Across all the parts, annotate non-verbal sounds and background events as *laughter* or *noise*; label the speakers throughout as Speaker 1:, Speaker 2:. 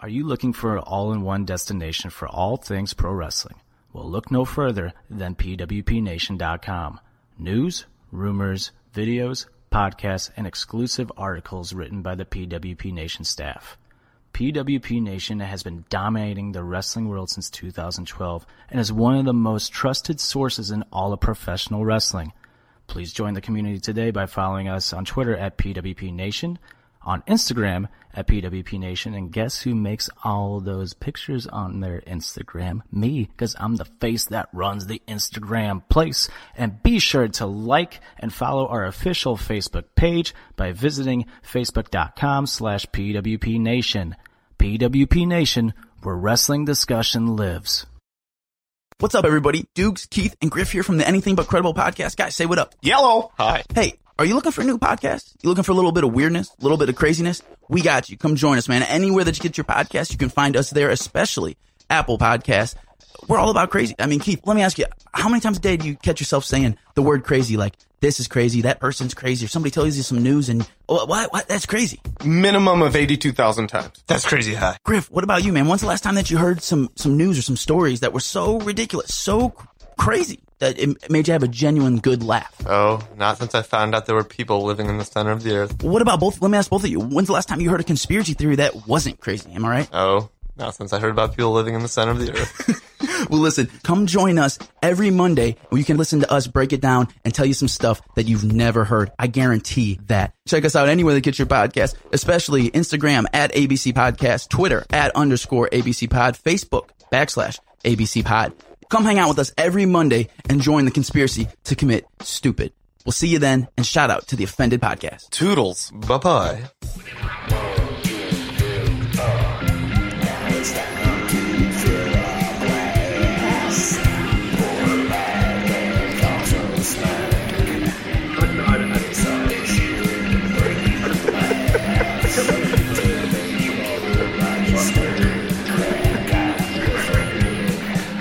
Speaker 1: Are you looking for an all-in-one destination for all things pro wrestling? Well, look no further than pwpnation.com. News, rumors, videos, podcasts, and exclusive articles written by the PWP Nation staff. PWP Nation has been dominating the wrestling world since 2012 and is one of the most trusted sources in all of professional wrestling. Please join the community today by following us on Twitter at PWP Nation, on Instagram at PWP Nation, and guess who makes all those pictures on their Instagram? Me, because I'm the face that runs the Instagram place. And be sure to like and follow our official Facebook page by visiting facebook.com slash PWP Nation. PWP Nation, where wrestling discussion lives.
Speaker 2: What's up, everybody? Dukes, Keith, and Griff here from the Anything But Credible podcast. Guys, say what up.
Speaker 3: Yellow. Hi.
Speaker 2: Hey, are you looking for a new podcast? You looking for a little bit of weirdness, a little bit of craziness? We got you. Come join us, man. Anywhere that you get your podcast, you can find us there, especially Apple Podcasts. We're all about crazy. I mean, Keith, let me ask you, how many times a day do you catch yourself saying the word crazy? Like, this is crazy, that person's crazy, or somebody tells you some news and, oh, what, what, that's crazy.
Speaker 3: Minimum of 82,000 times.
Speaker 4: That's crazy high.
Speaker 2: Griff, what about you, man? When's the last time that you heard some, some news or some stories that were so ridiculous, so c- crazy that it made you have a genuine good laugh?
Speaker 3: Oh, not since I found out there were people living in the center of the earth.
Speaker 2: What about both? Let me ask both of you. When's the last time you heard a conspiracy theory that wasn't crazy? Am I right?
Speaker 3: Oh, not since I heard about people living in the center of the earth.
Speaker 2: Well, listen, come join us every Monday where you can listen to us break it down and tell you some stuff that you've never heard. I guarantee that. Check us out anywhere that gets your podcast, especially Instagram at ABC Podcast, Twitter at underscore ABC Pod, Facebook backslash ABC Pod. Come hang out with us every Monday and join the conspiracy to commit stupid. We'll see you then, and shout out to the Offended Podcast.
Speaker 3: Toodles. Bye bye.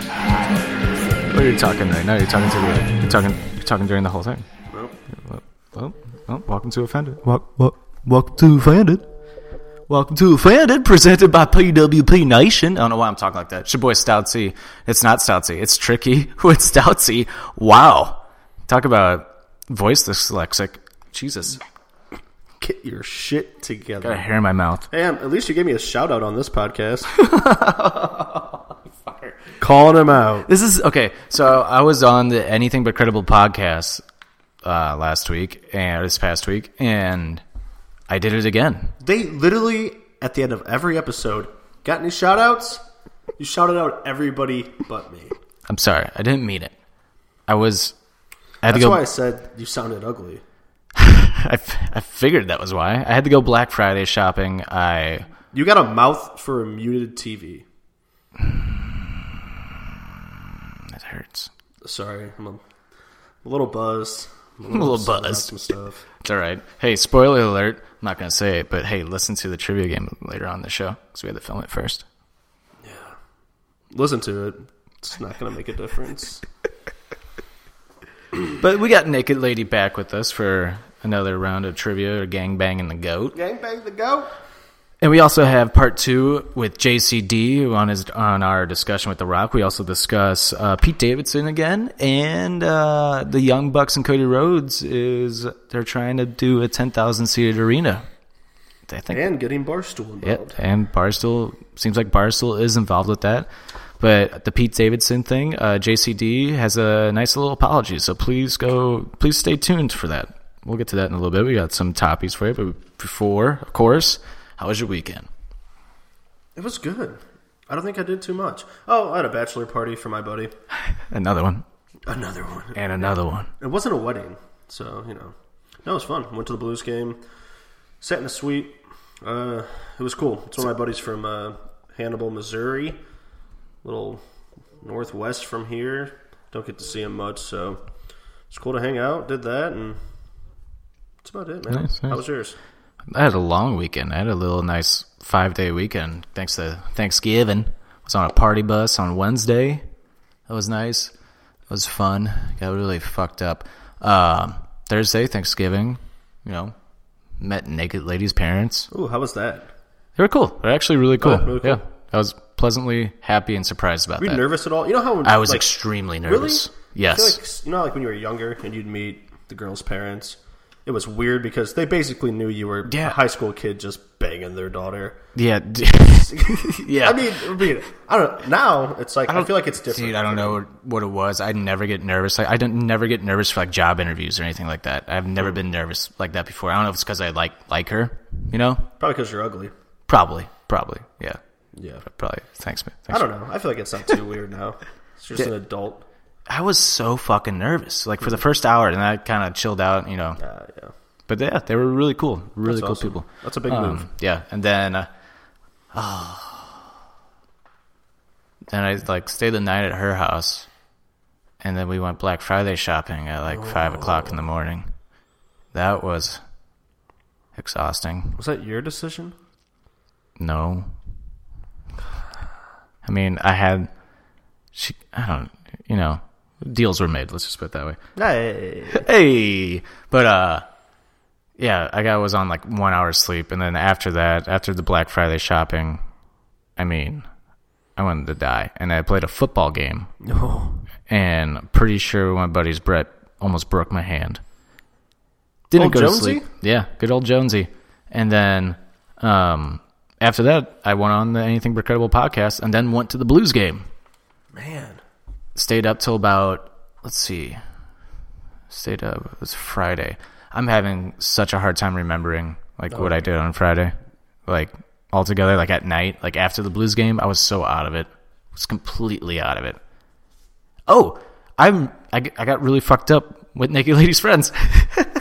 Speaker 1: Oh, you're talking right now. You're talking to the. You're talking. You're talking during the whole thing. Well, well, welcome to offended. Wel- wel- welcome to offended. Welcome to offended, presented by PWP Nation. I don't know why I'm talking like that. It's your boy Stoutsy. It's not Stoutsy. It's tricky *laughs* with Stoutsy. Wow, talk about voice dyslexic. Jesus,
Speaker 5: Get your shit
Speaker 1: got a
Speaker 5: together.
Speaker 1: hair in my mouth.
Speaker 5: Damn, at least you gave me a shout out on
Speaker 1: *laughs*
Speaker 5: this podcast. Calling him out.
Speaker 1: This is okay. So I was on the Anything But Credible podcast uh, last week and or this past week, and I did it again.
Speaker 5: They literally, at the end of every episode, got any shout outs? You shouted out everybody but me.
Speaker 1: I'm sorry, I didn't mean it. I was. I had
Speaker 5: That's
Speaker 1: to go.
Speaker 5: why I said you sounded ugly.
Speaker 1: *laughs* I, f- I figured that was why. I had to go Black Friday shopping. I
Speaker 5: You got a mouth for a muted TV.
Speaker 1: that hurts.
Speaker 5: Sorry, I'm a, I'm a little buzzed. I'm
Speaker 1: *laughs* A little
Speaker 5: upset about
Speaker 1: buzzed.
Speaker 5: Some stuff.
Speaker 1: It's all right. Hey, spoiler alert. I'm not gonna say it, but hey, listen to the trivia game later on in the show because we had to film it first.
Speaker 5: Listen to it. It's not going to make a difference.
Speaker 1: *laughs* But we got Naked Lady back with us for another round of trivia or gangbang and the goat.
Speaker 5: Gangbang the goat.
Speaker 1: And we also have part two with JCD who on his on our discussion with The Rock. We also discuss uh, Pete Davidson again, and uh, the Young Bucks and Cody Rhodes is they're trying to do a ten thousand seated arena. I think.
Speaker 5: And getting Barstool involved.
Speaker 1: Yep, and Barstool seems like Barstool is involved with that. But the Pete Davidson thing, uh, JCD has a nice little apology. So please go, please stay tuned for that. We'll get to that in a little bit. We got some toppies for you, but before, of course, how was your weekend?
Speaker 5: It was good. I don't think I did too much. Oh, I had a bachelor party for my buddy.
Speaker 1: Another one,
Speaker 5: Another one.
Speaker 1: and another one.
Speaker 5: It wasn't a wedding, so you know. No, it was fun. Went to the Blues game. Sat in a suite. Uh, it was cool. It's one of my buddies from uh, Hannibal, Missouri. Little northwest from here. Don't get to see him much, so it's cool to hang out. Did that, and that's about it, man.
Speaker 1: Nice, nice.
Speaker 5: How was yours?
Speaker 1: I had a long weekend. I had a little nice five day weekend thanks to Thanksgiving. I was on a party bus on Wednesday. That was nice. It was fun. Got really fucked up. Um, Thursday, Thanksgiving, you know, met naked lady's parents.
Speaker 5: Ooh, how was that?
Speaker 1: They were cool. They're actually really cool.
Speaker 5: Oh, really cool.
Speaker 1: Yeah, I was pleasantly happy and surprised about
Speaker 5: Were you
Speaker 1: that.
Speaker 5: nervous at all? You know how
Speaker 1: Uh, I was
Speaker 5: like,
Speaker 1: extremely
Speaker 5: really?
Speaker 1: nervous.
Speaker 5: I feel
Speaker 1: Yes,
Speaker 5: like, you know, like when you were younger and you'd meet the girl's parents. It was weird because they basically knew you were
Speaker 1: Yeah.
Speaker 5: a high school kid just banging their daughter. *laughs*
Speaker 1: yeah, *laughs* d- yeah.
Speaker 5: I mean, I, mean, I don't know. Now it's like I, feel like it's different.
Speaker 1: Dude, I don't know what- what it was. I never get nervous. Like, I don't never get nervous for like job interviews or anything like that. I've
Speaker 5: Mm.
Speaker 1: never been nervous like that before. I don't know if it's because I like like her. You know,
Speaker 5: Probably because you're ugly.
Speaker 1: probably, probably, yeah,
Speaker 5: Yeah.
Speaker 1: probably. Thanks, man.
Speaker 5: I
Speaker 1: Thanks.
Speaker 5: don't know. I feel like it's not too
Speaker 1: *laughs*
Speaker 5: weird now. It's just an adult.
Speaker 1: I was so fucking nervous, like for the first hour, and I kind of chilled out, you know.
Speaker 5: Uh, Mm. yeah.
Speaker 1: But yeah, they were really cool, really cool
Speaker 5: awesome.
Speaker 1: people.
Speaker 5: That's a big move.
Speaker 1: Um, yeah, and then, uh, oh, then I like stayed the night at her house, and then we went Black Friday shopping at like five o'clock in the morning. That was exhausting.
Speaker 5: Was that your decision?
Speaker 1: No, I mean I had she. I don't. You know, deals were made. Let's just put it that way.
Speaker 5: Hey.
Speaker 1: hey but uh yeah i got was on like one hour sleep and then after that after the black friday shopping i mean i wanted to die and i played a football game
Speaker 5: *laughs* No. *laughs*
Speaker 1: and I'm pretty sure my buddy's brett almost broke my hand didn't
Speaker 5: Old
Speaker 1: go
Speaker 5: Jonesy?
Speaker 1: to sleep yeah good old jonesy and then um after that i went on the anything but credible podcast and then went to the blues game
Speaker 5: Man.
Speaker 1: stayed up till about let's see stayed up it was friday i'm having such a hard time remembering like what i did on friday like altogether like at night like after the blues game i was so out of it was completely out of it oh i'm i, g- I got really fucked up with naked ladies friends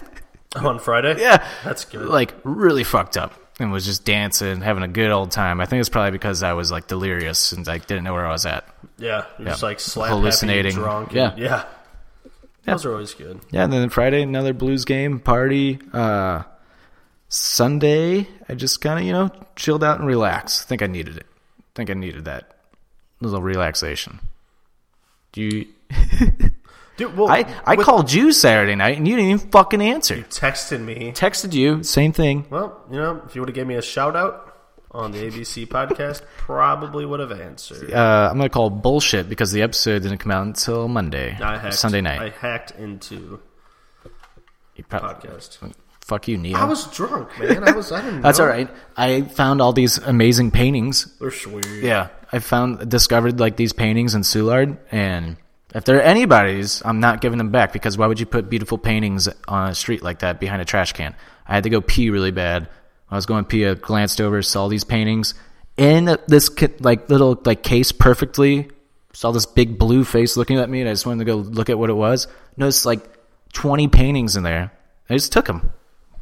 Speaker 1: *laughs*
Speaker 5: On Friday?
Speaker 1: yeah
Speaker 5: That's good.
Speaker 1: *laughs* like really fucked up and was just dancing having a good old time i think it's probably because i was like delirious and like didn't know where i was at
Speaker 5: yeah. You're just like slap
Speaker 1: Hallucinating.
Speaker 5: Happy, drunk. and-
Speaker 1: Yeah.
Speaker 5: yeah. Those are always good.
Speaker 1: Yeah, and then Friday another blues game party. Uh, Sunday I just kind of you know chilled out and relaxed. I think I needed it. I think I needed that little relaxation. Do you?
Speaker 5: Dude, well,
Speaker 1: I I called you Saturday night and you didn't even fucking answer.
Speaker 5: texted me.
Speaker 1: Texted you, same thing.
Speaker 5: Well, you know, if you would have gave me a shout out on the
Speaker 1: *laughs*
Speaker 5: ABC podcast, probably would have answered.
Speaker 1: Uh, I'm gonna call bullshit because the episode didn't come out until Monday,
Speaker 5: I hacked,
Speaker 1: Sunday night.
Speaker 5: I hacked into
Speaker 1: You prob-
Speaker 5: podcast.
Speaker 1: Fuck you, Neo.
Speaker 5: I was drunk, man. I was. I didn't.
Speaker 1: Oh. *laughs* That's
Speaker 5: know.
Speaker 1: all right. I found all these amazing paintings
Speaker 5: They're sweet.
Speaker 1: Yeah, I found discovered like these paintings in Soulard, and if they're anybody's, I'm not giving them back because why would you put beautiful paintings on a street like that behind a trash can? I had to go pee really bad. I was going pee. I glanced over, saw these paintings in this ki- like little like case perfectly. Saw this big blue face looking at me, and I just wanted to go look at what it was. Noticed like 20 paintings in there. I just took them.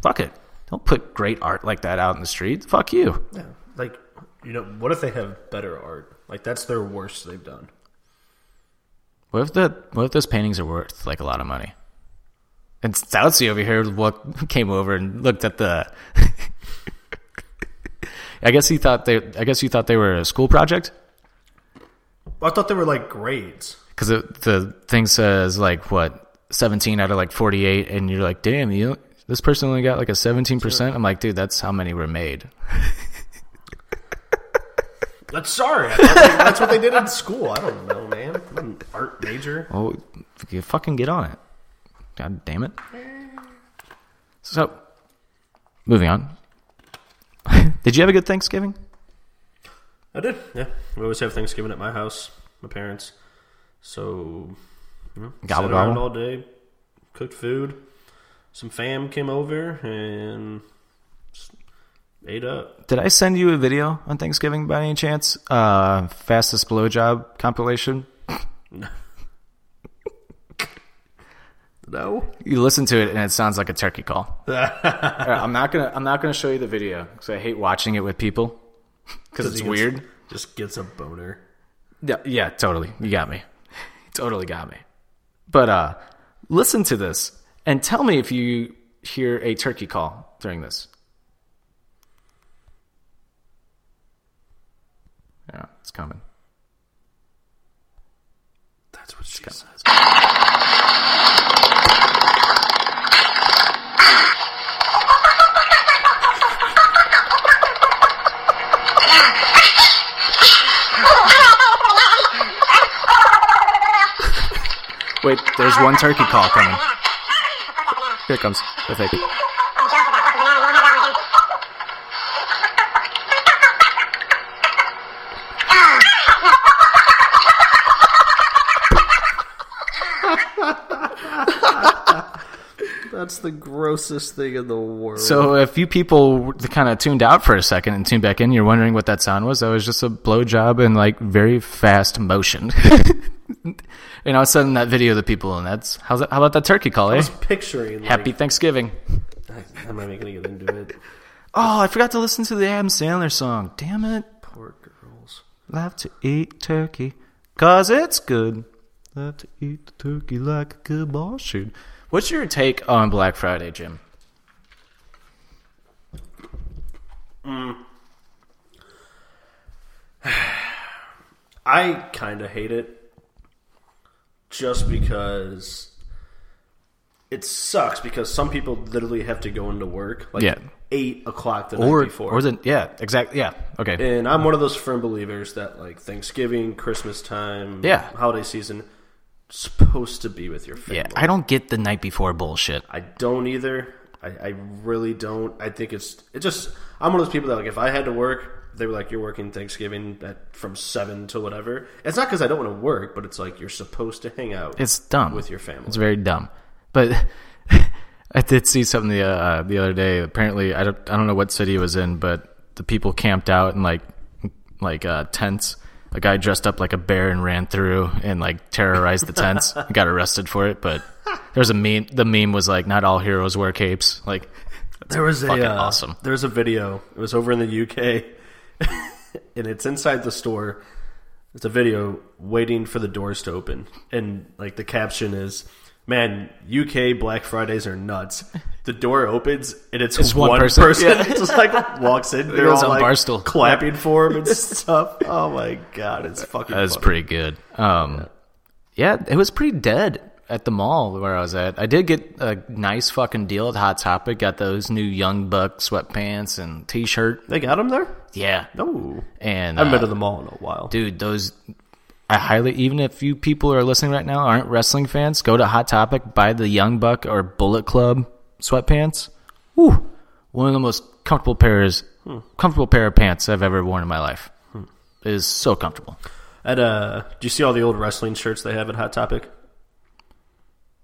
Speaker 1: Fuck it. Don't put great art like that out in the street. Fuck you.
Speaker 5: Yeah. Like, you know, what if they have better art? Like, that's their worst they've done.
Speaker 1: What if the what if those paintings are worth like a lot of money? And Stoutsy over here look, *laughs* came over and looked at the. *laughs* I guess he thought they. I guess you thought they were a school project
Speaker 5: I thought they were like grades.
Speaker 1: because the thing says like what seventeen out of like forty eight, and you're like, damn, you this person only got like a seventeen percent. I'm like, dude, that's how many were made.
Speaker 5: That's sorry. I thought they- that's what they did in school. I don't know, man. I'm an art major.
Speaker 1: Oh, you fucking get on it. God damn it. So, moving on. *laughs* Did you have a good Thanksgiving?
Speaker 5: I did. Yeah. We always have Thanksgiving at my house, my parents. So, you know,
Speaker 1: Gobble,
Speaker 5: sat around
Speaker 1: gobble.
Speaker 5: all day, cooked food. Some fam came over and s- ate up.
Speaker 1: Did I send you a video on Thanksgiving by any chance? Uh, fastest blowjob compilation.
Speaker 5: No.
Speaker 1: You listen to it and it sounds like a turkey *laughs* call. All right, I'm not gonna. I'm not gonna show you the video because I hate watching it with *laughs* people because it's
Speaker 5: he gets-
Speaker 1: weird.
Speaker 5: Just gets a boner.
Speaker 1: Yeah, yeah, totally. You got me. *laughs* totally got me. But uh, listen to this and tell me if you hear a turkey call during this. Yeah, it's coming.
Speaker 5: That's what she says.
Speaker 4: Wait, there's one turkey call coming. Here it comes. I think.
Speaker 5: That's the grossest thing in the world.
Speaker 1: So if you people kind of tuned out for a second and tuned back in, you're wondering what that sound was. That was just a blowjob in like very fast motion. *laughs* and all of a sudden that video of the people and that's how's that, how about that turkey call? Eh?
Speaker 5: I was picturing like,
Speaker 1: Happy Thanksgiving.
Speaker 5: I'm not even gonna get into it.
Speaker 1: Oh, I forgot to listen to the Adam Sandler song. Damn it!
Speaker 5: Poor girls.
Speaker 1: Love to eat turkey cause it's good. Love to eat the turkey like a good boss should. What's your take on Black Friday, Jim?
Speaker 5: I kind of hate it just because it sucks because some people literally have to go into work like
Speaker 1: Yeah.
Speaker 5: eight o'clock the night
Speaker 1: Or
Speaker 5: before.
Speaker 1: or the yeah exactly yeah okay
Speaker 5: and I'm one of those firm believers that like Thanksgiving, Christmas time,
Speaker 1: Yeah.
Speaker 5: holiday season, supposed to be with your family.
Speaker 1: yeah I don't get the night before bullshit.
Speaker 5: I don't either. I, I really don't. I think it's it just I'm one of those people that like if I had to work, they were like you're working Thanksgiving at from seven to whatever. It's not because I don't want to work, but it's like you're supposed to hang out.
Speaker 1: It's dumb
Speaker 5: with your family.
Speaker 1: It's very dumb. But *laughs* I did see something the uh, the other day. Apparently, I don't I don't know what city it was in, but the people camped out in like like uh, tents. A guy dressed up like a bear and ran through and like terrorized the
Speaker 5: *laughs*
Speaker 1: tents. and got arrested for it, but there's a meme. The meme was like, "Not all heroes wear capes." Like,
Speaker 5: there was
Speaker 1: fucking
Speaker 5: a uh,
Speaker 1: awesome.
Speaker 5: There was a video. It was over in the UK, *laughs* and it's inside the store. It's a video waiting for the doors to open, and like the caption is. Man, UK Black Fridays are nuts. The door opens and it's
Speaker 1: Just
Speaker 5: one,
Speaker 1: one person.
Speaker 5: person, *laughs* just like walks in. They're
Speaker 1: was
Speaker 5: all
Speaker 1: on
Speaker 5: like
Speaker 1: Barstool.
Speaker 5: clapping for him and *laughs* stuff. Oh my god, it's fucking.
Speaker 1: That was
Speaker 5: funny.
Speaker 1: pretty good. Um, yeah. it was pretty dead at the mall where I was at. I did get a nice fucking deal at Hot Topic. Got those new Young Buck sweatpants and T-shirt.
Speaker 5: They got him there.
Speaker 1: Yeah,
Speaker 5: No,
Speaker 1: and
Speaker 5: I haven't been
Speaker 1: uh,
Speaker 5: to the mall in a while.
Speaker 1: dude, those. I highly, even if you people are listening right now aren't wrestling fans, go to Hot Topic, buy the Young Buck or Bullet Club sweatpants. Woo, one of the most comfortable pairs,
Speaker 5: Hmm.
Speaker 1: comfortable pair of pants I've ever worn in my life. It is so comfortable.
Speaker 5: At uh, do you see all the old wrestling shirts they have at Hot Topic?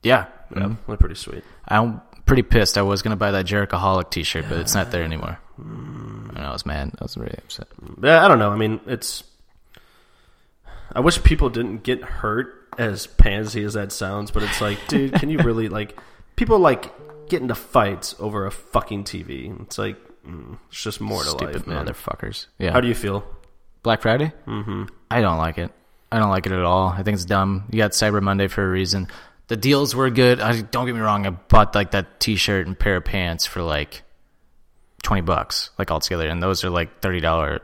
Speaker 1: Yeah,
Speaker 5: Yeah, they're pretty sweet.
Speaker 1: I'm pretty pissed. I was gonna buy that Jerichoholic T-shirt, but it's not there
Speaker 5: *sighs*
Speaker 1: anymore. And I was mad. I was really upset.
Speaker 5: Yeah, I don't know. I mean, it's. I wish people didn't get hurt as pansy as that sounds, but it's like, dude, can you really like people like get into fights over a fucking TV? It's like mm, it's just more to
Speaker 1: Stupid
Speaker 5: life, man.
Speaker 1: motherfuckers. Yeah.
Speaker 5: How do you feel?
Speaker 1: Black Friday? Mm-hmm. I don't like it. I don't like it at all. I think it's dumb. You got Cyber Monday for a reason. The deals were good. I, don't get me wrong. I bought like that T-shirt and pair of pants for like twenty bucks, like altogether, and those are like thirty dollar,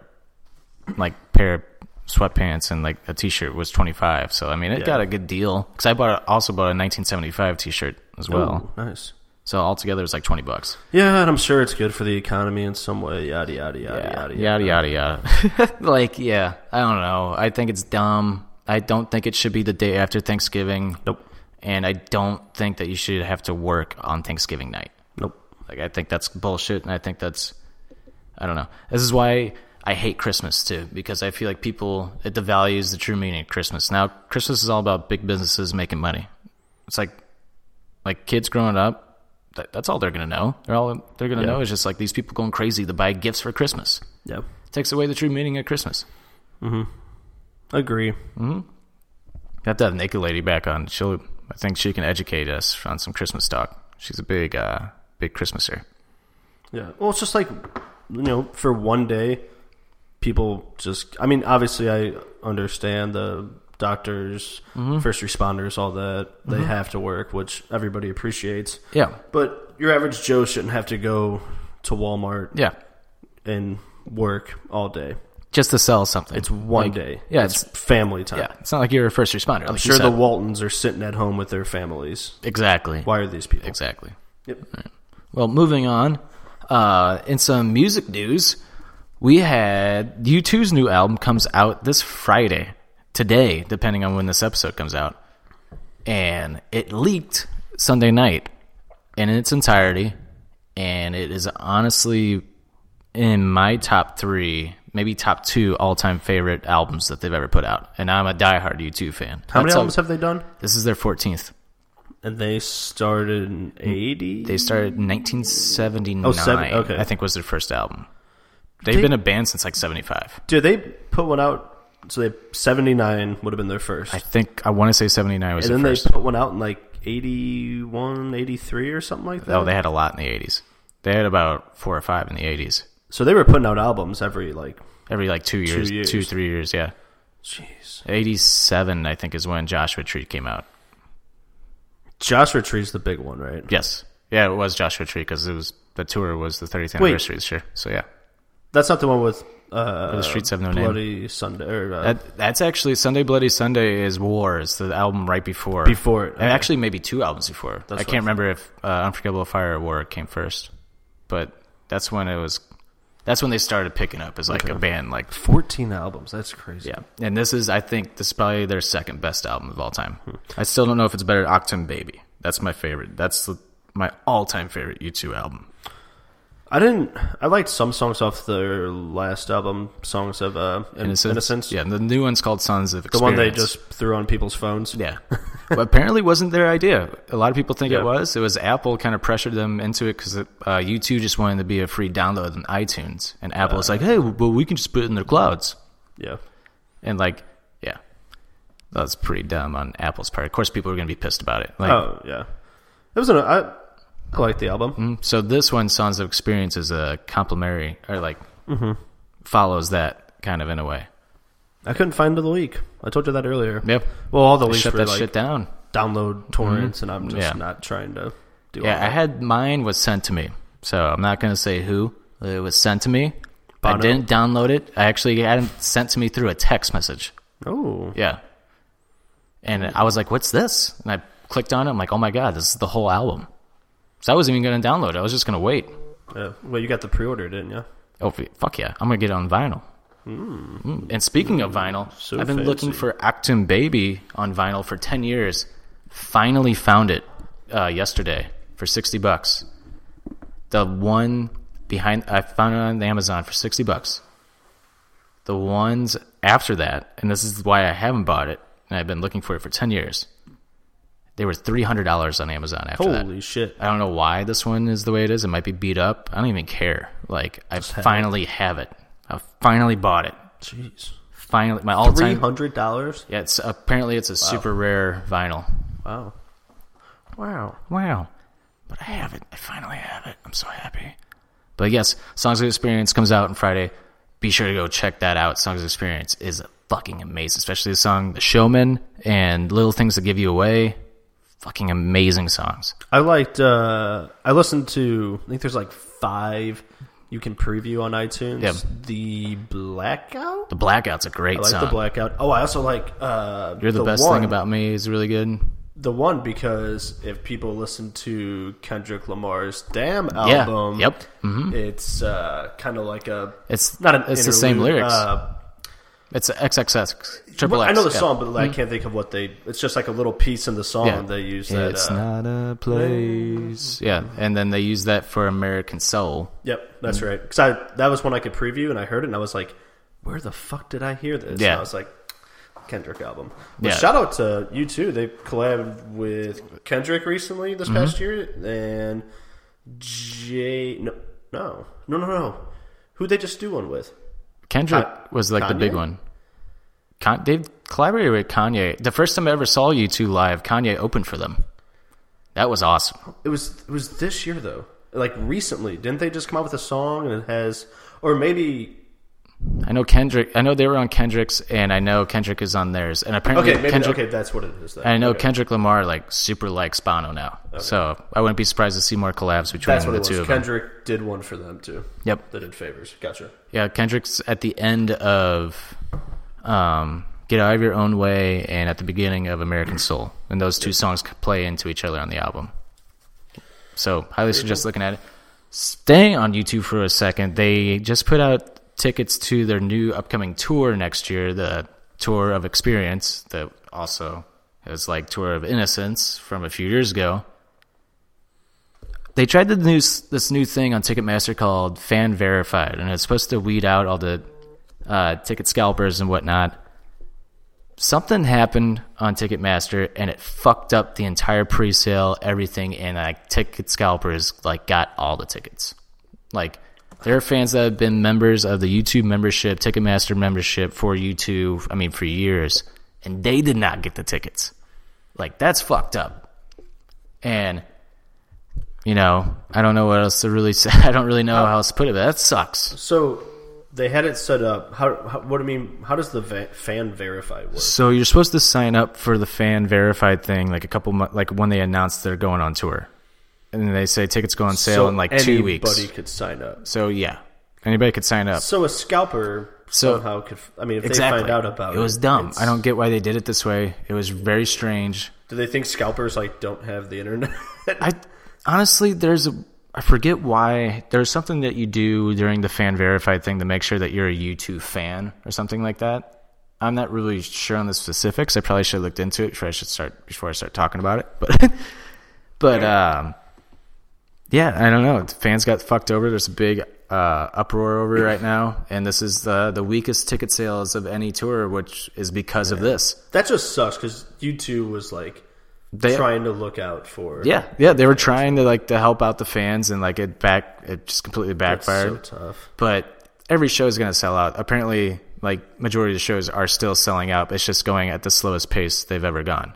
Speaker 1: like pair of sweatpants and like a T-shirt was twenty five. So I mean, it got a good deal because I bought also bought a nineteen seventy five T-shirt as well.
Speaker 5: Ooh, nice.
Speaker 1: So altogether, it's like twenty bucks.
Speaker 5: Yeah, and I'm sure it's good for the economy in some way. Yada yada yada yada.
Speaker 1: yada yada yada. *laughs* like, yeah, I don't know. I think it's dumb. I don't think it should be the day after Thanksgiving.
Speaker 5: Nope.
Speaker 1: And I don't think that you should have to work on Thanksgiving night.
Speaker 5: Nope.
Speaker 1: Like, I think that's bullshit, and I think that's, I don't know. This is why I hate Christmas too, because I feel like people it devalues the true meaning of Christmas. Now, Christmas is all about big businesses making money. It's like, like kids growing up, that, that's all they're gonna know. They're all they're gonna know is just like these people going crazy to buy gifts for Christmas
Speaker 5: Yeah.
Speaker 1: takes away the true meaning of Christmas.
Speaker 5: Agree.
Speaker 1: We have to have Naked Lady back on. She'll, I think she can educate us on some Christmas talk. She's a big, uh, big Christmaser.
Speaker 5: Yeah. Well, it's just like, you know, for one day, people just. I mean, obviously, I understand the doctors,
Speaker 1: Mm-hmm.
Speaker 5: first responders, all that. They have to work, which everybody appreciates.
Speaker 1: Yeah,
Speaker 5: But your average Joe shouldn't have to go to Walmart
Speaker 1: yeah,
Speaker 5: and work all day.
Speaker 1: just to sell something.
Speaker 5: It's one
Speaker 1: Like,
Speaker 5: day.
Speaker 1: Yeah,
Speaker 5: It's
Speaker 1: it's,
Speaker 5: family time.
Speaker 1: yeah. It's not like you're a first responder.
Speaker 5: I'm sure the Waltons are sitting at home with their families.
Speaker 1: exactly.
Speaker 5: Why are these people?
Speaker 1: Exactly.
Speaker 5: Yep.
Speaker 1: Well, moving on. Uh, in some music news, we had U2's new album comes out this Friday, today, depending on when this episode comes out. And it leaked Sunday night and in its entirety. And it is honestly in my top three, maybe top two all time favorite albums that they've ever put out. And I'm a diehard U2 fan.
Speaker 5: How many
Speaker 1: That's
Speaker 5: albums have they done?
Speaker 1: This is their 14th.
Speaker 5: And they started in 80?
Speaker 1: They started in 1979.
Speaker 5: Oh, seven- okay.
Speaker 1: I think was their first album. They've
Speaker 5: They-
Speaker 1: been a band since like 75.
Speaker 5: Dude, they put one out. So they 79 would have been their first.
Speaker 1: I think I want to say 79 was
Speaker 5: and then
Speaker 1: the first.
Speaker 5: they put one out in like 81, 83 or something like that.
Speaker 1: oh, they had a lot in the 80s. They had about four or five in the 80s.
Speaker 5: so they were putting out albums every like.
Speaker 1: Every like two years, two,
Speaker 5: years.
Speaker 1: three years, yeah.
Speaker 5: Jeez.
Speaker 1: 87, I think, is when Joshua Tree came out.
Speaker 5: Joshua Tree's the big one, right?
Speaker 1: Yes. Yeah, it was Joshua Tree because it was the tour was the 30th
Speaker 5: Wait.
Speaker 1: anniversary this year. So, yeah.
Speaker 5: That's not the one with uh,
Speaker 1: The Streets Have No Name.
Speaker 5: Bloody Sunday or uh,
Speaker 1: That, that's actually Sunday Bloody Sunday is War is the album right before
Speaker 5: Before it,
Speaker 1: and actually maybe two albums before. I
Speaker 5: what
Speaker 1: can't remember if uh, Unforgettable Fire or War came first, but that's when it was. That's when they started picking up as like a band, like
Speaker 5: 14 albums. That's crazy.
Speaker 1: yeah. And this is, I think, this is probably their second best album of all time. I still don't know if it's better. than Octane Baby, that's my favorite. That's the, my all-time favorite U2 album.
Speaker 5: I didn't. I liked some songs off their last album, songs of uh, In- Innocence.
Speaker 1: yeah. The new one's called Sons of
Speaker 5: The one
Speaker 1: Experience.
Speaker 5: they just threw on people's phones.
Speaker 1: Yeah. *laughs* but apparently wasn't their idea. A lot of people think
Speaker 5: Yeah.
Speaker 1: it was. It was Apple kind of pressured them into it because uh, U2 just wanted to be a free download on iTunes. And Apple
Speaker 5: Uh.
Speaker 1: was like, hey, well, we can just put it in their clouds.
Speaker 5: Yeah.
Speaker 1: And like, yeah. That's pretty dumb on Apple's part. Of course, people are going to be pissed about it. Like,
Speaker 5: Oh, yeah. It was an. I, I liked the album.
Speaker 1: So this one, Sons of Experience, is a complimentary or like
Speaker 5: Mm-hmm.
Speaker 1: follows that kind of in a way.
Speaker 5: I couldn't find the leak. I told you that earlier.
Speaker 1: Yep.
Speaker 5: Well, all the leaks
Speaker 1: Shut
Speaker 5: were
Speaker 1: that
Speaker 5: like
Speaker 1: shit down. Mm-hmm.
Speaker 5: download torrents, and I'm just
Speaker 1: Yeah.
Speaker 5: not trying to do. all
Speaker 1: Yeah, I
Speaker 5: that.
Speaker 1: had mine was sent to me, so I'm not gonna say who it was sent to me. I
Speaker 5: Bono.
Speaker 1: didn't download it. I actually had it sent to me through a text message.
Speaker 5: Oh,
Speaker 1: Yeah, and I was like, "What's this?" And I clicked on it. I'm like, "Oh my god, this is the whole album." So I wasn't even gonna download. it. I was just gonna wait.
Speaker 5: yeah. Well, you got the pre-order, didn't you?
Speaker 1: Oh f- fuck yeah! I'm gonna get it on vinyl. Mm. And speaking of vinyl,
Speaker 5: Hmm. so
Speaker 1: I've been looking
Speaker 5: fancy.
Speaker 1: for Actum Baby on vinyl for ten years. Finally found it uh, yesterday for sixty bucks. The one behind I found it on Amazon for sixty bucks. The ones after that, and this is why I haven't bought it, and I've been looking for it for ten years. They were three hundred dollars on Amazon after that.
Speaker 5: Holy shit!
Speaker 1: I don't know why this one is the way it is. It might be beat up. I don't even care. Like I finally have it. I finally bought it.
Speaker 5: Jeez,
Speaker 1: Finally, my all
Speaker 5: three
Speaker 1: time.
Speaker 5: hundred dollars.
Speaker 1: Yeah, it's apparently it's a super rare vinyl.
Speaker 5: Wow, wow.
Speaker 1: Wow, but I have it. I finally have it. I'm so happy. But yes, Songs of Experience comes out on Friday. Be sure to go check that out. Songs of Experience is fucking amazing, especially the song "The Showman" and "Little Things That Give You Away." Fucking amazing songs.
Speaker 5: I liked. uh I listened to. I think there's like five you can preview on iTunes.
Speaker 1: Yep.
Speaker 5: The blackout.
Speaker 1: The Blackout's a great
Speaker 5: I like
Speaker 1: song.
Speaker 5: the blackout. Oh, I also like. uh
Speaker 1: You're the, best
Speaker 5: one,
Speaker 1: thing about me is really good.
Speaker 5: the one because if people listen to Kendrick Lamar's Damn
Speaker 1: Yeah.
Speaker 5: album,
Speaker 1: Yep. Mm-hmm.
Speaker 5: it's uh kind of like a.
Speaker 1: It's
Speaker 5: not an.
Speaker 1: It's the same
Speaker 5: interlude,
Speaker 1: lyrics.
Speaker 5: Uh,
Speaker 1: it's XXX triple
Speaker 5: Well,
Speaker 1: X.
Speaker 5: I know the
Speaker 1: yeah. Mm-hmm.
Speaker 5: song, but like, I can't think of what they. It's just like a little piece in the song
Speaker 1: Yeah.
Speaker 5: they use. That,
Speaker 1: it's
Speaker 5: uh,
Speaker 1: not a place. Yeah, and then they use that for American Soul.
Speaker 5: Yep, that's
Speaker 1: Mm.
Speaker 5: right. Because I that was one I could preview, and I heard it, and I was like, "Where the fuck did I hear this?"
Speaker 1: Yeah.
Speaker 5: And I was like, "Kendrick album." But
Speaker 1: Yeah.
Speaker 5: Shout out to you too. They collabed with Kendrick recently
Speaker 1: Mm-hmm.
Speaker 5: this past year, and Jay. No, no, no, no, no. Who they just do one with?
Speaker 1: Kendrick
Speaker 5: Con-
Speaker 1: was like the big
Speaker 5: Kanye?
Speaker 1: one. Con- they collaborated with Kanye. The first time I ever saw you two live, Kanye opened for them. That was awesome.
Speaker 5: It was it was this year though. Like recently, didn't they just come out with a song and it has, or maybe
Speaker 1: I know Kendrick. I know they were on Kendrick's, and I know Kendrick is on theirs. And apparently,
Speaker 5: okay, maybe
Speaker 1: Kendrick,
Speaker 5: okay, that's what it is. Then.
Speaker 1: I know
Speaker 5: Okay.
Speaker 1: Kendrick Lamar like super likes Bono now, so I wouldn't be surprised to see more collabs between
Speaker 5: That's what
Speaker 1: the
Speaker 5: it was.
Speaker 1: two of them.
Speaker 5: Kendrick did one for them too.
Speaker 1: Yep.
Speaker 5: They did favors. Gotcha.
Speaker 1: Yeah, Kendrick's at the end of um, "Get Out of Your Own Way" and at the beginning of "American Soul," and those two songs could play into each other on the album. So, highly suggest looking at it. Staying on YouTube for a second, they just put out tickets to their new upcoming tour next year, the Tour of Experience, that also is like Tour of Innocence from a few years ago. They tried the new, this new thing on Ticketmaster called Fan Verified, and it's supposed to weed out all the uh, ticket scalpers and whatnot. Something happened on Ticketmaster, and it fucked up the entire pre-sale, everything, and like ticket scalpers like got all the tickets. Like there are fans that have been members of the YouTube membership, Ticketmaster membership for YouTube, I mean for years, and they did not get the tickets. Like that's fucked up. And you know, I don't know what else to really *laughs* say. I don't really know how else to put it, but that sucks.
Speaker 5: So they had it set up. How, how what do you mean? How does the va- fan verify work?
Speaker 1: So you're supposed to sign up for the fan verified thing like a couple months, like when they announce they're going on tour. And then they say tickets go on sale
Speaker 5: So
Speaker 1: in like 2 weeks.
Speaker 5: Anybody could sign up.
Speaker 1: So yeah. Anybody could sign up.
Speaker 5: So a scalper
Speaker 1: So-
Speaker 5: somehow could. f- I mean, if
Speaker 1: exactly.
Speaker 5: they find out about it,
Speaker 1: it was dumb.
Speaker 5: it's-
Speaker 1: I don't get why they did it this way. It was very strange.
Speaker 5: Do they think scalpers like don't have the internet?
Speaker 1: I honestly, there's a I forget why there's something that you do during the fan verified thing to make sure that you're a U2 fan or something like that. I'm not really sure on the specifics. I probably should have looked into it before I should start before I start talking about it. *laughs* But but um, yeah, I don't know. The fans got fucked over. There's a big uh, uproar over it right now, and this is the the weakest ticket sales of any tour, which is because of this.
Speaker 5: *laughs* that just sucks because you two was like
Speaker 1: They,
Speaker 5: trying to look out for.
Speaker 1: Yeah, yeah, they were trying to like to help out the fans, and like it back, it just completely
Speaker 5: it's so
Speaker 1: backfired.
Speaker 5: tough.
Speaker 1: but every show is going to sell out. Apparently, like majority of the shows are still selling out. It's just going at the slowest pace they've ever gone.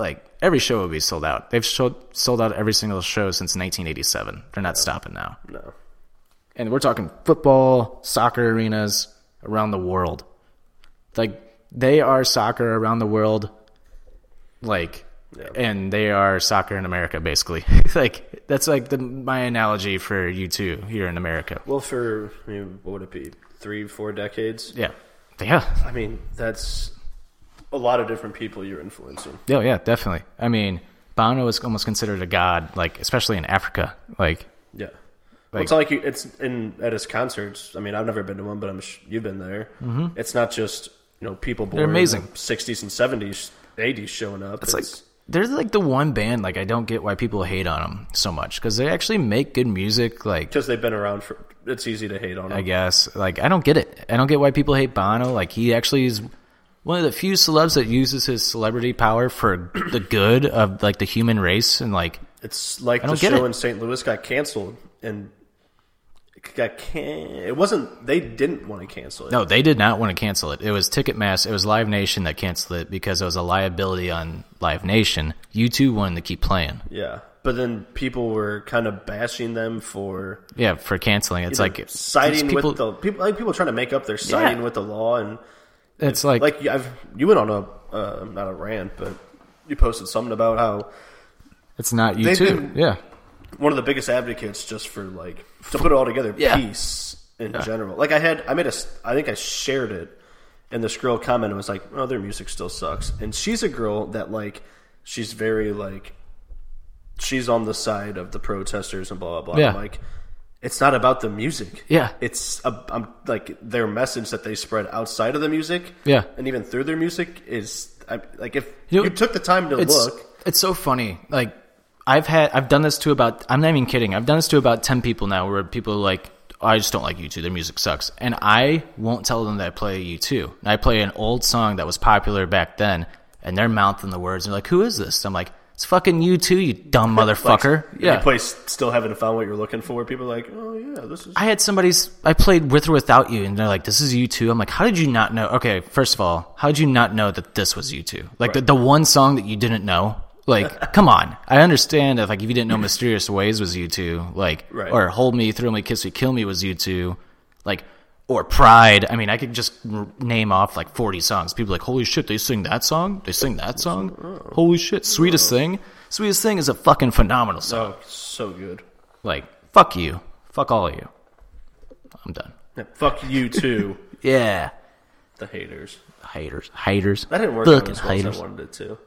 Speaker 1: Like every show will be sold out. They've sold sold out every single show since 1987. They're not stopping now.
Speaker 5: No,
Speaker 1: And we're talking football, soccer arenas around the world. Like they are soccer around the world. Like and they are soccer in America basically. *laughs* like that's like the my analogy for you two here in America.
Speaker 5: well, for I mean, what would it be? Three, four decades.
Speaker 1: Yeah. Yeah.
Speaker 5: I mean, that's a lot of different people you're influencing.
Speaker 1: Yeah, yeah, definitely. I mean, Bono is almost considered a god, like especially in Africa. Like
Speaker 5: Yeah. Well, it's not like you, it's in at his concerts. I mean, I've never been to one, but I'm sh- you've been there. Mm-hmm. It's not just you know people born
Speaker 1: amazing.
Speaker 5: in the 60s and 70s, 80s showing up. It's,
Speaker 1: It's like they're like the one band like I don't get why people hate on them so much cuz they actually make good music like
Speaker 5: because they've been around for. It's easy to hate on
Speaker 1: I
Speaker 5: them.
Speaker 1: guess. Like, I don't get it. I don't get why people hate Bono. Like, he actually is one of the few celebs that uses his celebrity power for the good of like the human race. And like,
Speaker 5: It's like the
Speaker 1: don't get
Speaker 5: show
Speaker 1: it.
Speaker 5: in St. Louis got canceled and it got can- It wasn't. They didn't want to cancel it.
Speaker 1: no, they did not want to cancel it. It was Ticketmaster. It was Live Nation that canceled it because it was a liability on Live Nation. You two wanted to keep playing.
Speaker 5: Yeah, but then people were kind of bashing them for
Speaker 1: Yeah, for canceling. It's like these
Speaker 5: siding
Speaker 1: people,
Speaker 5: with the people. Like people trying to make up their siding with the law and.
Speaker 1: It's like,
Speaker 5: like I've you went on a uh, not a rant, but you posted something about how
Speaker 1: it's not you
Speaker 5: they've
Speaker 1: two.
Speaker 5: been-
Speaker 1: yeah.
Speaker 5: one of the biggest advocates just for like to put it all together,
Speaker 1: Yeah.
Speaker 5: peace in general. Like I had, I made a, s- I think I shared it, and this girl commented and was like, "Oh, their music still sucks." And she's a girl that like she's very like she's on the side of the protesters and blah blah blah.
Speaker 1: Yeah.
Speaker 5: I'm like it's not about the music.
Speaker 1: Yeah.
Speaker 5: it's a, I'm, like their message that they spread outside of the music.
Speaker 1: Yeah.
Speaker 5: and even through their music is I, like if
Speaker 1: You
Speaker 5: you,
Speaker 1: know,
Speaker 5: took the time to
Speaker 1: it's,
Speaker 5: look.
Speaker 1: It's so funny. Like I've had I've done this to about I'm not even kidding. I've done this to about ten people now where people are like I just don't like U two, their music sucks. And I won't tell them that I play U two. I play an old song that was popular back then and they're mouthing the words and they're like, Who is this? I'm like, It's fucking U two, you
Speaker 5: *laughs*
Speaker 1: dumb motherfucker. yeah.
Speaker 5: You play s- still haven't found what you're looking for. People are like, oh yeah, this is
Speaker 1: I had somebody's I played with or without you and they're like, This is you two. I'm like, How did you not know? Okay, first of all, how did you not know that this was you two? Like the, the one song that you didn't know? Like, come on. I understand if like if you didn't know Mysterious Ways was you two, like
Speaker 5: Right.
Speaker 1: or Hold Me, Thrill Me, Kiss Me, Kill Me was you two, like or Pride. I mean, I could just r- name off like 40 songs. People are like, holy shit, they sing that song? They sing that song? Holy shit, Sweetest Thing? Sweetest Thing is a fucking phenomenal song.
Speaker 5: Oh, so good.
Speaker 1: Like, fuck you. Fuck all of you. I'm done.
Speaker 5: Yeah, fuck
Speaker 1: *laughs*
Speaker 5: you too,
Speaker 1: Yeah.
Speaker 5: the haters.
Speaker 1: Haters. Haters.
Speaker 5: That didn't work out
Speaker 1: Fucking
Speaker 5: as well as
Speaker 1: haters.
Speaker 5: I wanted it to.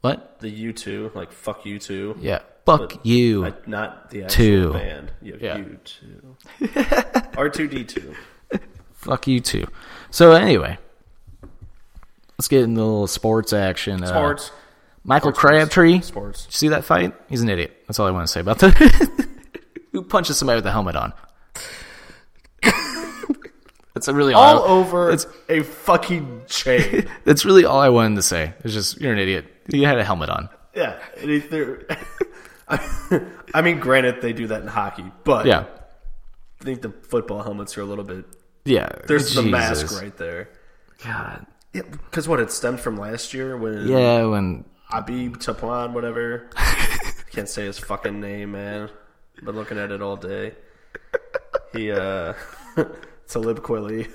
Speaker 1: What?
Speaker 5: The you two, like fuck you two.
Speaker 1: Yeah. Fuck you.
Speaker 5: I- not the actual
Speaker 1: Two. *laughs*
Speaker 5: band. Yeah,
Speaker 1: Yeah.
Speaker 5: you two. R two D two.
Speaker 1: Fuck you too. So anyway, let's get into a little sports action. Uh,
Speaker 5: Sports.
Speaker 1: Michael Crabtree.
Speaker 5: Sports.
Speaker 1: See that fight? He's an idiot. That's all I want to say about that. *laughs* Who punches somebody with a helmet on? *laughs* That's really all.
Speaker 5: All
Speaker 1: I-
Speaker 5: over
Speaker 1: That's
Speaker 5: a fucking chain.
Speaker 1: *laughs* that's really all I wanted to say. It's just you're an idiot. You had a helmet on.
Speaker 5: yeah. and if they're- *laughs* I mean, granted, they do that in hockey, but
Speaker 1: Yeah,
Speaker 5: I think the football helmets are a little bit.
Speaker 1: yeah.
Speaker 5: There's the
Speaker 1: Jesus.
Speaker 5: mask right there.
Speaker 1: God.
Speaker 5: Because what it stemmed from last year when
Speaker 1: Yeah, when
Speaker 5: Abib
Speaker 1: *laughs*
Speaker 5: Tapon, whatever. Can't say his fucking name, man. Been looking at it all day. He, uh, *laughs* Talib Kweli.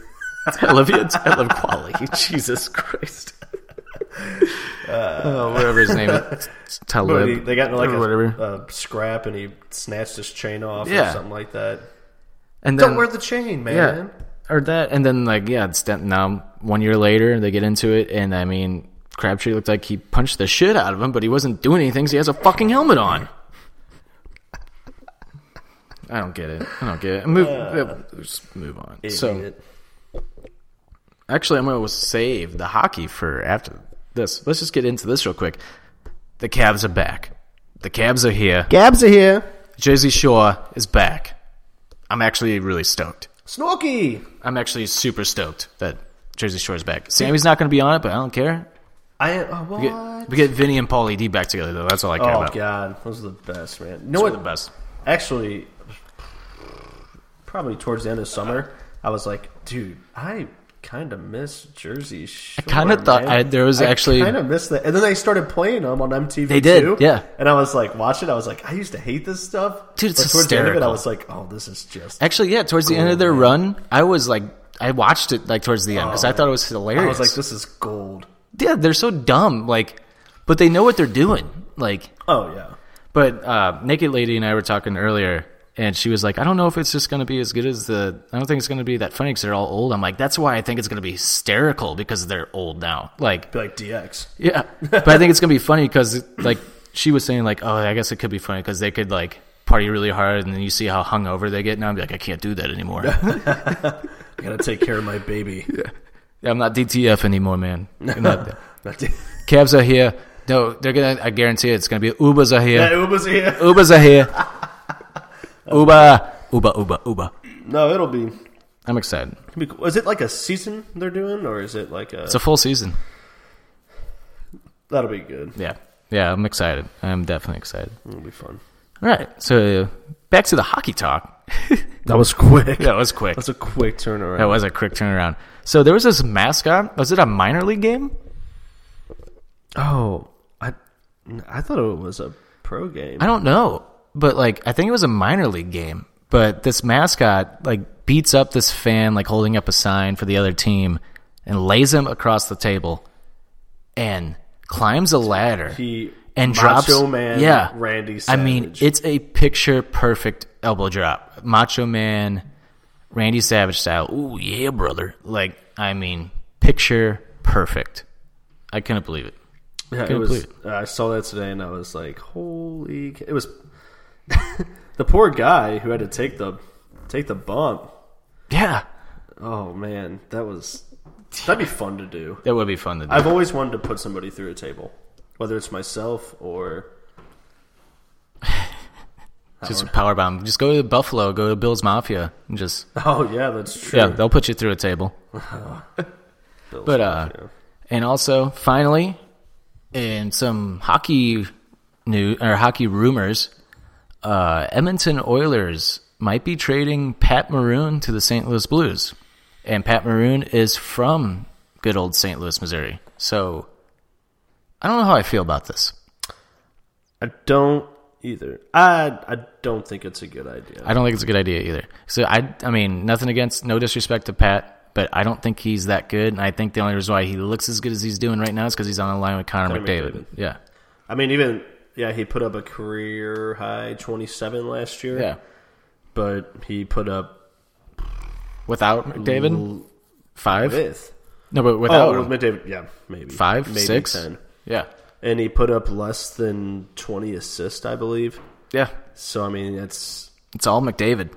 Speaker 1: I love you. I love quality. *laughs* Jesus Christ.
Speaker 5: *laughs*
Speaker 1: oh, whatever his name is,
Speaker 5: But he,
Speaker 1: Talib.
Speaker 5: they got into like
Speaker 1: or
Speaker 5: a,
Speaker 1: whatever.
Speaker 5: a scrap and he snatched his chain off
Speaker 1: Yeah.
Speaker 5: or something like that.
Speaker 1: and
Speaker 5: Don't
Speaker 1: then-
Speaker 5: wear the chain, man.
Speaker 1: yeah, or that, and then like yeah, it's done- now one year later they get into it, and I mean Crabtree looked like he punched the shit out of him, but he wasn't doing anything. 'cause he has a fucking helmet on. I don't get it. I don't get it. Move, uh, just move on. So
Speaker 5: Uh, Idiot.
Speaker 1: actually, I'm gonna save the hockey for after this. Let's just get into this real quick. The Cavs are back. The Cavs are here.
Speaker 5: Gabs are here.
Speaker 1: Jersey Shore is back. I'm actually really stoked.
Speaker 5: Snorky.
Speaker 1: I'm actually super stoked that Jersey Shore is back. Sammy's not going to be on it, but I don't care.
Speaker 5: I am. Oh, what?
Speaker 1: We get, we get Vinny and Paulie D back together, though. That's all I care
Speaker 5: oh,
Speaker 1: about.
Speaker 5: God. Those are the best, man. You know
Speaker 1: We're
Speaker 5: what?
Speaker 1: the best.
Speaker 5: actually probably towards the end of summer i was like dude i kind of miss jersey Shore,
Speaker 1: kinda thought
Speaker 5: man.
Speaker 1: I- there was actually-
Speaker 5: kind of missed that and then they started playing them on mtv
Speaker 1: They did,
Speaker 5: too.
Speaker 1: yeah.
Speaker 5: and i was like watching i was like i used to hate this stuff
Speaker 1: Dude, it's
Speaker 5: but towards the end of it i
Speaker 1: hysterical.
Speaker 5: was like oh this is just
Speaker 1: Actually, yeah, towards the end of their run, I was like, I watched it like towards the end because I thought it was hilarious.
Speaker 5: Oh. i was like this is gold
Speaker 1: yeah, they're so dumb, like, but they know what they're doing, like.
Speaker 5: oh yeah
Speaker 1: But uh, Naked Lady and I were talking earlier, and she was like, "I don't know if it's just going to be as good as the. I don't think it's going to be that funny because they're all old." I'm like, "That's why I think it's going to be hysterical because they're old now." Like,
Speaker 5: be like dx
Speaker 1: yeah, but I think it's going to be funny because like she was saying, like, "Oh, I guess it could be funny because they could like party really hard, and then you see how hungover they get." Now I'm like, "I can't do that anymore.
Speaker 5: i gotta take care of my
Speaker 1: *laughs*
Speaker 5: baby
Speaker 1: I'm not DTF anymore, man." I'm not-
Speaker 5: Not D-
Speaker 1: Cavs are here. No, they're gonna. I guarantee it, it's gonna be Ubers are
Speaker 5: Hey,
Speaker 1: here.
Speaker 5: Uba's here.
Speaker 1: Ubers are here. Uber, Uber, Uber, Uber.
Speaker 5: no it'll be
Speaker 1: I'm excited.
Speaker 5: it'll be cool. is it like a season they're doing or is it like a
Speaker 1: It's a full season.
Speaker 5: that'll be good
Speaker 1: Yeah. Yeah, I'm excited. I'm definitely excited. All
Speaker 5: it'll be fun
Speaker 1: right. So back to the hockey talk. *laughs*
Speaker 5: that was quick
Speaker 1: that was quick.
Speaker 5: That's a quick turnaround.
Speaker 1: That was a quick turnaround. So there was this mascot. Was it a minor league game?
Speaker 5: Oh, I I thought it was a pro game.
Speaker 1: I don't know. But like I think it was a minor league game. But this mascot like beats up this fan like holding up a sign for the other team and lays him across the table and climbs a ladder.
Speaker 5: He
Speaker 1: and
Speaker 5: Macho
Speaker 1: drops
Speaker 5: Man
Speaker 1: yeah
Speaker 5: Randy
Speaker 1: I mean
Speaker 5: Savage.
Speaker 1: it's a picture perfect elbow drop Macho Man Randy Savage style ooh yeah brother like I mean picture perfect I couldn't believe it
Speaker 5: Yeah, it
Speaker 1: can't
Speaker 5: was. uh,
Speaker 1: believe
Speaker 5: I saw that today, and I was like, "Holy!" ca- It was *laughs* the poor guy who had to take the take the bump.
Speaker 1: yeah
Speaker 5: Oh man, that was that'd be fun to do.
Speaker 1: that would be fun to do
Speaker 5: I've always wanted to put somebody through a table, whether it's myself or *laughs*
Speaker 1: just a power bomb just go to Buffalo go to Bill's Mafia and just
Speaker 5: oh yeah, that's true.
Speaker 1: yeah they'll put you through a table
Speaker 5: Bill's
Speaker 1: but uh
Speaker 5: Mafia.
Speaker 1: and also finally in some hockey new or hockey rumors uh Edmonton Oilers might be trading Pat Maroon to the St. Louis Blues and Pat Maroon is from good old St. Louis Missouri so I don't know how I feel about this
Speaker 5: I don't either. I I don't think it's a good idea.
Speaker 1: I don't think it's a good idea either so I I mean nothing against no disrespect to Pat but I don't think he's that good and I think the only reason why he looks as good as he's doing right now is cuz he's on the line with Connor
Speaker 5: Connor
Speaker 1: McDavid.
Speaker 5: McDavid.
Speaker 1: yeah
Speaker 5: I mean, even yeah, he put up a career high twenty seven last year.
Speaker 1: yeah
Speaker 5: but he put up
Speaker 1: Without McDavid? Five?
Speaker 5: fifth.
Speaker 1: No, but without
Speaker 5: Oh,
Speaker 1: him.
Speaker 5: with McDavid, yeah, maybe
Speaker 1: five,
Speaker 5: maybe
Speaker 1: six?
Speaker 5: ten,
Speaker 1: Yeah.
Speaker 5: and he put up less than twenty assists, I believe.
Speaker 1: Yeah.
Speaker 5: So I mean, it's
Speaker 1: It's all McDavid.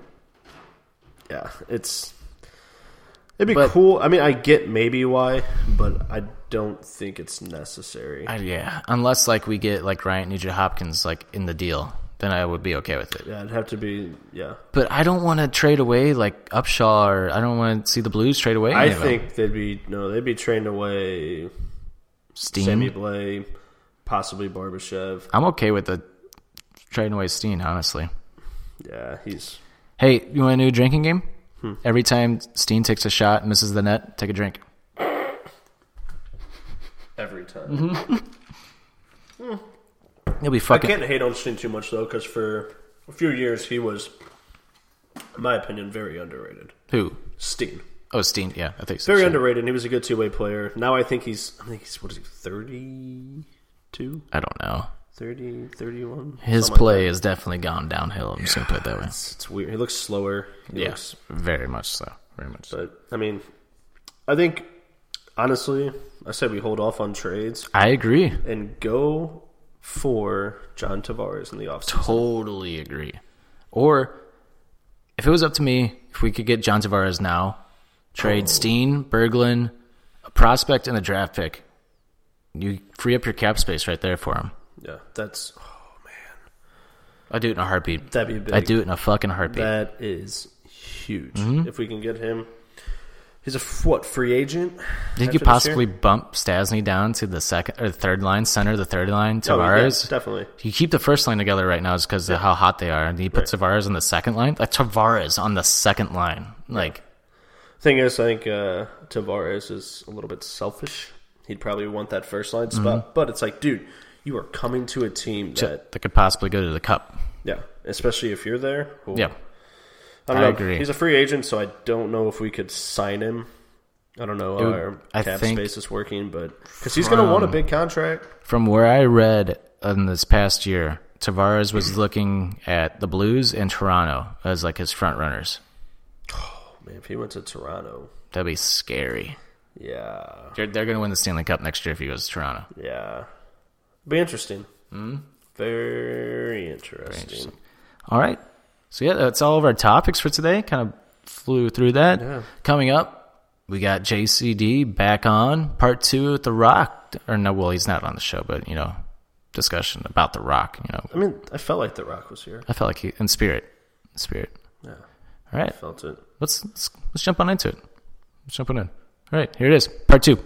Speaker 5: yeah, it's It'd be
Speaker 4: But-
Speaker 5: cool. I mean, I get maybe why, but I don't think it's necessary.
Speaker 1: I, yeah, unless like we get like Ryan Nugent Hopkins like in the deal, then I would be okay with it.
Speaker 5: yeah, it'd have to be. Yeah,
Speaker 1: But I don't want to trade away like Upshaw, or I don't want to see the Blues trade away. any
Speaker 5: I
Speaker 1: of them.
Speaker 5: think they'd be no, they'd be trained away.
Speaker 1: Steen.
Speaker 5: Sammy Blay, possibly Barbashev.
Speaker 1: I'm okay with the trading away Steen, honestly.
Speaker 5: Yeah, he's
Speaker 1: Hey, you want a new drinking game?
Speaker 5: Hmm.
Speaker 1: Every time Steen takes a shot, misses the net, take a drink.
Speaker 5: every time.
Speaker 1: Mm-hmm. You'll be
Speaker 5: I
Speaker 1: fucking.
Speaker 5: can't hate on Steen too much though, because for a few years he was, in my opinion, very underrated.
Speaker 1: Who?
Speaker 5: Steen,
Speaker 1: Oh, Steen. Yeah, I think so.
Speaker 5: very
Speaker 1: Sure.
Speaker 5: underrated. He was a good two way player. Now I think he's, I think he's what is he, 32?
Speaker 1: I don't know.
Speaker 5: 30, 31?
Speaker 1: His
Speaker 5: Something like
Speaker 1: play has definitely gone downhill. I'm just gonna put it that way.
Speaker 5: that. It's weird. He looks slower. He
Speaker 1: Yes,
Speaker 5: looks-
Speaker 1: very much so. Very much. So.
Speaker 5: but I mean, I think honestly, I said we hold off on trades
Speaker 1: I agree.
Speaker 5: and go for John Tavares in the offseason.
Speaker 1: Totally agree. Or if it was up to me, if we could get John Tavares now,
Speaker 5: Oh.
Speaker 1: trade Steen, Berglund, a prospect, and a draft pick, you free up your cap space right there for him.
Speaker 5: Yeah, that's
Speaker 1: I do it in a heartbeat.
Speaker 5: That'd be big.
Speaker 1: I do it in a fucking heartbeat.
Speaker 5: That is huge.
Speaker 1: Mm-hmm.
Speaker 5: If we can get him, he's a f- what free agent?
Speaker 1: Did
Speaker 5: after
Speaker 1: you
Speaker 5: this
Speaker 1: possibly
Speaker 5: year?
Speaker 1: bump Stasny down to the second or the third line center, the third line
Speaker 5: Oh, yeah,
Speaker 1: Tavares?
Speaker 5: definitely.
Speaker 1: You keep the first line together right now is because of how hot they are, and you put Tavares on the second line. Like Tavares on the second line, like
Speaker 5: Thing is, I think uh, Tavares is a little bit selfish. He'd probably want that first line
Speaker 1: Mm-hmm.
Speaker 5: spot, but it's like, dude, you are coming to a team that,
Speaker 1: that could possibly go to the cup.
Speaker 5: yeah, especially if you're there. Ooh.
Speaker 1: Yeah,
Speaker 5: I, don't
Speaker 1: I
Speaker 5: know.
Speaker 1: agree.
Speaker 5: He's a free agent, so I don't know if we could sign him. I don't know.
Speaker 1: would-
Speaker 5: our
Speaker 1: I
Speaker 5: cap
Speaker 1: think
Speaker 5: space is working, but because he's going to want a big contract.
Speaker 1: from where I read in this past year, Tavares was looking at the Blues and Toronto as like his front runners.
Speaker 5: Man, if he went to Toronto,
Speaker 1: That'd be scary.
Speaker 5: yeah.
Speaker 1: They're, they're going to win the Stanley Cup next year if he goes to Toronto.
Speaker 5: Yeah. Be interesting. Very interesting.
Speaker 1: All right. So yeah, that's all of our topics for today. Kind of flew through that. Coming up, we got JCD back on part two with The Rock. Or no, well, he's not on the show, but you know, discussion about The Rock. You know,
Speaker 5: I mean, I felt like The Rock was here.
Speaker 1: I felt like he in spirit, in spirit.
Speaker 5: Yeah.
Speaker 1: All right,
Speaker 5: Felt it.
Speaker 1: let's let's let's jump on into it. Let's jump on in. All right, here it is, part two.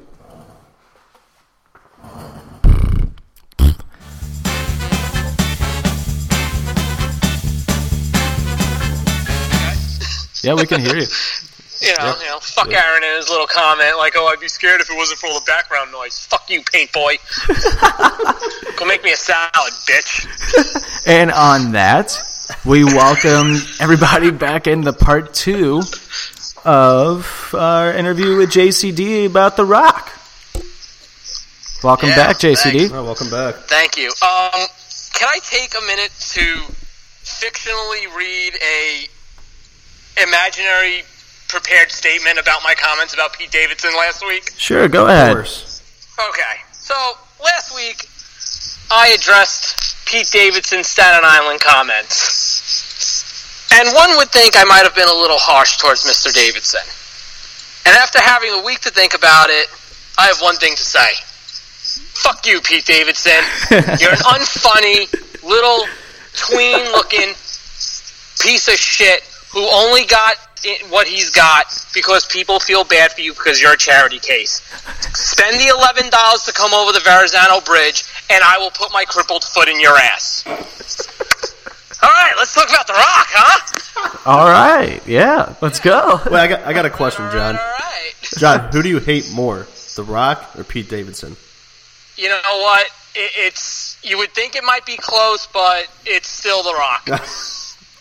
Speaker 1: Yeah, we can hear you.
Speaker 6: You know, you know, fuck Aaron and his little comment, like, "Oh, I'd be scared if it wasn't for all the background noise." Fuck you, paint boy. Go make me a salad, bitch.
Speaker 1: And on that, we welcome everybody back into part two of our interview with JCD about The Rock. Welcome
Speaker 6: Yeah,
Speaker 1: back, JCD.
Speaker 5: Oh, welcome back.
Speaker 6: Thank you. Um, can I take a minute to fictionally read a imaginary prepared statement about my comments about Pete Davidson last week?
Speaker 1: Sure, go ahead.
Speaker 5: Worse.
Speaker 6: Okay. So last week, I addressed Pete Davidson's Staten Island comments. And one would think I might have been a little harsh towards Mr. Davidson. And after having a week to think about it, I have one thing to say. Fuck you, Pete Davidson. You're an unfunny, little, tween looking piece of shit who only got i- what he's got because people feel bad for you because you're a charity case. Spend the eleven dollars to come over the Verrazano Bridge, and I will put my crippled foot in your ass. All right, let's talk about the Rock, huh?
Speaker 1: All right, yeah, let's go.
Speaker 5: Wait, I got, I got a question, John.
Speaker 6: All right.
Speaker 5: John, who do you hate more, The Rock or Pete Davidson?
Speaker 6: You know what? It, it's you would think it might be close, but it's still the Rock.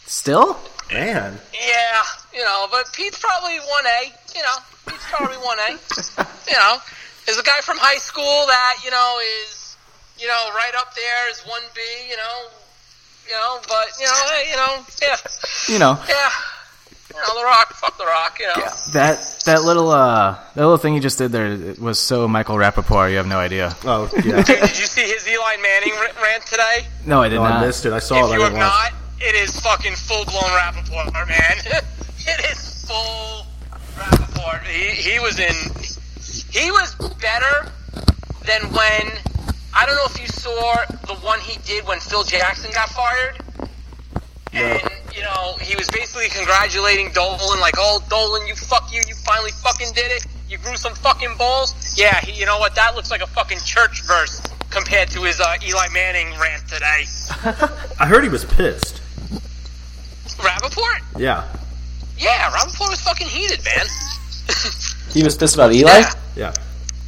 Speaker 1: Still?
Speaker 5: Man.
Speaker 6: Yeah, you know, but Pete's probably one A. You know, Pete's probably one A. You know, there's a guy from high school that you know is you know right up there is one B. You know, you know, but you know, hey, you know, yeah,
Speaker 1: You know
Speaker 6: yeah. You know, The Rock, fuck The Rock. You know,
Speaker 1: that that little uh that little thing you just did there it was so Michael Rappaport. You have no idea.
Speaker 5: Oh, *laughs* yeah.
Speaker 6: Dude, did you see his Eli Manning r- rant today?
Speaker 1: No, I did
Speaker 5: No, I
Speaker 1: not.
Speaker 5: missed it. I saw it.
Speaker 6: if you
Speaker 5: I
Speaker 6: have
Speaker 5: didn't watch.
Speaker 6: not, it *laughs* is fucking full blown Rappaport, man. it is full Rappaport. Lord, he, he was in. He was better than when. I don't know if you saw the one he did when Phil Jackson got fired. And, you know, he was basically congratulating Dolan, like, oh, Dolan, you fuck you, you finally fucking did it. You grew some fucking balls. Yeah, he, you know what? That looks like a fucking church verse compared to his uh, Eli Manning rant today.
Speaker 5: I heard he was pissed.
Speaker 6: Rappaport?
Speaker 5: Yeah,
Speaker 6: Yeah, Rappaport was fucking heated, man. *laughs*
Speaker 4: He was pissed about Eli.
Speaker 6: Yeah.
Speaker 5: yeah.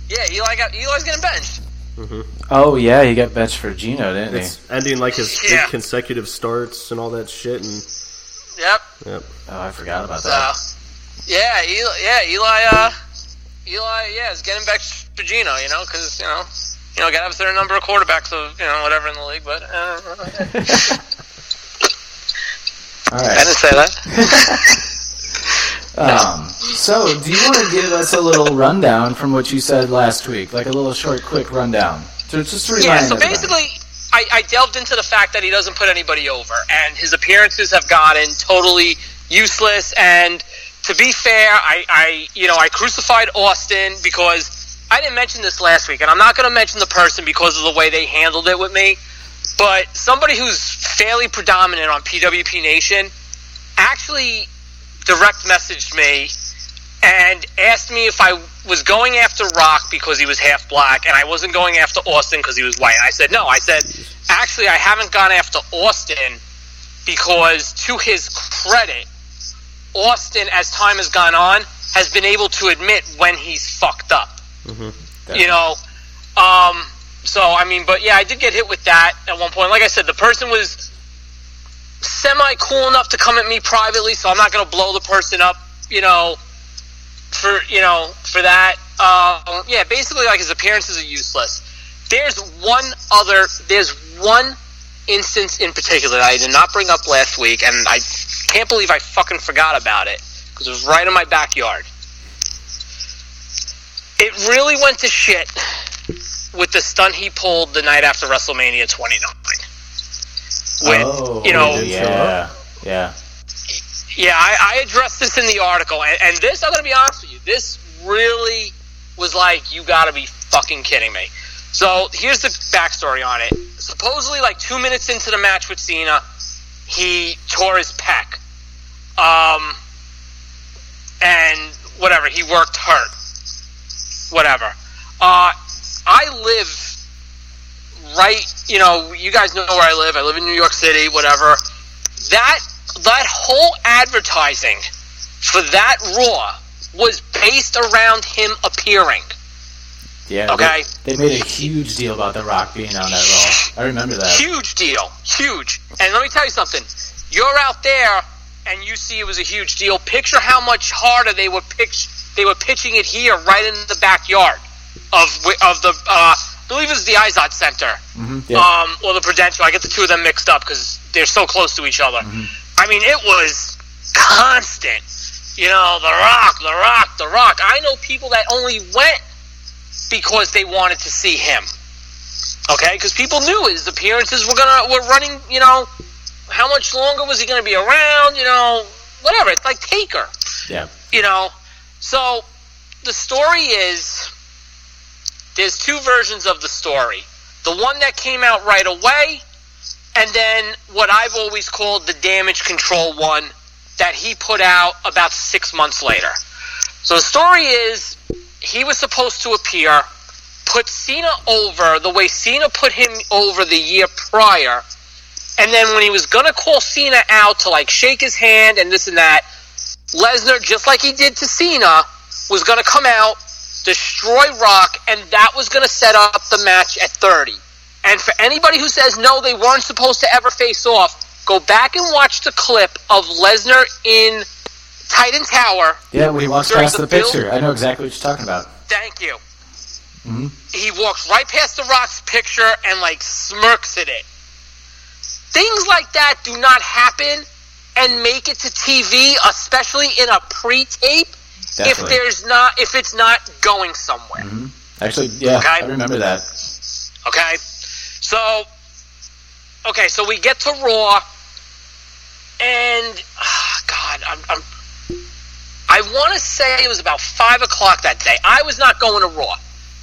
Speaker 6: Yeah, Eli got Eli's getting benched.
Speaker 4: Oh yeah, he got benched for Gino, didn't he?
Speaker 5: It's ending like his eight
Speaker 6: Yeah.
Speaker 5: consecutive starts and all that shit. And
Speaker 6: Yep.
Speaker 5: yep.
Speaker 4: Oh, I forgot about
Speaker 6: So,
Speaker 4: that.
Speaker 6: yeah, Eli, yeah, Eli, uh, Eli, yeah, is getting back to Gino, you know, because you know, you know, got to have a certain number of quarterbacks of you know whatever in the league, but uh,
Speaker 1: uh,
Speaker 4: All
Speaker 6: I
Speaker 4: right.
Speaker 6: didn't say that.
Speaker 4: Um, so, do you want to give us a little rundown from what you said last week, like a little short, quick rundown? So just to remind
Speaker 6: Yeah, so
Speaker 4: everybody.
Speaker 6: basically, I, I delved into the fact that he doesn't put anybody over, and his appearances have gotten totally useless. And to be fair, I, I you know, I crucified Austin because I didn't mention this last week, and I'm not going to mention the person because of the way they handled it with me. But somebody who's fairly predominant on PWP Nation actually direct messaged me and asked me if I was going after Rock because he was half black and I wasn't going after Austin because he was white. And I said, no. I said, actually, I haven't gone after Austin because, to his credit, Austin, as time has gone on, has been able to admit when he's fucked up. You know, um, so I mean, but yeah, I did get hit with that at one point. Like I said, the person was semi cool enough to come at me privately, so I'm not going to blow the person up. You know, for you know for that. Um, yeah, basically, like his appearances are useless. There's one other. There's one instance in particular that I did not bring up last week, and I can't believe I fucking forgot about it because it was right in my backyard. It really went to shit with the stunt he pulled the night after WrestleMania 29. With
Speaker 4: oh,
Speaker 6: you know,
Speaker 4: yeah, yeah.
Speaker 6: yeah, I, I addressed this in the article, and, and this, I'm going to be honest with you, this really was like, you got to be fucking kidding me. So here's the backstory on it. Supposedly, like two minutes into the match with Cena, he tore his pec. Um, and whatever, he worked hurt. Whatever. Uh, I live right, you know, you guys know where I live. I live in New York City, whatever that that whole advertising for that Raw was based around him appearing.
Speaker 4: Yeah.
Speaker 6: Okay.
Speaker 4: They, they made a huge deal about The Rock being on that role. I remember that.
Speaker 6: Huge deal, huge. And let me tell you something. You're out there and you see it was a huge deal. Picture how much harder they were pitch they were pitching it here, right in the backyard of wh- of the uh, I believe it's the Izod Center.
Speaker 4: Yeah.
Speaker 6: um, or the Prudential. I get the two of them mixed up because they're so close to each other. I mean, it was constant. You know, The Rock, The Rock, The Rock. I know people that only went because they wanted to see him. Okay, because people knew his appearances were gonna were running. You know, how much longer was he gonna be around? You know, whatever. It's like Taker
Speaker 4: yeah.
Speaker 6: you know so the story is there's two versions of the story the one that came out right away and then what i've always called the damage control one that he put out about six months later so the story is he was supposed to appear put cena over the way cena put him over the year prior and then when he was going to call cena out to like shake his hand and this and that Lesnar, just like he did to Cena, was going to come out, destroy Rock, and that was going to set up the match at 30. And for anybody who says no, they weren't supposed to ever face off, go back and watch the clip of Lesnar in Titan Tower
Speaker 4: Yeah, when he walks
Speaker 6: During
Speaker 4: past
Speaker 6: the
Speaker 4: the picture, I know exactly what you're talking about.
Speaker 6: Thank you. He walks right past the rock's picture and like smirks at it. Things like that do not happen and make it to TV, especially in a pre-tape. If
Speaker 4: Definitely.
Speaker 6: there's not, if it's not going somewhere.
Speaker 4: Actually, yeah,
Speaker 6: Okay.
Speaker 4: I remember that.
Speaker 6: Okay. So, okay, so we get to Raw, and ah, God, I'm, I'm, I I want to say it was about five o'clock that day. I was not going to Raw.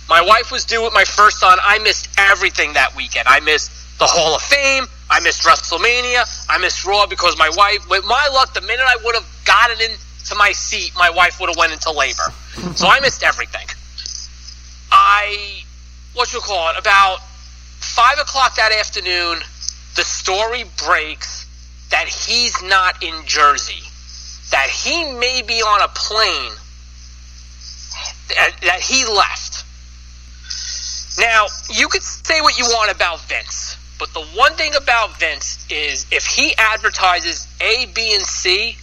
Speaker 6: My wife was due with my first son. I missed everything that weekend. I missed the Hall of Fame. I missed WrestleMania. I missed Raw because my wife. With my luck, the minute I would have gotten into my seat, my wife would have went into labor. So I missed everything. I what you call it about five o'clock that afternoon. The story breaks that he's not in Jersey, that he may be on a plane, that, that he left. Now, you could say what you want about Vince, but the one thing about Vince is if he advertises A, B, and C,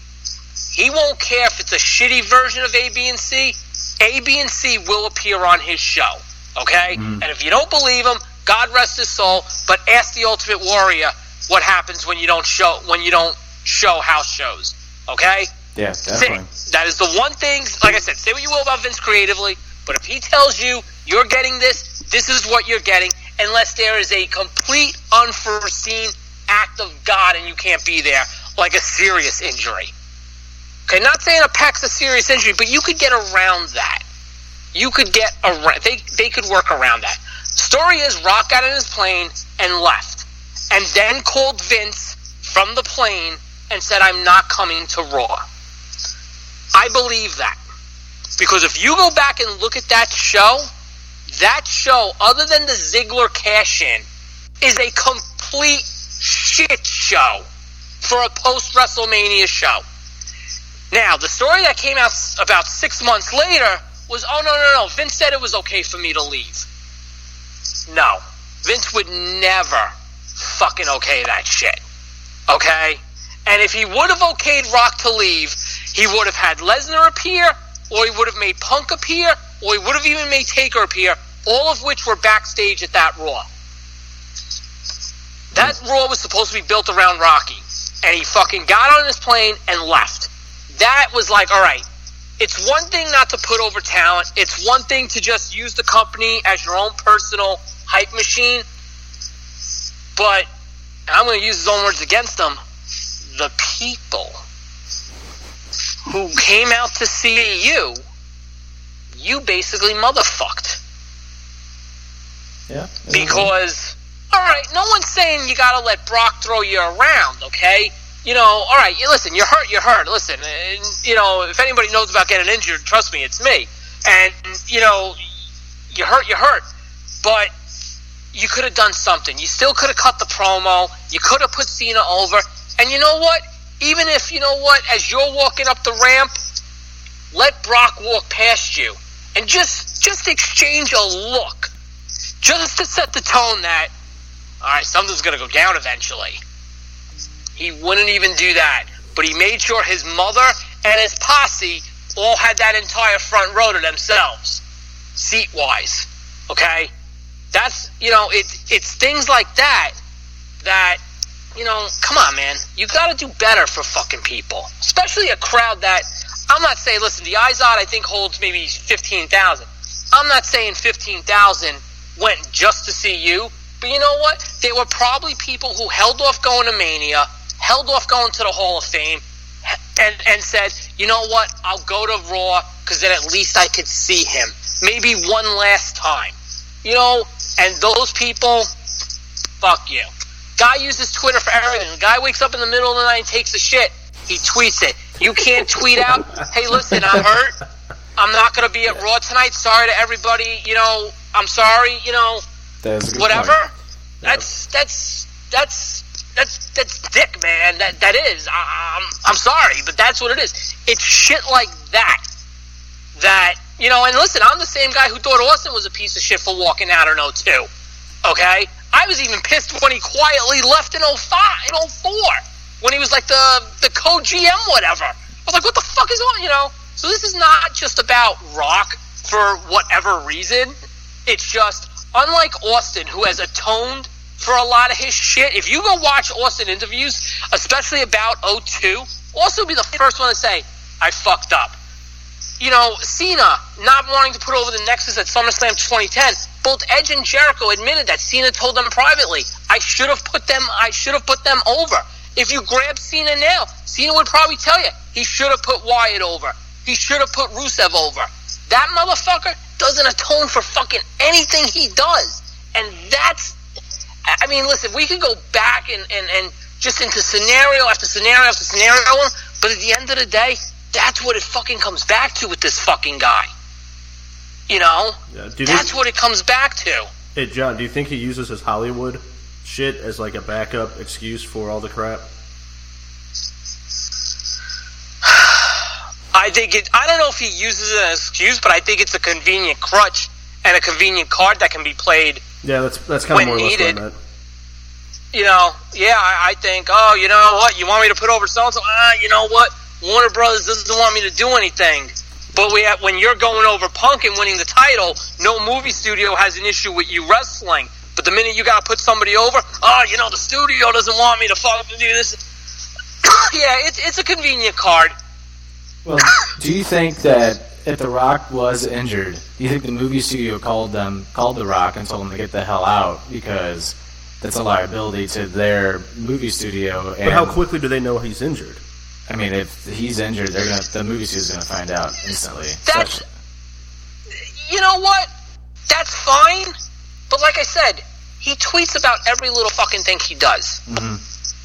Speaker 6: he won't care if it's a shitty version of A, B, and C. A, B, and C will appear on his show. Okay?
Speaker 4: Mm-hmm.
Speaker 6: And if you don't believe him, God rest his soul, but ask the Ultimate Warrior what happens when you don't show when you don't show house shows. Okay?
Speaker 4: Yeah, definitely.
Speaker 6: Say- that is the one thing, like I said, say what you will about Vince creatively, but if he tells you you're getting this, this is what you're getting, unless there is a complete unforeseen act of God and you can't be there, like a serious injury. Okay, not saying a pack's a serious injury, but you could get around that. You could get around. They they could work around that. Story is Rock got in his plane and left, and then called Vince from the plane and said, "I'm not coming to Raw." I believe that because if you go back and look at that show, that show, other than the Ziggler cash in, is a complete shit show for a post WrestleMania show. Now, the story that came out s- about six months later was, oh, no, no, no, Vince said it was okay for me to leave. No. Vince would never fucking okay that shit. Okay? And if he would have okayed Rock to leave, he would have had Lesnar appear, or he would have made Punk appear, or he would have even made Taker appear, all of which were backstage at that Raw. That Raw was supposed to be built around Rocky, and he fucking got on his plane and left. That was like, all right, it's one thing not to put over talent. It's one thing to just use the company as your own personal hype machine. But and I'm going to use his own words against them. The people who came out to see you, you basically motherfucked
Speaker 4: Yeah.
Speaker 6: because all right, no one's saying you got to let Brock throw you around, okay? You know, all right, you- listen, you're hurt, you're hurt. Listen, and, you know, if anybody knows about getting injured, trust me, it's me. And you know, you hurt, you hurt, but you could have done something. You still could have cut the promo. You could have put Cena over. And you know what? Even if you know what, as you're walking up the ramp, let Brock walk past you and just just exchange a look just to set the tone that all right something's going to go down eventually he wouldn't even do that but he made sure his mother and his posse all had that entire front row to themselves seat wise okay that's you know it's it's things like that that you know come on man you got to do better for fucking people especially a crowd that i'm not saying listen the izod i think holds maybe 15000 i'm not saying 15000 went just to see you but you know what they were probably people who held off going to mania held off going to the hall of fame and and said, you know what, I'll go to Raw because then at least I could see him, maybe one last time, you know. And those people, fuck you. Guy uses Twitter for everything. The guy wakes up in the middle of the night and takes a shit. He tweets it. You can't tweet out, hey, listen, I'm hurt. I'm not gonna be at Raw tonight. Sorry to everybody. You know, I'm sorry. You know,
Speaker 4: That's a good
Speaker 6: whatever.
Speaker 4: point.
Speaker 6: That's that's that's that's that's dick, man. That that is. I, I'm I'm sorry, but that's what it is. It's shit like that. That you know. And listen, I'm the same guy who thought Austin was a piece of shit for walking out in 02. Okay, I was even pissed when he quietly left in 05, in 04, when he was like the the co GM whatever. I was like, what the fuck is on? You know. So this is not just about Rock for whatever reason. It's just unlike Austin, who has atoned for a lot of his shit. If you go watch Austin interviews, especially about 02, Austin will be the first one to say, "I fucked up." You know, Cena not wanting to put over the Nexus at SummerSlam 2010. Both Edge and Jericho admitted that Cena told them privately, "I should have put them. I should have put them over." If you grab Cena now, Cena would probably tell you he should have put Wyatt over. He He should have put Rusev over. That motherfucker doesn't atone for fucking anything he does. And that's, I I mean, listen, we could go back and, and, and just into scenario after scenario after scenario, but at the end of the day, that's what it fucking comes back to with this fucking guy. You know?
Speaker 5: Yeah, do you
Speaker 6: That's
Speaker 5: think-
Speaker 6: what it comes back to.
Speaker 5: Hey, John, do you think he uses his Hollywood shit as like a backup excuse for all the crap?
Speaker 6: I think it. I don't know if he uses it as an excuse, but I think it's a convenient crutch and a convenient card that can be played.
Speaker 5: Yeah, that's that's kind of
Speaker 6: When
Speaker 5: more or less
Speaker 6: needed.
Speaker 5: what I meant.
Speaker 6: You know, yeah, I, I think. Oh, you know what? You want me to put over so and so? Ah, you know what? Warner Brothers doesn't want me to do anything. But we have, when you're going over Punk and winning the title, no movie studio has an issue with you wrestling. But the minute you got to put somebody over, oh, you know, the studio doesn't want me to fucking do this. *coughs* yeah, it's it's a convenient card.
Speaker 1: Well, do you think that if The Rock was injured, do you think the movie studio called them, called The Rock, and told him to get the hell out because that's a liability to their movie studio? And
Speaker 5: But how quickly do they know he's injured?
Speaker 1: I mean, if he's injured, they're gonna the movie studio's gonna find out instantly.
Speaker 6: That's. You know what? That's fine. But like I said, he tweets about every little fucking thing he does.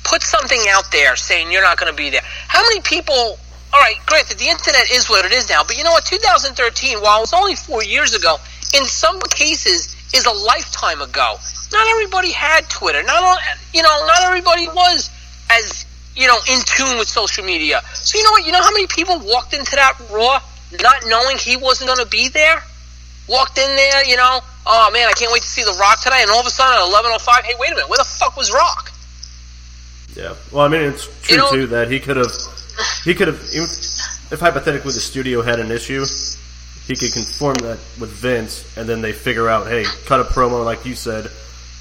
Speaker 6: Put something out there saying you're not going to be there. How many people. All right, granted, the internet is what it is now. But you know what? 2013, while it's only four years ago, in some cases, is a lifetime ago. Not everybody had Twitter. Not all, you know, not everybody was as you know, in tune with social media. So you know what? You know how many people walked into that Raw not knowing he wasn't going to be there? Walked in there, you know, oh man, I can't wait to see The Rock tonight. And all of a sudden at 11.05, hey, wait a minute, where the fuck was Rock?
Speaker 5: Yeah. Well, I mean, it's true
Speaker 6: You know-
Speaker 5: too that he could have, he could have, even if hypothetically the studio had an issue, he could conform that with Vince, and then they figure out, hey, cut a promo like you said,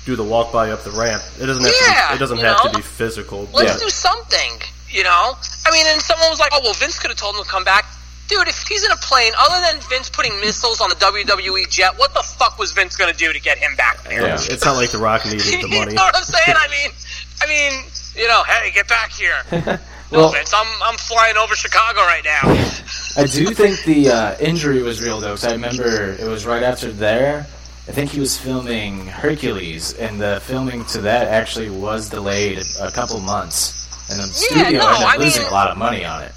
Speaker 5: do the walk by up the ramp. It doesn't have to.
Speaker 6: Yeah,
Speaker 5: Be, it doesn't
Speaker 6: you
Speaker 5: have
Speaker 6: know?
Speaker 5: to be physical.
Speaker 6: Let's
Speaker 5: yeah.
Speaker 6: do something, you know? I mean, and someone was like, oh, well, Vince could have told him to come back. Dude, if he's in a plane, other than Vince putting missiles on the WWE jet, what the fuck was Vince going to do to get him back there?
Speaker 5: Yeah, It's not like The Rock needed the
Speaker 6: *laughs* you
Speaker 5: money.
Speaker 6: know what I'm saying? I mean, I mean, you know, hey, get
Speaker 5: *laughs*
Speaker 6: back here.
Speaker 1: Well-
Speaker 6: no offense, I'm I'm flying over Chicago right now.
Speaker 1: I do think the uh, injury was real though, because I remember it was right after there. I think he was filming Hercules, and the filming to that actually was delayed a couple months, and the
Speaker 6: Yeah,
Speaker 1: studio
Speaker 6: no,
Speaker 1: ended up
Speaker 6: I
Speaker 1: losing
Speaker 6: mean-
Speaker 1: a lot of money on it.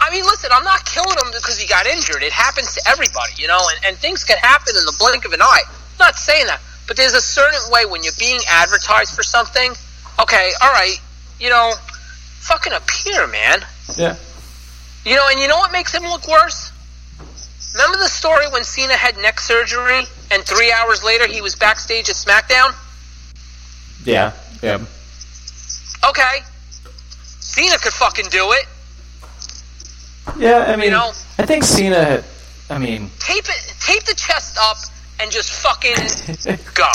Speaker 6: I mean, listen, I'm not killing him because he got injured. It happens to everybody, you know, and, and things can happen in the blink of an eye. I'm not saying that, but there's a certain way when you're being advertised for something. Okay, all right, you know, fucking appear, man.
Speaker 1: Yeah,
Speaker 6: You know, and you know what makes him look worse? Remember the story when Cena had neck surgery and three hours later he was backstage at SmackDown?
Speaker 1: yeah, yeah.
Speaker 6: Okay. Cena could fucking do it.
Speaker 1: Yeah, I mean,
Speaker 6: know-
Speaker 1: I think Cena. had- I mean,
Speaker 6: Tape it. Tape the chest up and just fucking go.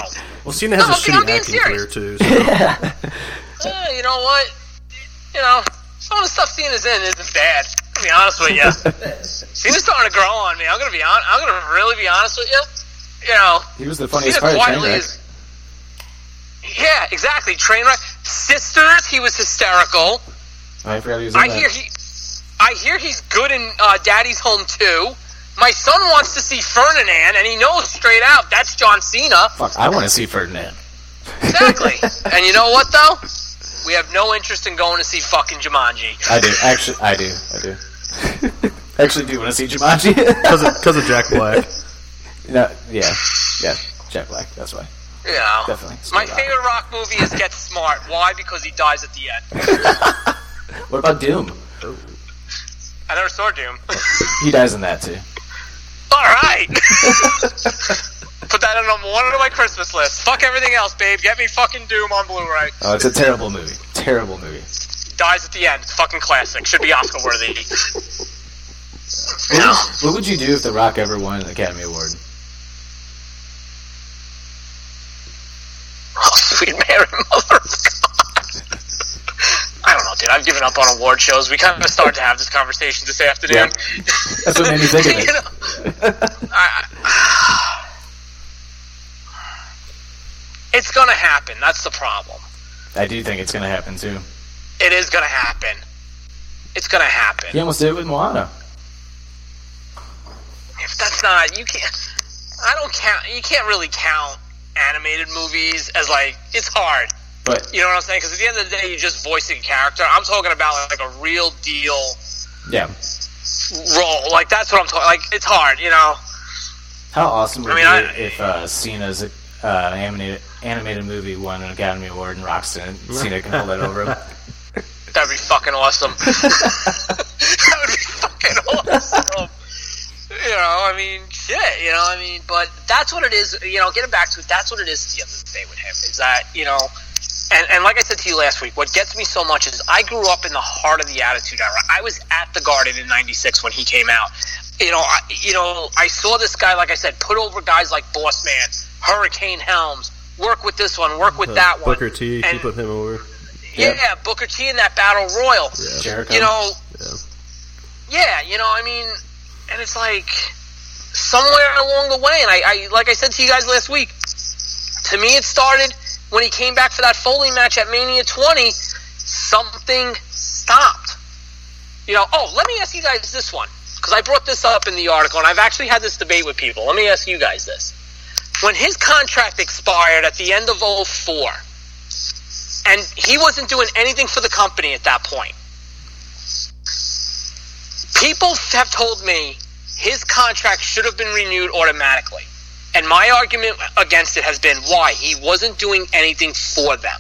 Speaker 5: Well, Cena has
Speaker 6: No,
Speaker 5: a shitty
Speaker 6: I'm being- I'm being
Speaker 5: acting career
Speaker 6: serious.
Speaker 5: too. So.
Speaker 6: Eh, you know what? You know, some of the stuff Cena's in isn't bad. To be honest with you, Cena's starting to grow on me. I'm gonna be on. I'm gonna really be honest with you. You know,
Speaker 1: he was the
Speaker 6: Cena
Speaker 1: funniest part of
Speaker 6: quietly
Speaker 1: Trainwreck.
Speaker 6: is. Yeah, exactly. Trainwreck. Sisters. He was hysterical.
Speaker 1: Oh, I forgot he was in
Speaker 6: I
Speaker 1: that.
Speaker 6: hear he, I hear he's good in uh, Daddy's Home too. My son wants to see Ferdinand, and he knows straight out that's John Cena.
Speaker 1: Fuck, I want to see Ferdinand.
Speaker 6: Exactly. and you know what though? We have no interest in going to see fucking Jumanji.
Speaker 1: I do actually. I do. I do. *laughs* actually, do want to see *laughs* Jumanji.
Speaker 5: Because of Jack Black.
Speaker 1: no, yeah, yeah. Jack Black. That's why.
Speaker 6: You know.
Speaker 1: Definitely.
Speaker 6: My favorite rock movie is Get Smart. Why? Because he dies at the end.
Speaker 1: What about Doom?
Speaker 6: I never saw Doom. *laughs*
Speaker 1: He dies in that too.
Speaker 6: All right. *laughs* Put that on one of my Christmas lists. Fuck everything else, babe. Get me fucking Doom on Blu-ray.
Speaker 1: Oh, it's a terrible movie. Terrible movie.
Speaker 6: Dies at the end. Fucking classic. Should be Oscar worthy. *laughs* No.
Speaker 1: What would you do if The Rock ever won an Academy Award?
Speaker 6: Oh, sweet Mary, *laughs* mother of God. *laughs* I don't know, dude. I've given up on award shows. We kind of started to have this conversation this afternoon.
Speaker 1: That's what made me think of
Speaker 6: *laughs* you
Speaker 1: it.
Speaker 6: know, I- I- it's going to happen. That's the problem.
Speaker 1: I do think it's gonna happen too.
Speaker 6: It is going to happen. It's going to happen.
Speaker 1: He almost did it with Moana.
Speaker 6: that's not you can't. I don't count. You can't really count animated movies as like it's hard.
Speaker 1: But
Speaker 6: You know what I'm saying? Because at the end of the day, you're just voicing a character. I'm talking about like a real deal
Speaker 1: yeah,
Speaker 6: role. Like that's what I'm talking. Like it's hard, you know.
Speaker 1: how awesome would
Speaker 6: I
Speaker 1: it
Speaker 6: mean, I-
Speaker 1: be if uh, Cena's uh, animated animated movie won an Academy Award and Roxanne Cena can hold that over
Speaker 5: *laughs*
Speaker 1: him?
Speaker 6: That'd be fucking awesome. *laughs* that would be fucking awesome. You know, I mean, shit. You know, I mean, but that's what it is. You know, getting back to it, that's what it is. At the end of the day, with him is that you know, and and like I said to you last week, what gets me so much is I grew up in the heart of the Attitude Era. I was at the Garden in '96 when he came out. You know, I, you know, I saw this guy, like I said, put over guys like Boss Man, Hurricane Helms. Work with this one. Work with *laughs* that one.
Speaker 5: Uh, Booker T,
Speaker 6: And-
Speaker 5: keep with him over.
Speaker 6: yeah, Booker T in that battle royal.
Speaker 1: Jericho.
Speaker 6: You know,
Speaker 5: Yeah.
Speaker 6: yeah, you know, I mean, and it's like somewhere along the way, and I, I like I said to you guys last week, to me it started when he came back for that Foley match at Mania 20, something stopped. You know, oh, let me ask you guys this one, because I brought this up in the article, and I've actually had this debate with people. Let me ask you guys this. When his contract expired at the end of 04, and he wasn't doing anything for the company at that point. People have told me his contract should have been renewed automatically. And my argument against it has been why? He wasn't doing anything for them.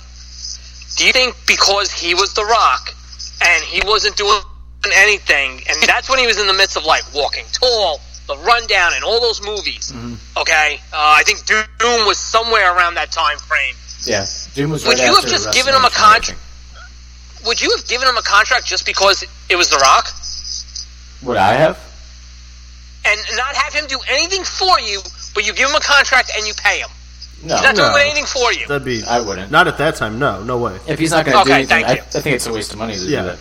Speaker 6: Do you think because he was The Rock and he wasn't doing anything, and that's when he was in the midst of like Walking Tall, The Rundown, and all those movies? Okay? Uh, I think Doom was somewhere around that time frame.
Speaker 1: yeah, Doom was.
Speaker 6: Would
Speaker 1: right
Speaker 6: you have
Speaker 1: after
Speaker 6: just given him a
Speaker 1: WrestleMania, I think.
Speaker 6: contract? Would you have given him a contract just because it was The Rock?
Speaker 1: Would I have?
Speaker 6: and not have him do anything for you, but you give him a contract and you pay him.
Speaker 1: No,
Speaker 6: He's not
Speaker 5: No.
Speaker 6: doing anything for you.
Speaker 5: That'd be
Speaker 1: I wouldn't.
Speaker 5: not at that time. No, no way.
Speaker 1: if he's not going to do
Speaker 6: Okay,
Speaker 1: anything,
Speaker 6: thank
Speaker 1: I, I
Speaker 6: you.
Speaker 1: think it's a waste of money to
Speaker 5: Yeah.
Speaker 1: do that.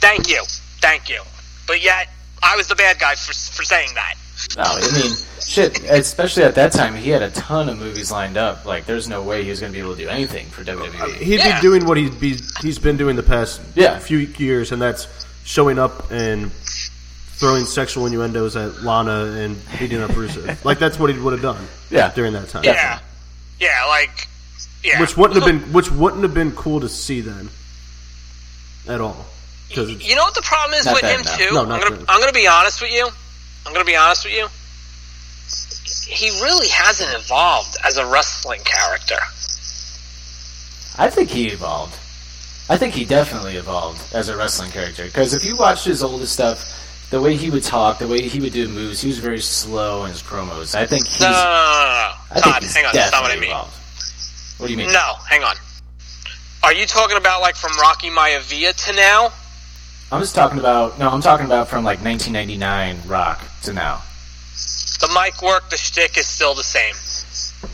Speaker 6: Thank you, thank you. But yet, I was the bad guy for, for saying that.
Speaker 1: No, Oh, I mean, shit. Especially at that time, he had a ton of movies lined up. Like, there's no way he was going to be able to do anything for E. WWE.
Speaker 5: He'd
Speaker 6: Yeah.
Speaker 5: be doing what he'd be he's been doing the past
Speaker 1: Yeah.
Speaker 5: few years, and that's showing up and throwing sexual innuendos at Lana and beating up
Speaker 6: *laughs*
Speaker 5: Rusev. like that's what he would have done.
Speaker 1: Yeah.
Speaker 5: during that time.
Speaker 6: Yeah, yeah, like yeah.
Speaker 5: which wouldn't have been which wouldn't have been cool to see then at all. Because
Speaker 6: You know what the problem is
Speaker 1: Not
Speaker 6: with
Speaker 1: bad,
Speaker 6: him
Speaker 1: no.
Speaker 6: too.
Speaker 5: No,
Speaker 6: I'm
Speaker 5: not
Speaker 6: gonna
Speaker 5: good.
Speaker 6: I'm gonna be honest with you. I'm gonna be honest with you. He really hasn't evolved as a wrestling character.
Speaker 1: I think he evolved. I think he definitely evolved as a wrestling character. Because if you watched his oldest stuff, the way he would talk, the way he would do moves, he was very slow in his promos. I think he's.
Speaker 6: No, no, no, no, no,
Speaker 1: I
Speaker 6: no.
Speaker 1: think
Speaker 6: Uh, Todd,
Speaker 1: he's
Speaker 6: hang on. That's not what I
Speaker 1: definitely
Speaker 6: mean.
Speaker 1: evolved. What do you mean?
Speaker 6: No, hang on. Are you talking about like from Rocky Maivia to now?
Speaker 1: I'm just talking about. No, I'm talking about from like 1999 Rock to now.
Speaker 6: The mic work, the shtick is still the same.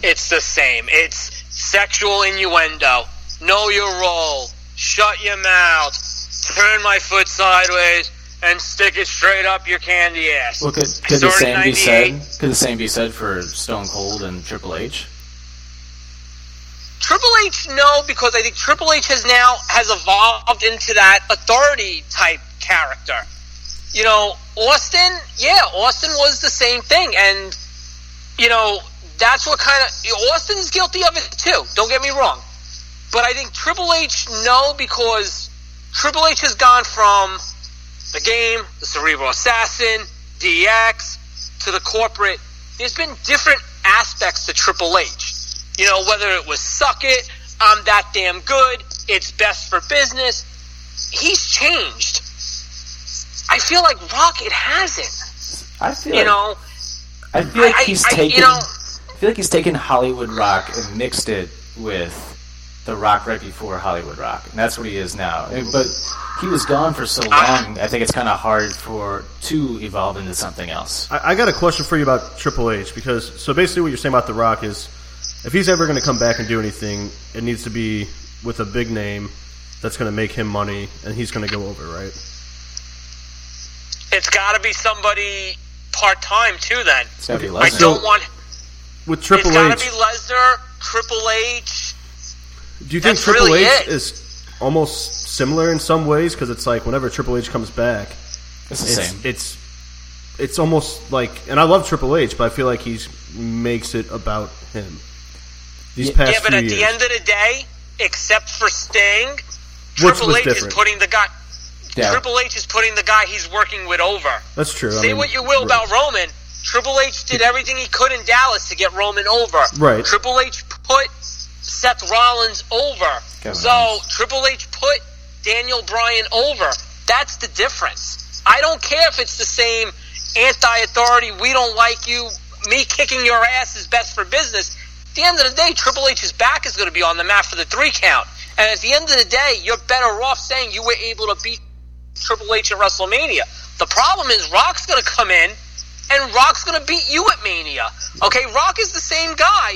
Speaker 6: It's the same. It's sexual innuendo. Know your role. Shut your mouth. Turn my foot sideways and stick it straight up your candy ass.
Speaker 1: Well, could,
Speaker 6: I
Speaker 1: could the
Speaker 6: started in
Speaker 1: same be said?
Speaker 6: 98.
Speaker 1: Could the same be said for Stone Cold and Triple H?
Speaker 6: Triple H, no, because I think Triple H has now has evolved into that authority type character. You know, Austin, yeah, Austin was the same thing, and you know that's what kind of Austin's guilty of it too. Don't get me wrong, but I think Triple H, no, because Triple H has gone from the game, the Cerebral Assassin, DX, to the corporate. There's been different aspects to Triple H. You know, whether it was suck it, I'm that damn good, it's best for business. He's changed. I feel like Rock, it hasn't.
Speaker 1: I feel
Speaker 6: You
Speaker 1: like,
Speaker 6: know,
Speaker 1: I feel like
Speaker 6: I-
Speaker 1: he's
Speaker 6: I- you
Speaker 1: taken.
Speaker 6: know-
Speaker 1: I feel like he's taken Hollywood Rock and mixed it with the Rock right before Hollywood Rock, and that's what he is now. And- But he was gone for so long. I think it's kind of hard for to evolve into something else.
Speaker 5: I, I got a question for you about Triple H because so basically what you're saying about The Rock is if he's ever going to come back and do anything, it needs to be with a big name that's going to make him money and he's going to go over, right?
Speaker 6: it's got to be somebody part time too. Then
Speaker 1: It's gotta be
Speaker 6: I
Speaker 1: Lesnar.
Speaker 6: don't want.
Speaker 5: With Triple
Speaker 6: it's got
Speaker 5: H,
Speaker 6: to be Lesnar, Triple H.
Speaker 5: do you think
Speaker 6: that's
Speaker 5: Triple
Speaker 6: really
Speaker 5: H
Speaker 6: it.
Speaker 5: is almost similar in some ways because it's like whenever Triple H comes back,
Speaker 1: It's the
Speaker 5: it's
Speaker 1: same.
Speaker 5: it's it's almost like, and I love Triple H, but I feel like he's makes it about him. These past
Speaker 6: yeah, but
Speaker 5: few
Speaker 6: at
Speaker 5: years,
Speaker 6: the end of the day, except for Sting,
Speaker 5: What's-
Speaker 6: Triple
Speaker 5: what's
Speaker 6: H
Speaker 5: different?
Speaker 6: is putting the guy.
Speaker 4: Yeah.
Speaker 6: Triple H is putting the guy he's working with over.
Speaker 5: that's true. I
Speaker 6: Say
Speaker 5: mean,
Speaker 6: what you will
Speaker 5: right.
Speaker 6: about Roman. Triple H did everything he could in Dallas to get Roman over.
Speaker 5: Right.
Speaker 6: Triple H put Seth Rollins over.
Speaker 4: Kevin
Speaker 6: so
Speaker 4: Owens.
Speaker 6: Triple H put Daniel Bryan over. That's the difference. I don't care if it's the same anti-authority. We don't like you. Me kicking your ass is best for business. At the end of the day, Triple H's back is going to be on the mat for the three count. And at the end of the day, you're better off saying you were able to beat Triple H at WrestleMania. The problem is Rock's going to come in and Rock's going to beat you at Mania. Okay, Rock is the same guy,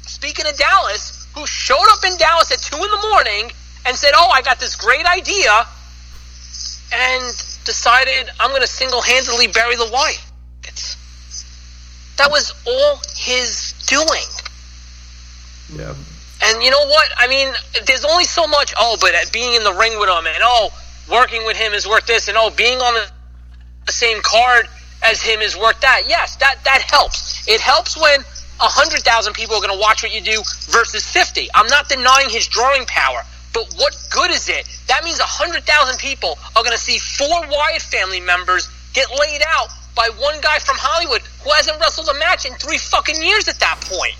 Speaker 6: speaking of Dallas, who showed up in Dallas at 2 in the morning and said, Oh, I got this great idea, and decided I'm going to single handedly bury the Wyatt. That was all his doing.
Speaker 5: Yeah.
Speaker 6: And you know what? I mean, there's only so much. Oh, but at being in the ring with him, and oh, working with him is worth this, and oh, being on the, the same card as him is worth that. Yes, that that helps. It helps when hundred thousand people are going to watch what you do versus fifty. I'm not denying his drawing power, but what good is it? That means hundred thousand people are going to see four Wyatt family members get laid out by one guy from Hollywood who hasn't wrestled a match in three fucking years at that point.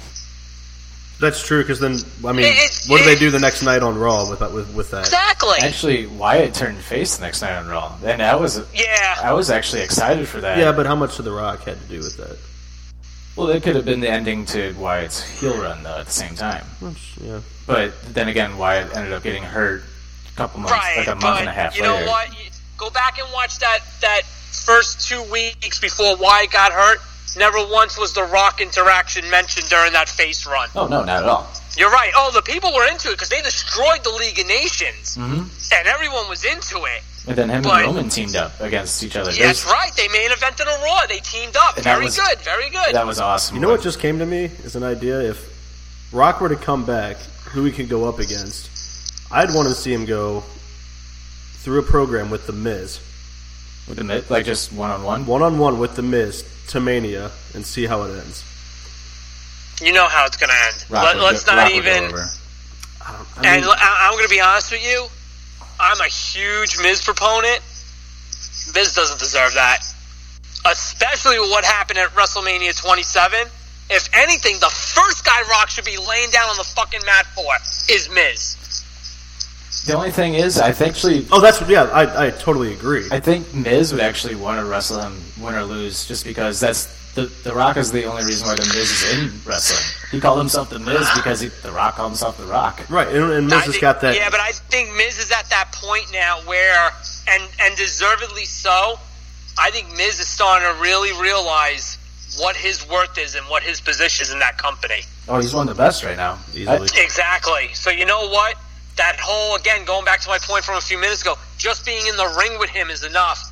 Speaker 5: That's true. Because then, I mean,
Speaker 6: It- it-
Speaker 5: what do
Speaker 6: it-
Speaker 5: they do the next night on Raw with that? With, with that?
Speaker 6: Exactly.
Speaker 4: Actually, Wyatt turned face the next night on Raw, and I was
Speaker 6: yeah.
Speaker 4: I was actually excited for that.
Speaker 5: Yeah, but how much did The Rock had to do with that?
Speaker 4: Well, that could have been the ending to Wyatt's heel run though at the same time.
Speaker 5: Yeah.
Speaker 4: But then again, Wyatt ended up getting hurt a couple months,
Speaker 6: right,
Speaker 4: like a month
Speaker 6: but
Speaker 4: and a half
Speaker 6: you
Speaker 4: later.
Speaker 6: know what? You- Go back and watch that that first two weeks before Wyatt got hurt. Never once was the Rock interaction mentioned during that face run.
Speaker 4: Oh no, not at all.
Speaker 6: You're right. Oh, the people were into it because they destroyed the League of Nations,
Speaker 4: Mm-hmm.
Speaker 6: and everyone was into it.
Speaker 4: And then him
Speaker 6: But-
Speaker 4: and Roman teamed up against each other.
Speaker 6: Yeah, that's
Speaker 4: Those-
Speaker 6: right. They main evented a Raw. They teamed up.
Speaker 4: And that
Speaker 6: Very
Speaker 4: was-
Speaker 6: good. Very good.
Speaker 4: That was awesome.
Speaker 5: You know what just came to me is an idea. If Rock were to come back, who he could go up against, I'd want to see him go through a program with the Miz,
Speaker 4: With the mid, like just one on one.
Speaker 5: one on one with the Miz to Mania, and see how it ends.
Speaker 6: you know how it's going to end. Let, let's not even. And l- I- I'm going to be honest with you. I'm a huge Miz proponent. Miz doesn't deserve that. Especially with what happened at WrestleMania 27. If anything, the first guy Rock should be laying down on the fucking mat for is Miz.
Speaker 4: The only thing is, I think actually,
Speaker 5: Oh, that's yeah. I, I totally agree.
Speaker 4: I think Miz would actually want to wrestle him, win or lose, just because that's the the Rock is the only reason why the Miz is in wrestling. He called himself the Miz because he, the Rock called himself the Rock.
Speaker 5: right, and, and
Speaker 6: I
Speaker 5: Miz has
Speaker 6: think-
Speaker 5: got that.
Speaker 6: Yeah, but I think Miz is at that point now where, and and deservedly so, I think Miz is starting to really realize what his worth is and what his position is in that company.
Speaker 4: Oh, he's one of the best right now.
Speaker 5: Easily.
Speaker 6: Exactly. So you know what? That whole again going back to my point from a few minutes ago, just being in the ring with him is enough.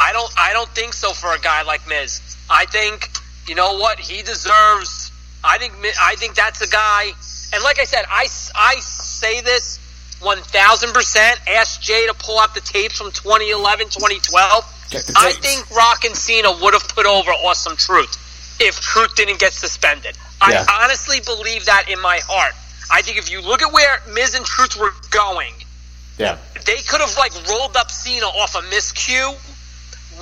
Speaker 6: I don't I don't think so for a guy like Miz. I think you know what he deserves. I think Mi- I think that's a guy. And like I said, I s- I say this 1000%. Ask Jay to pull out the tapes from 2011, 2012.
Speaker 4: Check the
Speaker 6: I
Speaker 4: tapes.
Speaker 6: think Rock and Cena would have put over Awesome Truth if Truth didn't get suspended.
Speaker 4: Yeah.
Speaker 6: I honestly believe that in my heart. I think if you look at where Miz and Truth were going,
Speaker 4: Yeah,
Speaker 6: they could have like rolled up Cena off a miscue,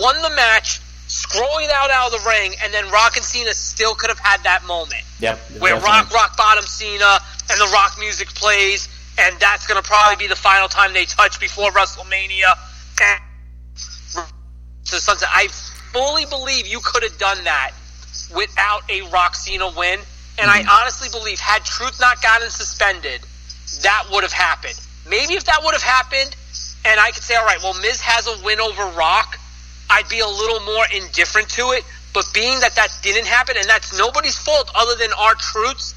Speaker 6: won the match, scrolling out out of the ring, and then Rock and Cena still could have had that moment
Speaker 4: yep.
Speaker 6: where
Speaker 4: definitely.
Speaker 6: rock rock bottom Cena and the rock music plays, and that's gonna probably be the final time they touch before WrestleMania. And to sunset, I fully believe you could have done that without a Rock Cena win, and I honestly believe had Truth not gotten suspended, that would have happened. Maybe if that would have happened, and I could say, all right, well, Miz has a win over Rock, I'd be a little more indifferent to it. But being that that didn't happen, and that's nobody's fault other than our truths,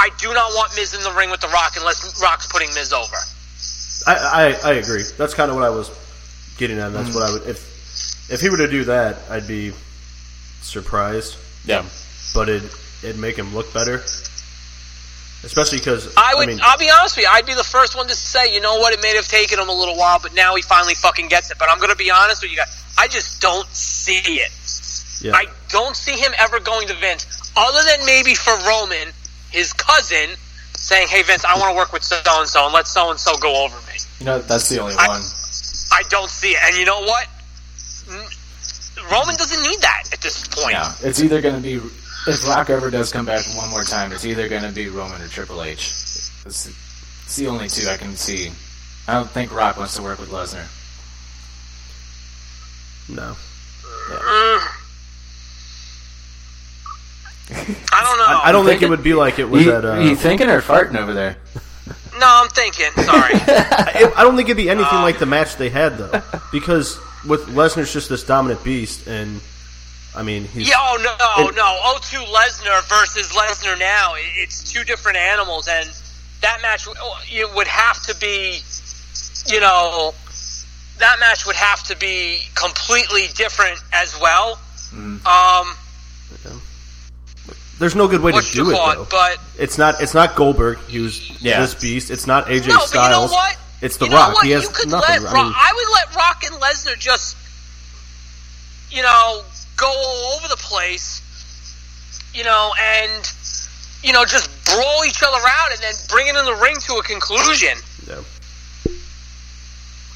Speaker 6: I do not want Miz in the ring with The Rock unless Rock's putting Miz over.
Speaker 5: I, I I agree. That's kind of what I was getting at. That's what I would if if he were to do that, I'd be surprised,
Speaker 4: Yeah.
Speaker 5: but it it'd make him look better, especially because
Speaker 6: I would. uh, I
Speaker 5: mean,
Speaker 6: will be honest with you. I'd be the first one to say, you know what? It may have taken him a little while, but now he finally fucking gets it. But I'm gonna be honest with you guys. I just don't see it.
Speaker 5: Yeah.
Speaker 6: I don't see him ever going to Vince, other than maybe for Roman, his cousin, saying, "Hey Vince, I want to work with so and so, and let so and so go over me."
Speaker 1: You know, that's the only
Speaker 6: I-
Speaker 1: one.
Speaker 6: I don't see it, and you know what? N- Roman doesn't need that at this point.
Speaker 1: Yeah, it's either going to be if Rock ever does come back one more time, it's either going to be Roman or Triple H. It's, it's the only two I can see. I don't think Rock wants to work with Lesnar.
Speaker 5: No.
Speaker 6: I don't know.
Speaker 5: I, I don't think it
Speaker 1: thinking-
Speaker 5: would be like it was
Speaker 1: you,
Speaker 5: at. Uh,
Speaker 1: you thinking or farting over there?
Speaker 6: No, I'm thinking.
Speaker 5: *laughs*
Speaker 6: Sorry.
Speaker 5: it, I don't think it'd be anything like the match they had though, because with Lesnar's just this dominant beast, and I mean he's
Speaker 6: yeah, oh no,
Speaker 5: It-
Speaker 6: no. Oh two Lesnar versus Lesnar now. It- It's two different animals, and that match w- oh, it would have to be, you know, that match would have to be completely different as well.
Speaker 5: Mm.
Speaker 6: Um,
Speaker 5: there's no good way to
Speaker 6: what
Speaker 5: do
Speaker 6: you
Speaker 5: it
Speaker 6: call
Speaker 5: though.
Speaker 6: it? But
Speaker 5: It's not it's not Goldberg who's
Speaker 1: Yeah.
Speaker 5: this beast. It's not AJ
Speaker 6: no,
Speaker 5: Styles.
Speaker 6: but you know what?
Speaker 5: It's The
Speaker 6: You know
Speaker 5: Rock.
Speaker 6: what?
Speaker 5: He has
Speaker 6: you could
Speaker 5: nothing.
Speaker 6: Let
Speaker 5: I mean,
Speaker 6: Rock, I would let Rock and Lesnar just, you know, go all over the place, you know, and you know just brawl each other out and then bring it in the ring to a conclusion.
Speaker 5: yeah.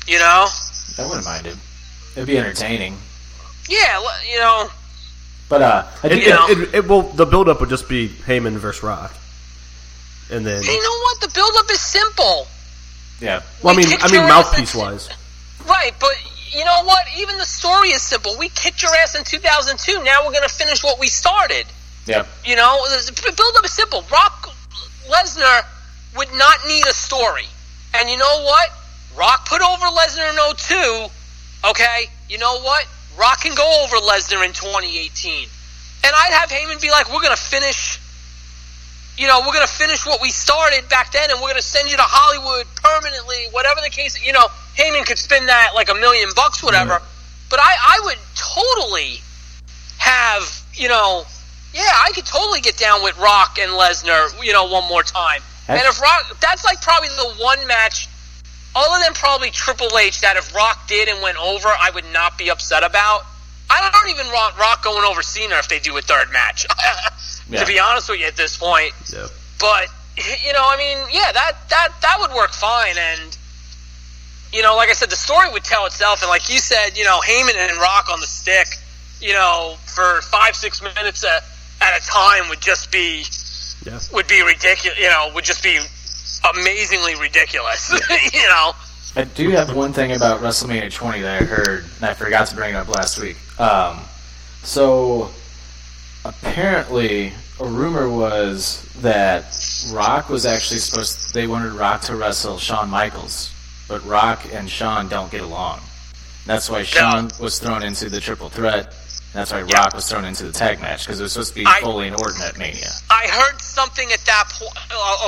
Speaker 6: You know,
Speaker 1: I wouldn't mind it. It'd be entertaining.
Speaker 6: yeah, le- you know,
Speaker 1: But uh, I do,
Speaker 5: It,
Speaker 6: Yeah.
Speaker 5: it, it, it will. The build up would just be Heyman versus Rock, and then
Speaker 6: you know what? The build-up is simple,
Speaker 1: yeah.
Speaker 5: well, I
Speaker 6: we
Speaker 5: mean
Speaker 6: kicked
Speaker 5: I mean
Speaker 6: your ass
Speaker 5: mouthpiece
Speaker 6: in-
Speaker 5: wise.
Speaker 6: right? But you know what? Even the story is simple. We kicked your ass in 2002. Now we're gonna finish what we started.
Speaker 1: Yep.
Speaker 6: You know, the build up is simple. Rock Lesnar would not need a story. And you know what? Rock put over Lesnar in 02. Okay, you know what? Rock can go over Lesnar in 2018. And I'd have Heyman be like, we're going to finish, you know, we're going to finish what we started back then and we're going to send you to Hollywood permanently, whatever the case. You know, Heyman could spin that like a million bucks, whatever. But I, I would totally have, you know, yeah, I could totally get down with Rock and Lesnar, you know, one more time. and if Rock, that's like probably the one match, other than probably Triple H, that if Rock did and went over, I would not be upset about. I don't even want Rock going over Cena if they do a third match. *laughs*
Speaker 1: Yeah.
Speaker 6: To be honest with you, at this point,
Speaker 5: Yeah.
Speaker 6: but *laughs* you know, I mean, yeah, that that that would work fine, and you know, like I said, the story would tell itself, and like you said, you know, Heyman and Rock on the stick, you know, for five six minutes a, at a time would just be
Speaker 5: Yeah.
Speaker 6: would be ridiculous, you know, would just be amazingly ridiculous, *laughs* you know.
Speaker 1: I do have one thing about WrestleMania 20 that I heard, and I forgot to bring it up last week. Um, so, apparently, a rumor was that Rock was actually supposed. they wanted Rock to wrestle Shawn Michaels, but Rock and Shawn don't get along. That's why Shawn was thrown into the triple threat. And that's why
Speaker 6: Yeah.
Speaker 1: Rock was thrown into the tag match because it was supposed to be
Speaker 6: I-
Speaker 1: Foley and Orton at Mania.
Speaker 6: I heard something at that point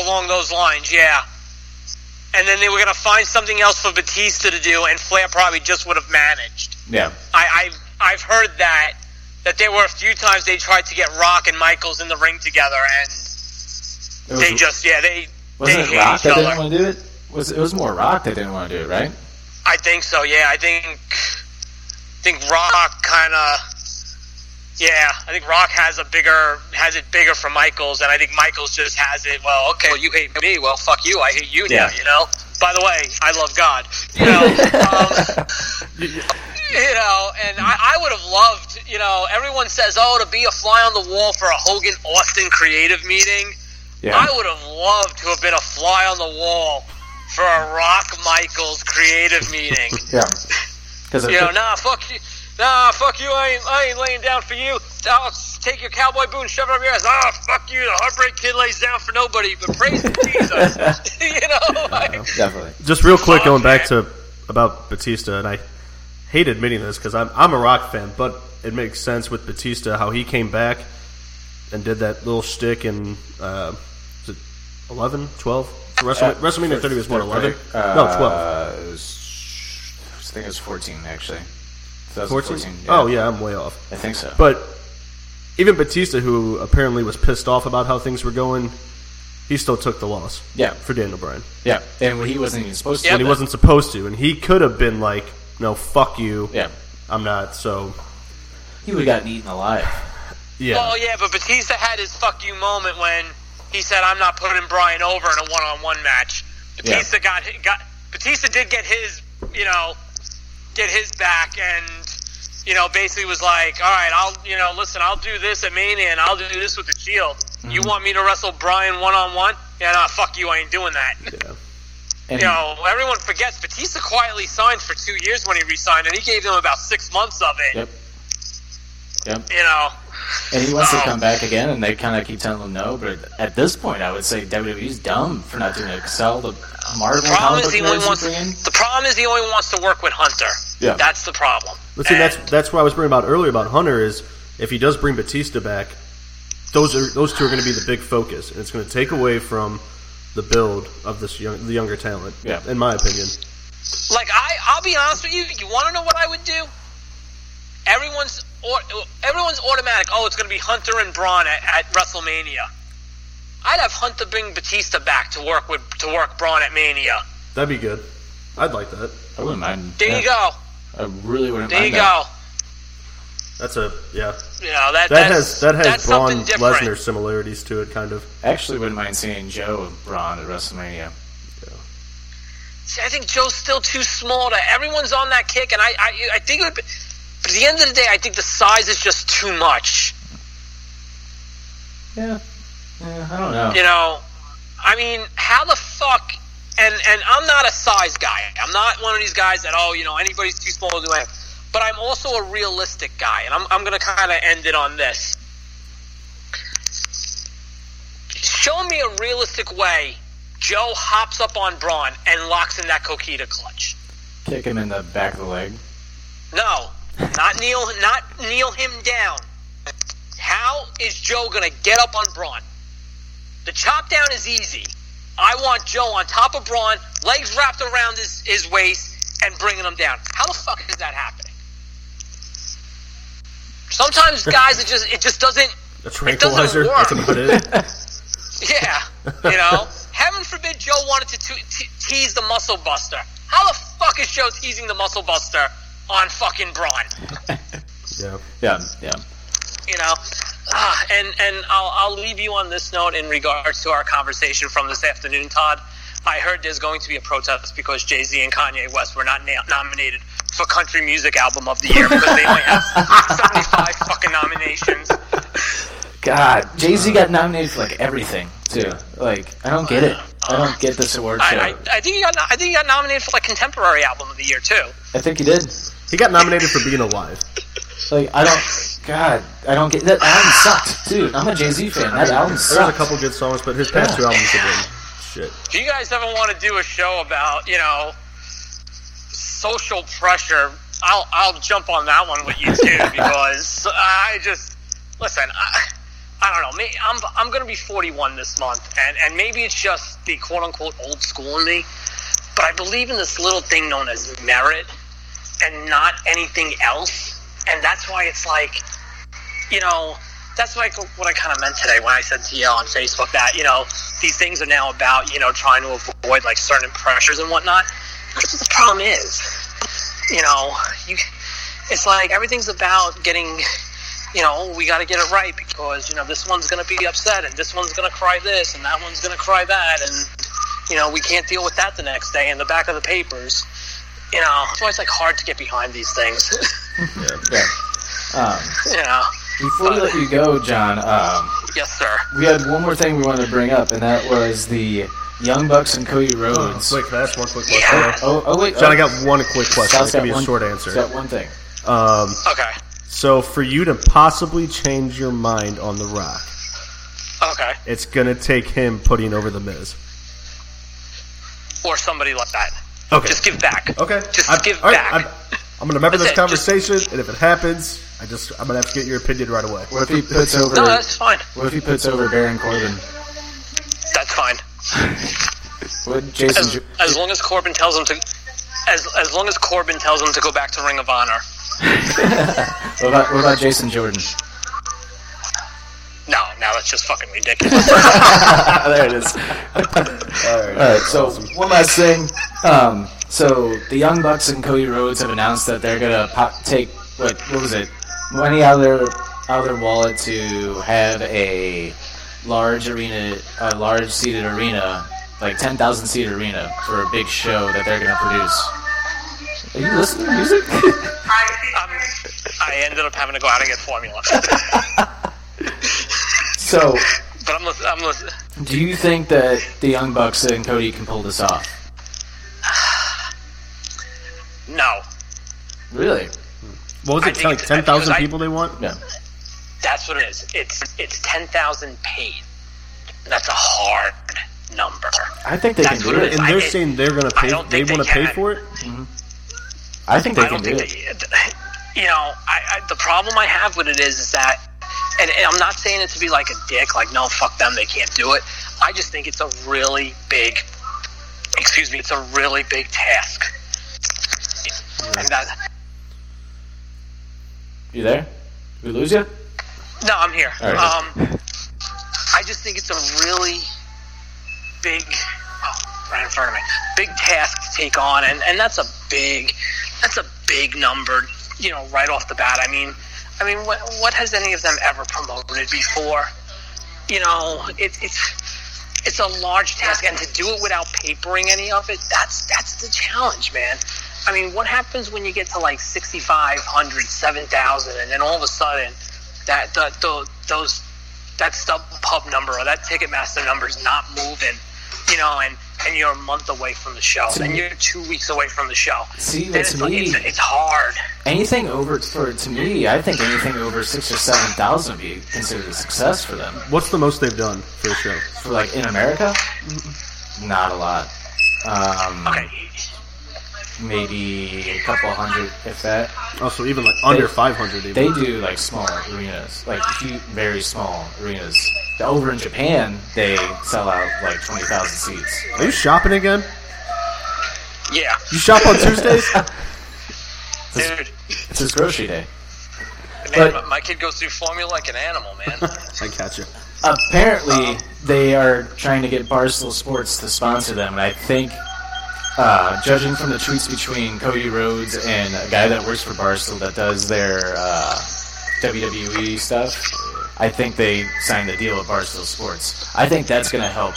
Speaker 6: along those lines, yeah. And then they were gonna find something else for Batista to do, and Flair probably just would have managed.
Speaker 1: Yeah,
Speaker 6: I, I've I've heard that that there were a few times they tried to get Rock and Michaels in the ring together, and
Speaker 1: it was,
Speaker 6: they just yeah they
Speaker 1: wasn't
Speaker 6: they
Speaker 1: it
Speaker 6: hate
Speaker 1: Rock
Speaker 6: each
Speaker 1: that didn't
Speaker 6: other.
Speaker 1: want to do it. Was it was more Rock that didn't want to do it, right?
Speaker 6: I think so. Yeah, I think I think Rock kind of yeah. I think Rock has a bigger has it bigger for Michaels, and I think Michaels just has it. Well, okay, well, you hate me. Well, fuck you. I hate you now.
Speaker 1: Yeah.
Speaker 6: You know. By the way, I love God. You know. Um, you know, and I, I would have loved, you know, everyone says, oh, to be a fly on the wall for a Hogan Austin creative meeting.
Speaker 1: Yeah.
Speaker 6: I would have loved to have been a fly on the wall for a Rock Michaels creative meeting. *laughs*
Speaker 1: Yeah. Because
Speaker 6: you know, nah, fuck you. Nah, fuck you. I ain't, I ain't laying down for you. I'll s- take your cowboy boot and shove it up your ass. Ah, fuck you. The heartbreak kid lays down for nobody, but praise *laughs* Jesus. you know, like,
Speaker 1: definitely.
Speaker 5: Just real quick,
Speaker 6: Fuck,
Speaker 5: going back
Speaker 6: man.
Speaker 5: to about Batista, and I hate admitting this because I'm I'm a Rock fan, but it makes sense with Batista how he came back and did that little shtick in uh, was it 11, 12? WrestleMania, WrestleMania 30 was what, 11? no, 12.
Speaker 1: Uh, it was- I think it was 14, actually.
Speaker 5: 14?
Speaker 1: 2014?
Speaker 5: Oh, yeah, I'm way off.
Speaker 1: I think so.
Speaker 5: But even Batista, who apparently was pissed off about how things were going, he still took the loss
Speaker 1: yeah,
Speaker 5: for Daniel Bryan.
Speaker 1: yeah. And when he wasn't even supposed to.
Speaker 6: Yeah.
Speaker 5: And he wasn't supposed to, and he could have been like, no, fuck you.
Speaker 1: Yeah.
Speaker 5: I'm not, so
Speaker 1: he would have gotten eaten alive.
Speaker 5: Yeah.
Speaker 6: Well, yeah, but Batista had his fuck you moment when he said, "I'm not putting Brian over in a one-on-one match." Batista got hit- got Batista did get his, you know, get his back, and you know, basically was like, "All right, I'll, you know, listen, I'll do this at Mania, and I'll do this with the Shield. You want me to wrestle Brian one-on-one? Yeah, nah, fuck you, I ain't doing that."
Speaker 1: And
Speaker 6: You know, everyone forgets Batista quietly signed for two years when he resigned, and he gave them about six months of it.
Speaker 1: Yep. Yep.
Speaker 6: You know,
Speaker 1: And he wants to come back again, and they kind of keep telling him no. But at this point, I would say WWE's dumb for not doing it. 'cause Sell the Marvel
Speaker 6: The problem
Speaker 1: comic
Speaker 6: is
Speaker 1: book
Speaker 6: he only
Speaker 1: nerds
Speaker 6: wants.
Speaker 1: you bring in.
Speaker 6: The problem is he only wants to work with Hunter.
Speaker 1: Yeah.
Speaker 6: that's the problem.
Speaker 5: But see,
Speaker 6: And-
Speaker 5: that's that's what I was bringing about earlier about Hunter is if he does bring Batista back, those are those two are going to be the big focus, and it's going to take away from the build of this young the younger talent.
Speaker 1: Yeah.
Speaker 5: in my opinion.
Speaker 6: like I. I'll be honest with you. You want to know what I would do? Everyone's or, everyone's automatic. Oh, it's going to be Hunter and Braun at, at WrestleMania. I'd have Hunter bring Batista back to work with to work Braun at Mania.
Speaker 5: That'd be good. I'd like that.
Speaker 1: I wouldn't mind.
Speaker 6: There
Speaker 1: yeah.
Speaker 6: you go.
Speaker 1: I really wouldn't
Speaker 6: There
Speaker 1: mind.
Speaker 6: you
Speaker 1: that.
Speaker 6: go.
Speaker 5: That's a yeah.
Speaker 6: You know that.
Speaker 5: That
Speaker 6: that's,
Speaker 5: has that has
Speaker 6: that's
Speaker 5: Braun
Speaker 6: something different.
Speaker 5: Lesnar similarities to it, kind of.
Speaker 1: Actually, wouldn't mind seeing Joe and Braun at WrestleMania.
Speaker 6: See, I think Joe's still too small to. Everyone's on that kick, and I, I, I think it would. Be, but at the end of the day, I think the size is just too much.
Speaker 1: Yeah. Yeah, I don't know.
Speaker 6: You know, I mean, how the fuck? And and I'm not a size guy. I'm not one of these guys that oh, you know, anybody's too small to do anything. But I'm also a realistic guy, and I'm I'm gonna kind of end it on this. Show me a realistic way. Joe hops up on Braun and locks in that Coquita clutch.
Speaker 1: Kick him in the back of the leg.
Speaker 6: No, not kneel, not kneel him down. How is Joe gonna get up on Braun? The chop down is easy. I want Joe on top of Braun, legs wrapped around his, his waist, and bringing him down. How the fuck is that happening? Sometimes guys, it just it just doesn't.
Speaker 5: A tranquilizer.
Speaker 6: work.
Speaker 5: That's about
Speaker 6: *laughs*
Speaker 5: it.
Speaker 6: Yeah, you know. Heaven forbid Joe wanted to te- te- tease the muscle buster. How the fuck is Joe teasing the muscle buster on fucking Braun?
Speaker 5: yeah.
Speaker 1: Yeah, yeah.
Speaker 6: you know. Ah, and and I'll, I'll leave you on this note in regards to our conversation from this afternoon, Todd. I heard there's going to be a protest because Jay Z and Kanye West were not na- nominated for Country Music Album of the Year because they only have 75 fucking nominations.
Speaker 1: God, Jay
Speaker 6: Uh,
Speaker 1: Z got nominated for like everything too. Like, I don't get it. I don't get this award show. I,
Speaker 6: I, I, I think he got no- I think he got nominated for like Contemporary Album of the Year too.
Speaker 1: think he did.
Speaker 5: He got nominated for being alive.
Speaker 1: Like, I don't. God, I don't get that album sucked, dude. I'm a Jay Z fan. That album
Speaker 5: There's a
Speaker 1: sucked.
Speaker 5: couple good songs, but his past two albums have been shit.
Speaker 6: If you guys ever want to do a show about you know social pressure, I'll I'll jump on that one with you too because I just listen. I, I don't know. Me, I'm I'm gonna be 41 this month, and and maybe it's just the quote unquote old school in me, but I believe in this little thing known as merit, and not anything else, and that's why it's like, you know. That's like what I kind of meant today when I said to you on Facebook that you know these things are now about you know trying to avoid like certain pressures and whatnot. That's what the problem is. You know, you. It's like everything's about getting. You know, we got to get it right because you know this one's going to be upset and this one's going to cry this and that one's going to cry that and you know we can't deal with that the next day in the back of the papers. You know, that's why it's like hard to get behind these things. *laughs*
Speaker 1: Um,
Speaker 6: you know,
Speaker 1: before we let you go, John, um,
Speaker 6: yes, sir.
Speaker 1: we had one more thing we wanted to bring up, and that was the Young Bucks and Cody Rhodes.
Speaker 5: Quick, fast, one quick question.
Speaker 1: Oh, oh wait,
Speaker 5: Oh, John,
Speaker 1: oh,
Speaker 5: I got one quick question.
Speaker 1: Scott's
Speaker 5: It's
Speaker 1: got
Speaker 5: gonna be a
Speaker 1: one-
Speaker 5: short
Speaker 1: he's
Speaker 5: answer.
Speaker 1: got one thing.
Speaker 5: Um,
Speaker 6: Okay.
Speaker 5: so, for you to possibly change your mind on The Rock,
Speaker 6: Okay.
Speaker 5: it's gonna take him putting over the Miz.
Speaker 6: Or somebody like that.
Speaker 5: Okay.
Speaker 6: Just give back.
Speaker 5: Okay.
Speaker 6: Just
Speaker 5: I'm-
Speaker 6: give
Speaker 5: all right,
Speaker 6: back.
Speaker 5: I'm, I'm gonna remember
Speaker 6: That's
Speaker 5: this
Speaker 6: it, just-
Speaker 5: conversation, and if it happens, I just I'm gonna have to get your opinion right away.
Speaker 1: What if he puts over?
Speaker 6: no, that's fine.
Speaker 1: what if he puts over Baron Corbin?
Speaker 6: That's fine.
Speaker 1: Would Jason?
Speaker 6: As,
Speaker 1: Jo-
Speaker 6: as long as Corbin tells him to, as as long as Corbin tells him to go back to Ring of Honor.
Speaker 1: what, about, what about Jason Jordan?
Speaker 6: No, no, that's just fucking
Speaker 1: *laughs*
Speaker 6: ridiculous.
Speaker 1: there it is. All right. So one last thing. Um, so the Young Bucks and Cody Rhodes have announced that they're gonna pop, take what what was it? any other other wallet to have a large arena, a large seated arena, like ten thousand seat arena for a big show that they're gonna produce. Are you listening to music? *laughs*
Speaker 6: Um, I ended up having to go out and
Speaker 5: *laughs*
Speaker 6: get formula.
Speaker 1: so,
Speaker 6: but I'm, lis- I'm listening.
Speaker 1: do you think that the Young Bucks and Cody can pull this off?
Speaker 6: No.
Speaker 1: Really?
Speaker 5: What was
Speaker 6: I
Speaker 5: it?
Speaker 6: think
Speaker 5: Like
Speaker 6: it's-
Speaker 5: ten
Speaker 6: I think
Speaker 5: thousand
Speaker 6: it's- I-
Speaker 5: people they want.
Speaker 1: No.
Speaker 6: That's what it is. It's it's ten thousand paid. That's a hard number.
Speaker 1: I think they
Speaker 6: That's
Speaker 1: can
Speaker 6: what
Speaker 1: do
Speaker 6: it
Speaker 1: it.
Speaker 6: is.
Speaker 5: And
Speaker 6: I-
Speaker 5: they're
Speaker 6: it-
Speaker 5: saying they're gonna
Speaker 6: I
Speaker 5: pay.
Speaker 6: don't
Speaker 5: They
Speaker 6: think they
Speaker 5: want to pay
Speaker 6: can.
Speaker 5: for it.
Speaker 1: I think they
Speaker 6: I
Speaker 1: can
Speaker 6: don't
Speaker 1: do
Speaker 6: think
Speaker 1: it.
Speaker 6: that. You know, I, I, the problem I have with it is, is that, and, and I'm not saying it to be like a dick, like no, fuck them, they can't do it. I just think it's a really big, excuse me, it's a really big task. And that,
Speaker 1: You there? We lose you?
Speaker 6: No, I'm here.
Speaker 1: All right.
Speaker 6: Um, I just think it's a really big, oh, right in front of me, big task to take on, and, and that's a big, that's a big number, you know, right off the bat. I mean, I mean, what what has any of them ever promoted before? You know, it, it's it's a large task, and to do it without papering any of it, that's that's the challenge, man. I mean, what happens when you get to like 6,500, 7,000, and then all of a sudden that the, the, those that sub pub number or that Ticketmaster number is not moving, you know, and and you're a month away from the show,
Speaker 1: To
Speaker 6: and
Speaker 1: me-
Speaker 6: you're two weeks away from the show.
Speaker 1: See,
Speaker 6: Then
Speaker 1: that's
Speaker 6: it's, like,
Speaker 1: me.
Speaker 6: it's, it's hard.
Speaker 1: Anything over for to me, I think anything over six or seven thousand would be considered a success for them.
Speaker 5: What's the most they've done for a show?
Speaker 1: For like in America, not a lot. Um,
Speaker 6: Mm-hmm. Okay,
Speaker 1: maybe a couple hundred, if that.
Speaker 5: Also, even like under five hundred. even.
Speaker 1: They do like small arenas, like few, very small arenas. Over in Japan, they sell out like twenty thousand seats.
Speaker 5: Are you shopping again?
Speaker 6: yeah,
Speaker 5: You shop on Tuesdays?
Speaker 6: dude.
Speaker 1: It's his grocery day.
Speaker 6: Man,
Speaker 1: But-
Speaker 6: my kid goes through formula like an animal, man.
Speaker 5: I catch you.
Speaker 1: apparently they are trying to get Barstool Sports to sponsor them, and I think, uh, judging from the tweets between Cody Rhodes and a guy that works for Barstool that does their uh, WWE stuff, I think they signed a deal with Barstool Sports. I think that's going to help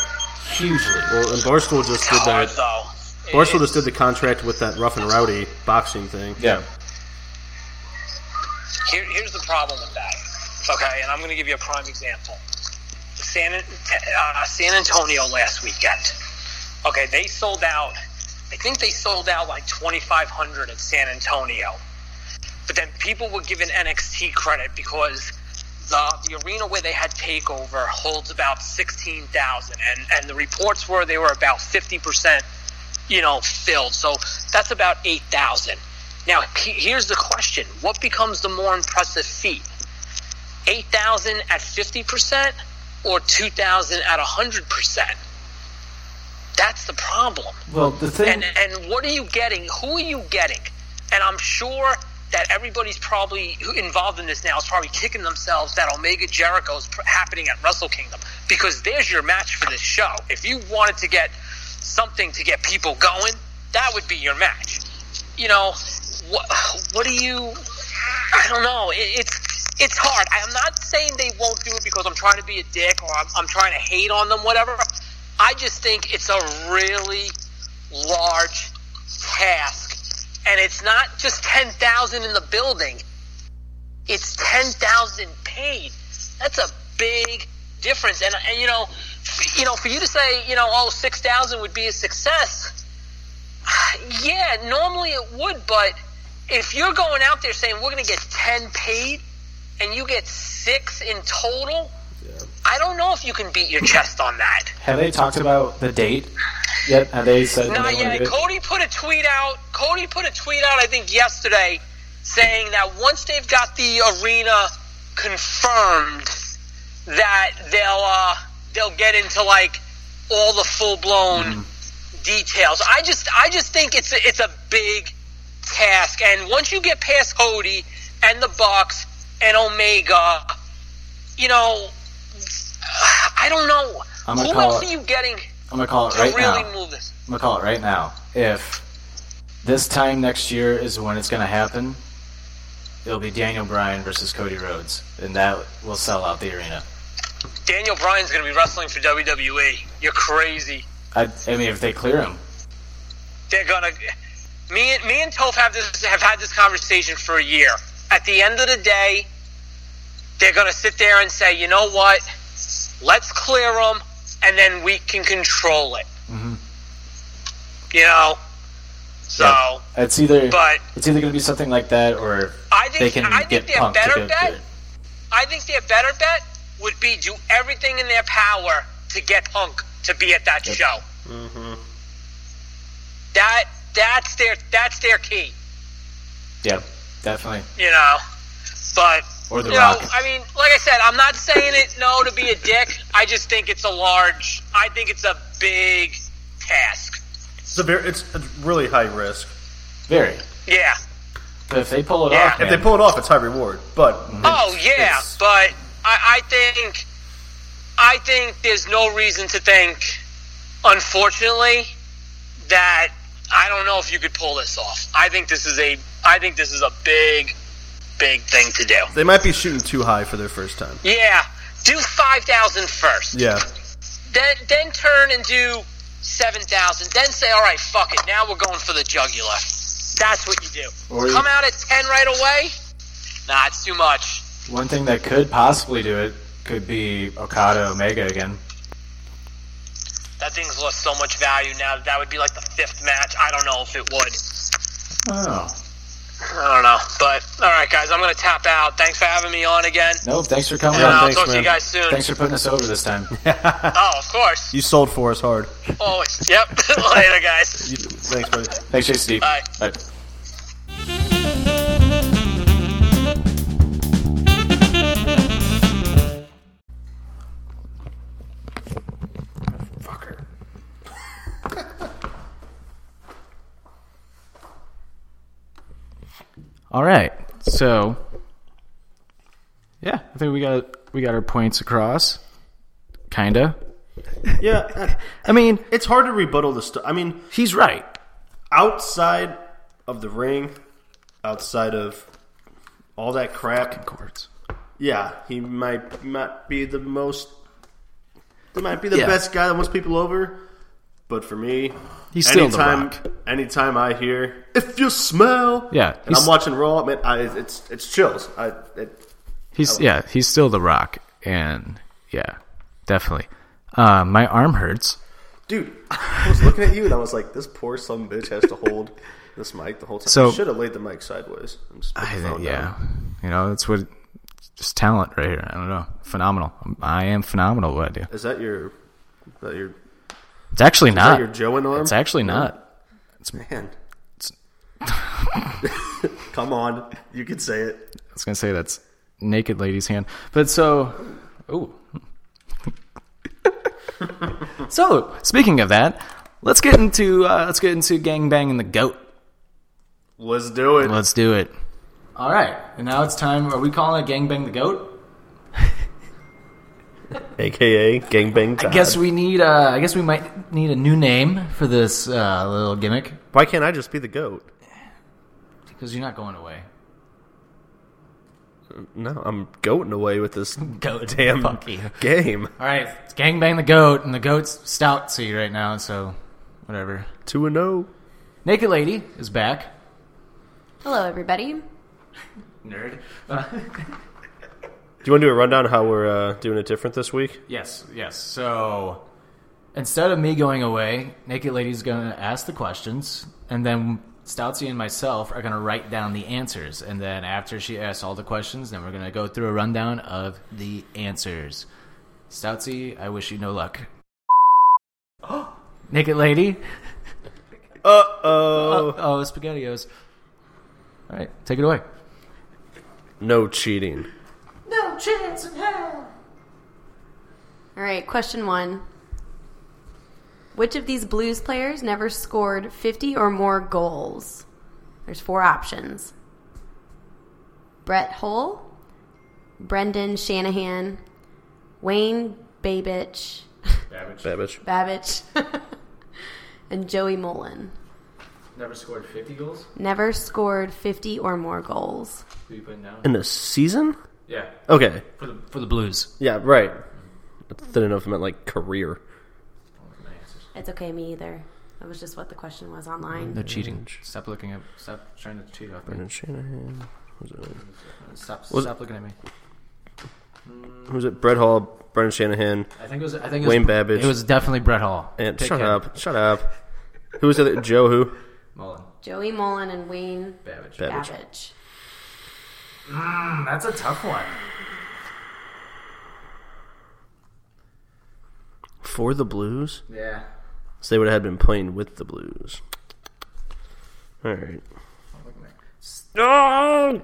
Speaker 1: hugely.
Speaker 5: Well, and Barstool just did
Speaker 6: hard
Speaker 5: that.
Speaker 6: though. It-
Speaker 5: Barstool just did the contract with that rough and rowdy boxing thing.
Speaker 1: Yeah,
Speaker 6: Here, here's the problem with that. Okay, and I'm going to give you a prime example. San, uh, San Antonio last weekend. Okay, they sold out. I think they sold out like 2,500 at San Antonio. But then people were giving NXT credit because the, the arena where they had takeover holds about 16,000, and and the reports were they were about 50 percent you know, filled. So that's about 8,000. Now, he- here's the question what becomes the more impressive feat? 8,000 at 50% or 2,000 at 100%? That's the problem.
Speaker 1: well, the thing.
Speaker 6: And, and what are you getting? Who are you getting? And I'm sure that everybody's probably who involved in this now is probably kicking themselves that Omega Jericho is pr- happening at Wrestle Kingdom because there's your match for this show. If you wanted to get something to get people going, that would be your match. You know, what what do you? I don't know. It, it's it's hard. I'm not saying they won't do it because I'm trying to be a dick or I'm, I'm trying to hate on them, whatever. I just think it's a really large task. And it's not just 10,000 in the building, it's 10,000 paid. That's a big difference. And, and you know, f- you know, for you to say, you know, oh, 6,000 would be a success, yeah, normally it would, but if you're going out there saying we're going to get 10 paid and you get six in total, I don't know if you can beat your chest on that.
Speaker 1: Have they talked about the date yet? Have they said when
Speaker 6: No,
Speaker 1: they wanna
Speaker 6: yeah.
Speaker 1: do it?
Speaker 6: Cody put a tweet out. Cody put a tweet out, I think, yesterday, saying that once they've got the arena confirmed, that they'll uh, they'll get into like all the full blown
Speaker 1: Mm-hmm.
Speaker 6: details. I just I just think it's a, it's a big task, and once you get past Cody and the Bucks and Omega, you know, I don't know.
Speaker 1: I'm gonna
Speaker 6: Who
Speaker 1: call
Speaker 6: else
Speaker 1: it
Speaker 6: are you getting
Speaker 1: I'm gonna call it
Speaker 6: to
Speaker 1: right
Speaker 6: really
Speaker 1: now.
Speaker 6: move this?
Speaker 1: I'm gonna call it right now. If this time next year is when it's gonna happen,
Speaker 4: It'll be Daniel Bryan versus Cody Rhodes, and that will sell out the arena.
Speaker 6: Daniel Bryan's going to be wrestling for WWE. You're crazy.
Speaker 4: I, I mean, if they clear him,
Speaker 6: They're gonna. Me and me and Toph have this have had this conversation for a year. At the end of the day, they're gonna sit there and say, you know what? Let's clear them, and then we can control it.
Speaker 4: Mm-hmm.
Speaker 6: You know. So,
Speaker 4: it's either
Speaker 6: but
Speaker 4: it's either going to be something like that, or
Speaker 6: I
Speaker 4: they
Speaker 6: think
Speaker 4: can
Speaker 6: I
Speaker 4: get
Speaker 6: think their
Speaker 4: Punk to
Speaker 6: better
Speaker 4: go
Speaker 6: bet.
Speaker 4: through it.
Speaker 6: I think their better bet would be do everything in their power to get Punk to be at that show.
Speaker 4: Mm-hmm.
Speaker 6: That that's their that's their key.
Speaker 4: Yeah, definitely.
Speaker 6: you know. But
Speaker 4: Or The
Speaker 6: you
Speaker 4: Rock.
Speaker 6: know, I mean, like I said, I'm not saying it no to be a dick. I just think it's a large. I think it's a big task.
Speaker 5: It's a very, it's, it's really high risk.
Speaker 4: Very.
Speaker 6: Yeah.
Speaker 4: But if they pull it
Speaker 6: Yeah.
Speaker 4: off,
Speaker 5: If
Speaker 4: man,
Speaker 5: they pull it off, it's high reward. But
Speaker 6: Oh
Speaker 5: it's-
Speaker 6: yeah,
Speaker 5: it's-
Speaker 6: but I, I think I think there's no reason to think, unfortunately, that I don't know if you could pull this off. I think this is a I think this is a big, big thing to do.
Speaker 5: they might be shooting too high for their first time.
Speaker 6: Yeah. Do five thousand first.
Speaker 5: Yeah,
Speaker 6: then then turn and do seven thousand. Then say, all right, fuck it. Now we're going for the jugular. That's what you do.
Speaker 4: Or you-
Speaker 6: Come out at ten right away. Nah, it's too much.
Speaker 4: one thing that could possibly do it could be Okada Omega again.
Speaker 6: That thing's lost so much value now. That would be like the fifth match. I don't know if it would.
Speaker 4: Oh
Speaker 6: I don't know. But all right, guys, I'm gonna tap out. Thanks for having me on again.
Speaker 4: no! Thanks for coming.
Speaker 6: And
Speaker 4: on.
Speaker 6: I'll
Speaker 5: thanks,
Speaker 6: talk to
Speaker 5: man.
Speaker 6: you guys soon.
Speaker 4: Thanks for putting us over
Speaker 6: *laughs*
Speaker 4: this time.
Speaker 6: Oh, of course.
Speaker 5: you sold for us hard.
Speaker 6: Always. Yep. *laughs* Later, guys.
Speaker 5: You- thanks, buddy.
Speaker 4: Thanks, Jake Steve.
Speaker 6: Bye.
Speaker 4: Bye.
Speaker 1: All right. So, yeah, I think we got we got our points across. Kinda.
Speaker 5: Yeah, uh,
Speaker 1: I mean,
Speaker 5: it's hard to rebuttal the stuff. I mean,
Speaker 1: he's right.
Speaker 5: outside of the ring, outside of all that crap,
Speaker 1: Chords.
Speaker 5: yeah, he might might be the most. He might be the
Speaker 2: Yeah.
Speaker 5: best guy that wants people over. But for me,
Speaker 1: He's still the
Speaker 5: anytime,
Speaker 1: Rock.
Speaker 5: anytime I hear "If you smell,"
Speaker 1: Yeah,
Speaker 5: and
Speaker 1: he's-
Speaker 5: I'm watching Raw, man, I, it's it's chills. I it,
Speaker 1: He's yeah, he's still the Rock, and yeah, definitely. Uh, my arm hurts.
Speaker 5: dude, I was looking at you and I was like, this poor some bitch has to hold this mic the whole time.
Speaker 1: So-
Speaker 5: I should have laid the mic sideways. And just put the
Speaker 1: I
Speaker 5: phone
Speaker 1: think,
Speaker 5: down.
Speaker 1: yeah, you know, that's what just talent right here. I don't know, phenomenal. I am phenomenal at what I do.
Speaker 5: Is that your? Is that your? Is
Speaker 1: It's actually
Speaker 5: that
Speaker 1: not.
Speaker 5: your Joe and arm?
Speaker 1: Ah, It's actually not.
Speaker 5: Man. *laughs* Come on, you can say it.
Speaker 1: I was gonna say that's naked lady's hand, but so, ooh. so speaking of that, let's get into uh, let's get into gang bang and the goat.
Speaker 5: Let's do it.
Speaker 1: Let's do it. All right, and now it's time. Are we calling it gang bang the goat?
Speaker 5: AKA gangbang.
Speaker 1: I guess we need. Uh, I guess we might need a new name for this uh, little gimmick
Speaker 5: Why can't I just be the goat?
Speaker 1: because you're not going away.
Speaker 5: No, I'm goating away with this
Speaker 1: Goat, *laughs*
Speaker 5: damn
Speaker 1: fuck you.
Speaker 5: game.
Speaker 1: All right, it's gang bang the goat, and the goat's stout to you right now, so whatever.
Speaker 5: Two and oh. zero.
Speaker 1: Naked lady is back.
Speaker 7: Hello, everybody.
Speaker 1: Nerd.
Speaker 5: Do you want to do a rundown of how we're uh, doing it different this week?
Speaker 1: Yes, yes. So instead of me going away, Naked Lady's going to ask the questions, and then Stoutsy and myself are going to write down the answers. And then after she asks all the questions, then we're going to go through a rundown of the answers. Stoutsy, I wish you no luck. *gasps* Naked Lady.
Speaker 5: Uh oh.
Speaker 1: Oh, oh SpaghettiOs. All right, take it away.
Speaker 5: No cheating.
Speaker 7: All right, question one. Which of these blues players never scored 50 or more goals? There's four options Brett Hull, Brendan Shanahan, Wayne Babich,
Speaker 5: Babbage.
Speaker 7: *laughs* Babich, and Joey Mullen.
Speaker 1: Never scored 50 goals.
Speaker 7: Never scored 50 or more goals.
Speaker 1: Who you putting down?
Speaker 5: In a season?
Speaker 1: Yeah,
Speaker 5: Okay.
Speaker 1: for the for the Blues.
Speaker 5: Yeah, right. I didn't know if it meant like career.
Speaker 7: It's okay, me either. That was just what the question was online.
Speaker 1: No cheating. Stop looking at. Stop trying to cheat off me.
Speaker 5: Brendan Shanahan. Was it,
Speaker 1: Stop.
Speaker 5: Was-
Speaker 1: stop looking at me.
Speaker 5: who was it? Brett Hall, Brendan Shanahan,
Speaker 1: I think it was. I think it was
Speaker 5: Wayne Babbage.
Speaker 1: It was definitely Brett Hall.
Speaker 5: and
Speaker 1: Pick
Speaker 5: shut
Speaker 1: him.
Speaker 5: up, shut up. Who was the other? Joe? Who?
Speaker 1: Mullen,
Speaker 7: Joey Mullen and Wayne
Speaker 1: Babbage.
Speaker 5: Babbage.
Speaker 7: Babbage.
Speaker 1: That's a tough one.
Speaker 5: For the Blues,
Speaker 1: Yeah.
Speaker 5: so they would have been playing with the Blues. All right. No,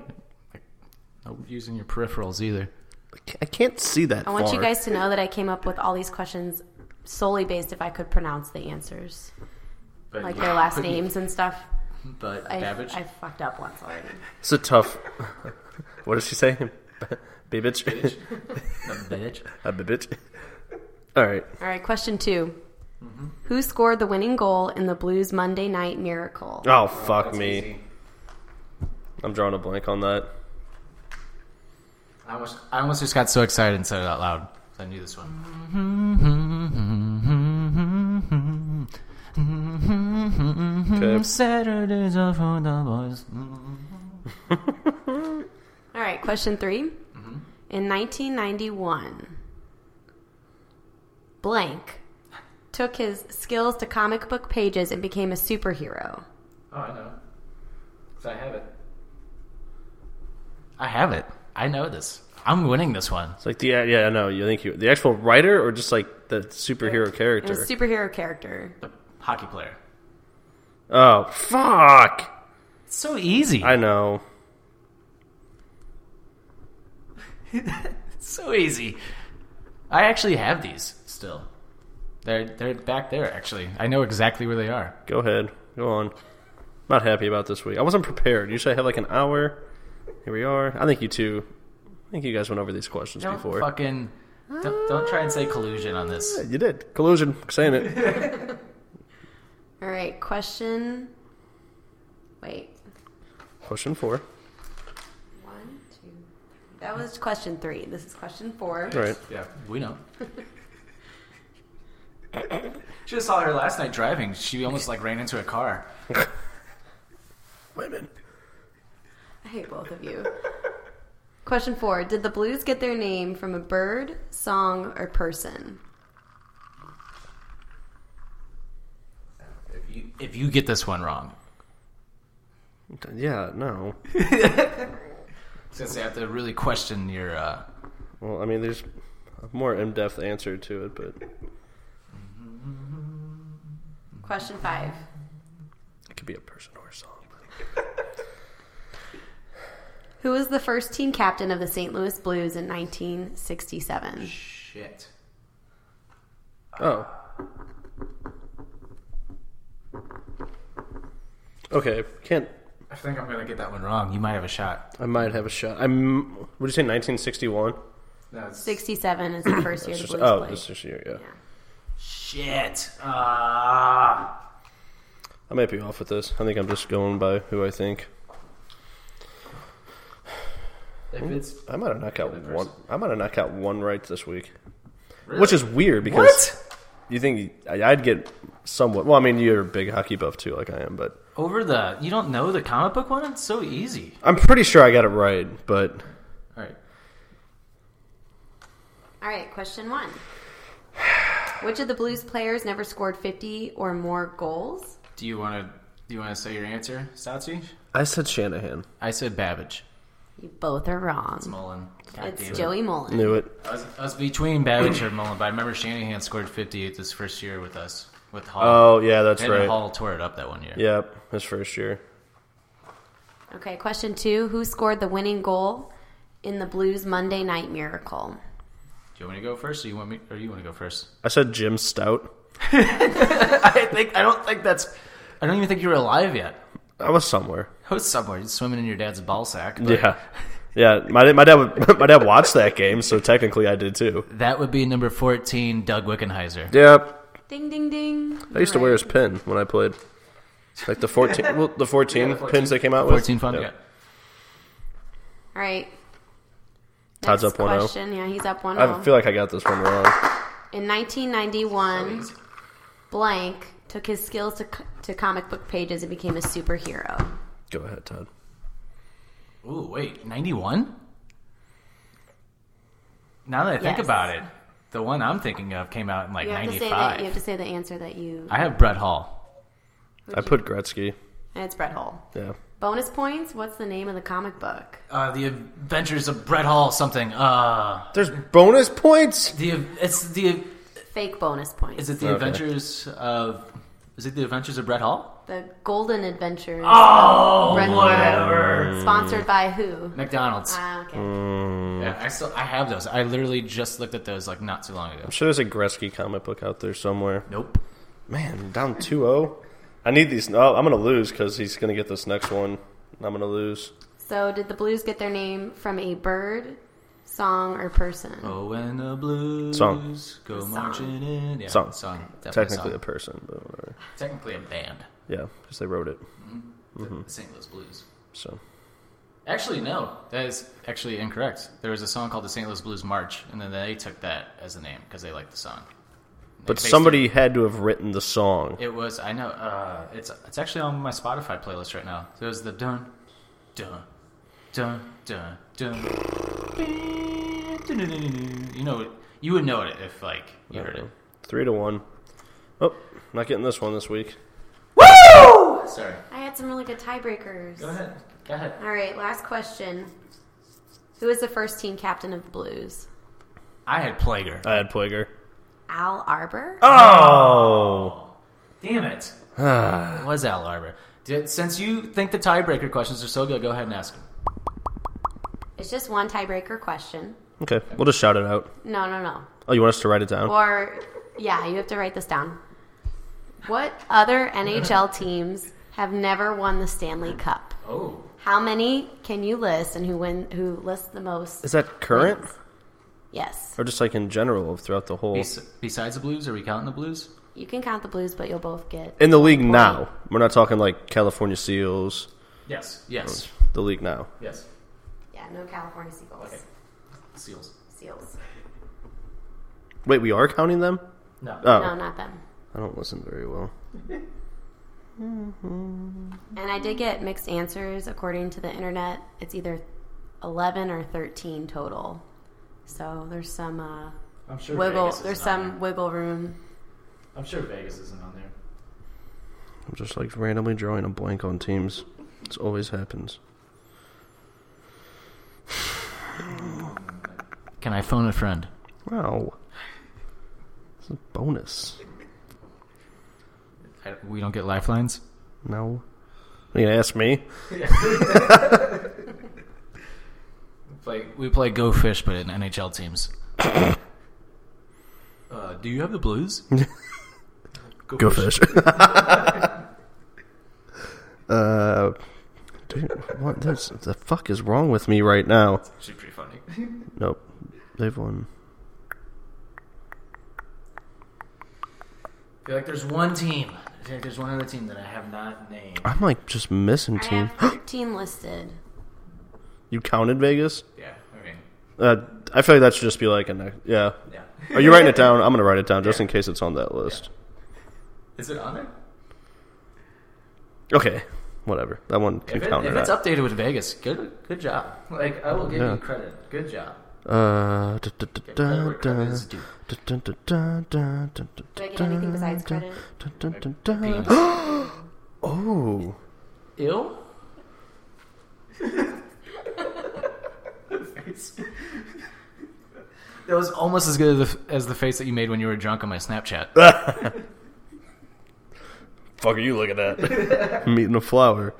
Speaker 8: No using your peripherals either.
Speaker 5: I can't see that.
Speaker 7: I want you
Speaker 5: far.
Speaker 7: guys to know that I came up with all these questions solely based if I could pronounce the answers,
Speaker 1: But
Speaker 7: like
Speaker 1: yeah,
Speaker 7: their last
Speaker 1: but-
Speaker 7: names and stuff.
Speaker 1: But
Speaker 7: I,
Speaker 1: Babbage.
Speaker 7: I fucked up once already.
Speaker 5: It's a tough. *laughs* what does she say? *laughs* Babich.
Speaker 1: bitch.
Speaker 5: *laughs* A babich. All right.
Speaker 7: All right, question 2 Who scored the winning goal in the Blues Monday Night Miracle?
Speaker 5: Oh fuck me. I'm drawing a blank on that.
Speaker 1: I almost, I almost just got so excited and said it out loud. I knew this one. *laughs*
Speaker 5: Okay.
Speaker 8: Saturdays are for the boys.
Speaker 1: Mm-hmm.
Speaker 7: All right, question 3 In 1991, blank took his skills to comic book pages and became a superhero.
Speaker 1: Oh, I know. Because I have it. I have it. I know this. I'm winning this one.
Speaker 5: It's like the yeah, I know. You think you the actual writer or just like the superhero
Speaker 7: It was
Speaker 5: character?
Speaker 7: a superhero character.
Speaker 1: The hockey player.
Speaker 5: oh fuck!
Speaker 1: It's so easy.
Speaker 5: I know.
Speaker 1: It's so easy. I actually have these still. They're they're back there actually. I know exactly where they are.
Speaker 5: Go ahead. Go on. Not happy about this week. I wasn't prepared. Usually I have like an hour. Here we are. I think you two. I think you guys went over these questions
Speaker 1: Don't
Speaker 5: before.
Speaker 1: fucking don't, don't try and say collusion on this.
Speaker 5: You did collusion.
Speaker 1: *laughs*
Speaker 5: Saying it.
Speaker 7: All right, question. Wait,
Speaker 5: Question four.
Speaker 7: one, two. That was question three. This is question four.
Speaker 5: All right.
Speaker 1: Yeah, we know. she just saw her last night driving. She almost like ran into a car.
Speaker 5: Women.
Speaker 7: I hate both of you. question four Did the Blues get their name from a bird, song, or person?
Speaker 1: If you, if you get this one wrong,
Speaker 5: Yeah. No.
Speaker 1: since they have to really question your. Uh,
Speaker 5: Well, I mean, there's a more in-depth answer to it, but
Speaker 7: Question five.
Speaker 5: it could be a person or a song.
Speaker 7: Who was the first team captain of the St. Louis Blues in 1967?
Speaker 1: Shit.
Speaker 5: Oh. Okay, can't.
Speaker 1: I think I'm gonna get that one wrong. You might have a shot.
Speaker 5: I might have a shot. I'm. Would you say 1961?
Speaker 1: No, it's-
Speaker 7: 67
Speaker 5: *clears throat*
Speaker 7: is the first year the
Speaker 5: Just-
Speaker 7: Blues
Speaker 5: oh,
Speaker 7: played.
Speaker 5: this is year. Yeah.
Speaker 7: Yeah.
Speaker 1: Shit. Ah.
Speaker 5: I might be off with this. I think I'm just going by who I think.
Speaker 1: if it's
Speaker 5: I might have knocked out one. I might have knocked out one right this week,
Speaker 1: really-
Speaker 5: which is weird because
Speaker 1: what
Speaker 5: you think I- I'd get somewhat. Well, I mean, you're a big hockey buff too, like I am, but
Speaker 1: over the you don't know the comic book one. It's so easy.
Speaker 5: I'm pretty sure I got it right. But
Speaker 1: All right.
Speaker 7: All right, question one. Which of the Blues players never scored 50 or more goals?
Speaker 1: Do you want to do you want to say your answer, Satsi?
Speaker 5: I said Shanahan.
Speaker 1: I said Babbage.
Speaker 7: You both are wrong.
Speaker 1: Mullen. God damn it.
Speaker 7: It's Joey Mullen.
Speaker 5: Knew it.
Speaker 1: I was, I was between Babbage and Mullen, but I remember Shanahan scored 58 this first year with us with Hall.
Speaker 5: Oh yeah, that's
Speaker 1: and
Speaker 5: right.
Speaker 1: Hall tore it up that one year.
Speaker 5: Yep, his first year.
Speaker 7: Okay, question two. Who scored the winning goal in the Blues Monday Night Miracle?
Speaker 1: Do you want me to go first, or you want me, or you want to go first?
Speaker 5: I said Jim Stout.
Speaker 1: I think I don't think that's. I don't even think you were alive yet.
Speaker 5: I was somewhere.
Speaker 1: I was somewhere just swimming in your dad's ball sack. but
Speaker 5: Yeah, yeah. My my dad would- my dad *laughs* watched that game, so technically I did too.
Speaker 1: That would be number 14, Doug Wickenheiser.
Speaker 5: Yep.
Speaker 7: Ding, ding, ding.
Speaker 5: I used to wear his pin when I played. Like the fourteen, well, the 14, pins they came out with.
Speaker 1: 14 fun.
Speaker 5: Yeah.
Speaker 7: All right.
Speaker 5: Todd's
Speaker 7: Next
Speaker 5: up 1-0.
Speaker 7: question. Yeah, he's up one. oh.
Speaker 5: I feel like I got this one wrong.
Speaker 7: In 1991, blank took his skills to, co- to comic book pages and became a superhero.
Speaker 5: Go ahead, Todd.
Speaker 1: Ooh, wait, 91? Now that I think
Speaker 7: Yes.
Speaker 1: about it, the one I'm thinking of came out in like
Speaker 7: You have to say
Speaker 1: 95.
Speaker 7: that. You have to say the answer that you.
Speaker 1: I have Brett Hall.
Speaker 5: I put Gretzky.
Speaker 7: And it's Brett Hull.
Speaker 5: Yeah.
Speaker 7: Bonus points. What's the name of the comic book?
Speaker 1: Uh, the Adventures of Brett Hall something. Uh,
Speaker 5: There's bonus points.
Speaker 1: the it's the
Speaker 7: Fake bonus points.
Speaker 1: is it the
Speaker 5: Okay.
Speaker 1: Adventures of is it the Adventures of Brett Hall?
Speaker 7: the Golden Adventures?
Speaker 5: Ah!
Speaker 1: Oh,
Speaker 7: Brett Hull.
Speaker 1: whatever.
Speaker 7: Sponsored by who?
Speaker 1: McDonald's.
Speaker 7: Ah, okay.
Speaker 1: Yeah, I still I have those. I literally just looked at those like not too long ago.
Speaker 5: I'm sure there's a Gretzky comic book out there somewhere.
Speaker 1: Nope.
Speaker 5: Man, down 2-0. I need these. Oh, I'm gonna lose because he's gonna get this next one. and I'm gonna lose.
Speaker 7: So, did the Blues get their name from a bird, song, or person?
Speaker 1: Oh, and the blues
Speaker 5: Song.
Speaker 1: go marching in. Yeah,
Speaker 5: Song.
Speaker 1: song. Definitely
Speaker 5: Technically
Speaker 1: song.
Speaker 5: a person, but whatever.
Speaker 1: technically a band,
Speaker 5: Yeah, because they wrote it. Hmm.
Speaker 1: the St. Louis Blues.
Speaker 5: So
Speaker 1: Actually, no, that is actually incorrect. There was a song called the St. Louis Blues March, and then they took that as a name because they liked the song. They
Speaker 5: But
Speaker 1: based
Speaker 5: somebody had to have written the song.
Speaker 1: It, it was I know uh, it's it's actually on my Spotify playlist right now. So it was the dun dun dun dun dun. You know, you would know it if like you heard it.
Speaker 5: Three to one. Oh, not getting this one this week.
Speaker 1: Sorry.
Speaker 7: I had some really good tiebreakers.
Speaker 1: Go ahead. Go ahead.
Speaker 7: All right, last question. Who is the first team captain of the Blues?
Speaker 1: I had Plager.
Speaker 5: I had Plager.
Speaker 7: Al Arbor?
Speaker 1: Ah!
Speaker 5: Oh,
Speaker 1: Damn *sighs* it. it was Al Arbor. Did, since you think the tiebreaker questions are so good, go ahead and ask them.
Speaker 7: It's just one tiebreaker question.
Speaker 5: okay. We'll just shout it out.
Speaker 7: No, no, no.
Speaker 5: Oh, you want us to write it down?
Speaker 7: Or, yeah, you have to write this down. What
Speaker 1: *laughs*
Speaker 7: other NHL teams have never won the Stanley Cup?
Speaker 1: Oh.
Speaker 7: How many can you list and who win who lists the most?
Speaker 5: Is that current
Speaker 7: Yes.
Speaker 5: or just like in general throughout the whole?
Speaker 1: Besides the Blues, are we counting the Blues?
Speaker 7: You can count the Blues, but you'll both get
Speaker 5: In the league now. We're not talking like California Seals.
Speaker 1: Yes. Oh. Yes.
Speaker 5: The league now.
Speaker 1: Yes.
Speaker 7: Yeah, no California Seagulls.
Speaker 1: Okay. Seals.
Speaker 7: Seals.
Speaker 5: Wait, we are counting them?
Speaker 1: No.
Speaker 5: Oh,
Speaker 7: No, not them.
Speaker 5: I don't listen very well.
Speaker 7: And I did get mixed answers according to the internet. It's either 11 or 13 total. So there's some uh,
Speaker 1: I'm sure
Speaker 7: wiggle
Speaker 1: Vegas
Speaker 7: there's
Speaker 1: isn't on
Speaker 7: some wiggle room.
Speaker 1: there. I'm sure Vegas isn't on there.
Speaker 5: I'm just like randomly drawing a blank on teams. This always happens.
Speaker 1: Can I phone a friend?
Speaker 5: Wow. It's a bonus.
Speaker 1: I, we don't get lifelines.
Speaker 5: No. Are you gonna ask me?
Speaker 1: Play, we play Go Fish, but in NHL *coughs* teams. uh, do you have the Blues? Go,
Speaker 5: *laughs* uh, dude, what there's, the fuck is wrong with me right now?
Speaker 1: Actually, pretty funny.
Speaker 5: Nope, they've won.
Speaker 1: I feel like there's one team. I feel like there's one other team that I have not named.
Speaker 5: I'm like just missing
Speaker 7: I
Speaker 5: team.
Speaker 7: have 13 listed.
Speaker 5: *gasps* You counted Vegas?
Speaker 1: Yeah, I mean,
Speaker 5: Uh, I feel like that should just be like a ne- yeah.
Speaker 1: yeah.
Speaker 5: Are you writing it down? I'm gonna write it down just in case it's on that list.
Speaker 1: Is it on there?
Speaker 5: Okay, whatever. That one can
Speaker 1: If, it,
Speaker 5: count. or
Speaker 1: if it's
Speaker 5: not.
Speaker 1: updated with Vegas, good, good job. Like I will give you credit. Good job.
Speaker 5: Uh, da- da-
Speaker 1: Give
Speaker 5: da-
Speaker 1: credit where
Speaker 5: da-
Speaker 1: credit is due.
Speaker 5: da- da- da- da- da- da-
Speaker 7: Do I get anything besides credit?
Speaker 5: da- da- da- da.
Speaker 1: Penis.
Speaker 5: Oh,
Speaker 1: Ill. That was almost as good as the, as the face that you made when you were drunk on my Snapchat.
Speaker 5: fuck are you looking at? *laughs*
Speaker 1: *laughs*
Speaker 5: I'm eating a flower.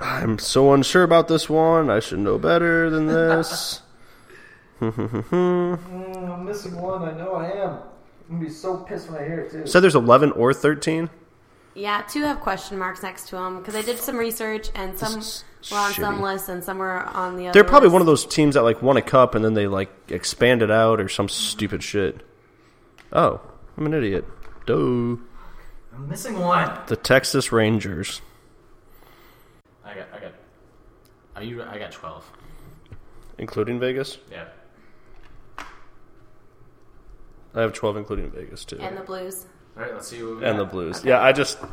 Speaker 5: I'm so unsure about this one. I should know better
Speaker 1: *laughs*
Speaker 5: than this.
Speaker 1: I'm missing one. I know I am. I'm gonna be so pissed when I hear it too.
Speaker 5: Said there's 11 or 13.
Speaker 7: Yeah, two have question marks next to them because I did some research and some
Speaker 5: This is
Speaker 7: were on some
Speaker 5: shitty.
Speaker 7: lists and some were on the other.
Speaker 5: They're probably one of those
Speaker 7: list.
Speaker 5: teams that like won a cup and then they like expanded out or some stupid shit. Oh, I'm an idiot. Duh.
Speaker 1: I
Speaker 4: I'm missing one.
Speaker 5: The Texas Rangers.
Speaker 4: I got. I got. Are you? I got twelve.
Speaker 5: Including Vegas?
Speaker 4: Yeah.
Speaker 5: I have 12 including Vegas, too.
Speaker 7: And the Blues.
Speaker 4: All right. Let's see what we
Speaker 5: And the
Speaker 4: got.
Speaker 5: Blues. Yeah, I just.
Speaker 7: All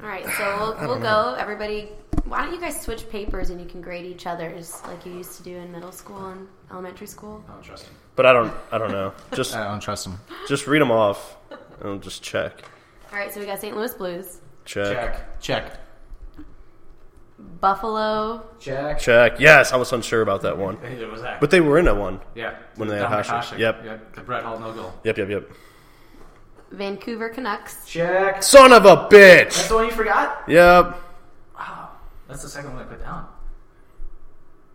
Speaker 7: right,
Speaker 5: *sighs*
Speaker 7: so we'll, we'll go. Everybody, why don't you guys switch papers and you can grade each other's like you used to do in middle school and elementary school?
Speaker 4: I don't trust him.
Speaker 5: But I don't. I don't
Speaker 7: *laughs*
Speaker 5: know. Just
Speaker 4: I don't trust him.
Speaker 5: just read them off, and just check,
Speaker 7: All right, so we got St. Louis Blues,
Speaker 5: check,
Speaker 4: Check. Check.
Speaker 7: Buffalo.
Speaker 4: Check.
Speaker 5: check. Yes, I was unsure about that one,
Speaker 4: Neither was I.
Speaker 5: but they were in that one.
Speaker 4: yeah.
Speaker 5: when they had
Speaker 4: Dominic
Speaker 5: Hasek.
Speaker 4: Hasek.
Speaker 5: Yep.
Speaker 4: Yep. The Brett Hall no goal.
Speaker 5: Yep, yep, yep.
Speaker 7: Vancouver Canucks.
Speaker 4: Check.
Speaker 5: Son of a
Speaker 4: That's
Speaker 5: bitch.
Speaker 4: the one you forgot.
Speaker 5: Yep.
Speaker 4: That's the second one I put down.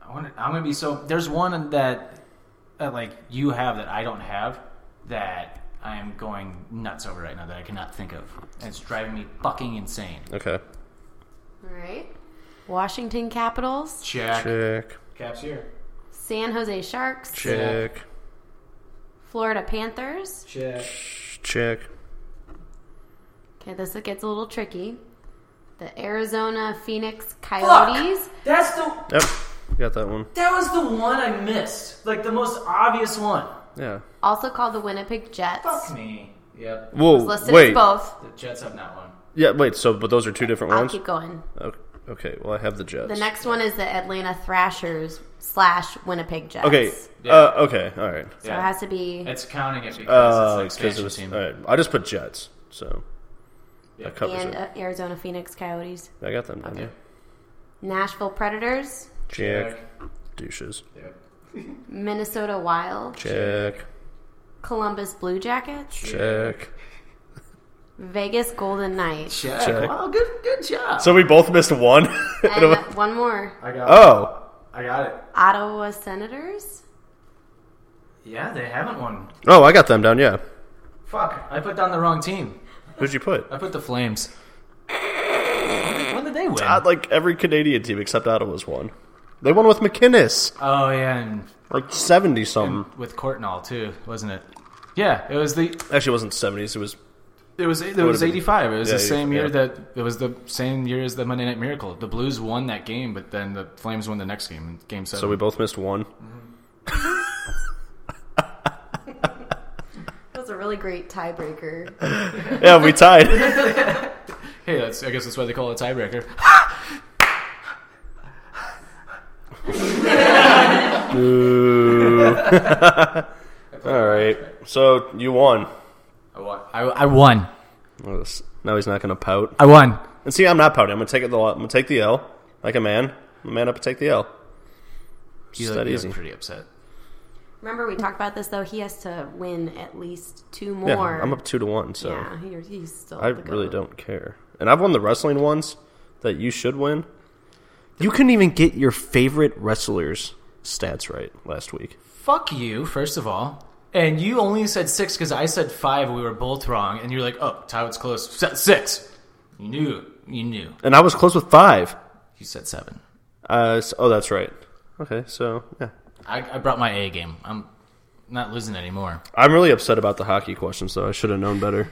Speaker 4: I want. I'm gonna be so. There's one that, that like you have that I don't have that I am going nuts over right now that I cannot think of. And it's driving me fucking insane.
Speaker 5: Okay.
Speaker 7: All right, Washington Capitals,
Speaker 4: Check.
Speaker 5: Check,
Speaker 4: Caps here.
Speaker 7: San Jose Sharks,
Speaker 5: check,
Speaker 7: Florida Panthers.
Speaker 4: Check.
Speaker 5: check.
Speaker 7: Okay, this gets a little tricky. The Arizona Phoenix Coyotes.
Speaker 4: That's the.
Speaker 5: Yep, got that one.
Speaker 4: That was the one I missed. Like the most obvious one.
Speaker 5: Yeah.
Speaker 7: Also called the Winnipeg Jets.
Speaker 4: Fuck me. Yep.
Speaker 5: Whoa.
Speaker 7: Listed as
Speaker 5: Wait.
Speaker 7: both.
Speaker 4: The Jets have not one.
Speaker 5: Yeah. Wait. So, but those are two different
Speaker 7: I'll
Speaker 5: ones.
Speaker 7: keep going.
Speaker 5: Okay. Okay. Well, I have the Jets.
Speaker 7: The next one is the Atlanta Thrashers slash Winnipeg Jets.
Speaker 5: Okay.
Speaker 7: So
Speaker 5: Uh, okay. All right.
Speaker 7: it has to be
Speaker 4: It's counting it because
Speaker 5: Uh,
Speaker 4: it's
Speaker 5: it's
Speaker 4: the
Speaker 5: because
Speaker 4: expansion
Speaker 5: it was.
Speaker 4: team.
Speaker 5: All right. I just put Jets, so that covers
Speaker 7: and
Speaker 5: it.
Speaker 7: uh, Arizona Phoenix Coyotes.
Speaker 5: I got them. Down yeah.
Speaker 7: Nashville Predators,
Speaker 5: Check. Douches.
Speaker 7: Minnesota Wild,
Speaker 5: Check.
Speaker 7: Columbus Blue Jackets,
Speaker 5: Check.
Speaker 7: Vegas
Speaker 5: *laughs*
Speaker 7: Golden Knights.
Speaker 4: Check.
Speaker 5: Check.
Speaker 4: Wow, good good job.
Speaker 5: So we both missed one. *laughs*
Speaker 7: And uh, one more.
Speaker 4: I got
Speaker 5: oh.
Speaker 4: I got it.
Speaker 7: Ottawa Senators.
Speaker 4: Yeah, they haven't won.
Speaker 5: Oh, I got them down. Yeah.
Speaker 4: Fuck. I put down the wrong team.
Speaker 5: Who'd you put?
Speaker 4: I put the Flames. When did they win?
Speaker 5: Not like every Canadian team except Ottawa's won. They won with McInnes,
Speaker 4: Oh yeah, and
Speaker 5: like seventy something.
Speaker 4: with Cortinall too, wasn't it? Yeah, it was the
Speaker 5: Actually, it wasn't seventies. It was
Speaker 4: it was it was
Speaker 5: been-
Speaker 4: eighty five. It was
Speaker 5: yeah,
Speaker 4: the same year
Speaker 5: yeah.
Speaker 4: that it was the same year as the Monday Night Miracle. The Blues won that game, but then the Flames won the next game, in game seven.
Speaker 5: so we both missed *laughs* one.
Speaker 7: That was a really great tiebreaker.
Speaker 5: *laughs* Yeah, we tied.
Speaker 4: Hey, that's, I guess that's why they call it a tiebreaker.
Speaker 5: *laughs* All right. So you won.
Speaker 4: *laughs* I won. I, I won.
Speaker 5: Well, this- Now he's not going to pout.
Speaker 4: I won.
Speaker 5: And see, I'm not pouting. I'm going to take it. The, I'm going to take the L like a man. I'm a man up and take the L.
Speaker 4: You
Speaker 5: It's
Speaker 4: look
Speaker 5: that
Speaker 4: you look
Speaker 5: easy.
Speaker 4: pretty upset.
Speaker 7: Remember, we talked about this though. He has to win at least two more.
Speaker 5: Yeah, I'm up two to one. So.
Speaker 7: Yeah, he- he's still.
Speaker 5: I
Speaker 7: the
Speaker 5: really
Speaker 7: goat.
Speaker 5: don't care. And I've won the wrestling ones that you should win. You couldn't even get your favorite wrestlers stats right last week.
Speaker 4: Fuck you, first of all. And you only said six because I said five. We were both wrong, and you're like, "Oh, Tywood's close." Said six. You knew. You knew.
Speaker 5: And I was close with five.
Speaker 4: You said seven.
Speaker 5: Uh, s- oh, that's right. Okay, so yeah,
Speaker 4: I, I brought my A game. I'm not losing anymore.
Speaker 5: I'm really upset about the hockey questions, though. I should have known *laughs* better.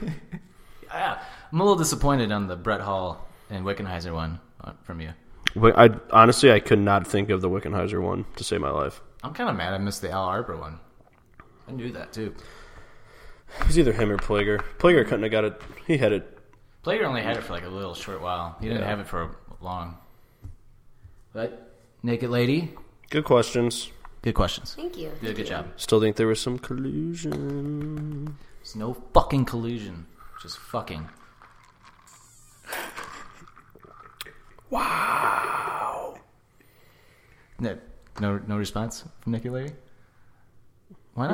Speaker 4: Yeah, I'm a little disappointed on the Brett Hall and Wickenheiser one uh, from you.
Speaker 5: Wi- I honestly, I could not think of the Wickenheiser one to save my life.
Speaker 4: I'm kind of mad I missed the Al Arbor one. I knew that too.
Speaker 5: It was either him or Plager. Plager couldn't have got it. He had it.
Speaker 4: Player only had it for like a little short while. He didn't
Speaker 5: Yeah.
Speaker 4: have it for long. But naked lady,
Speaker 5: Good questions.
Speaker 4: good questions.
Speaker 7: Thank you.
Speaker 4: Did a good job.
Speaker 5: Still think there was some collusion.
Speaker 4: There's no fucking collusion. Just fucking. Wow. No, no, no response from Nikki Lady. Why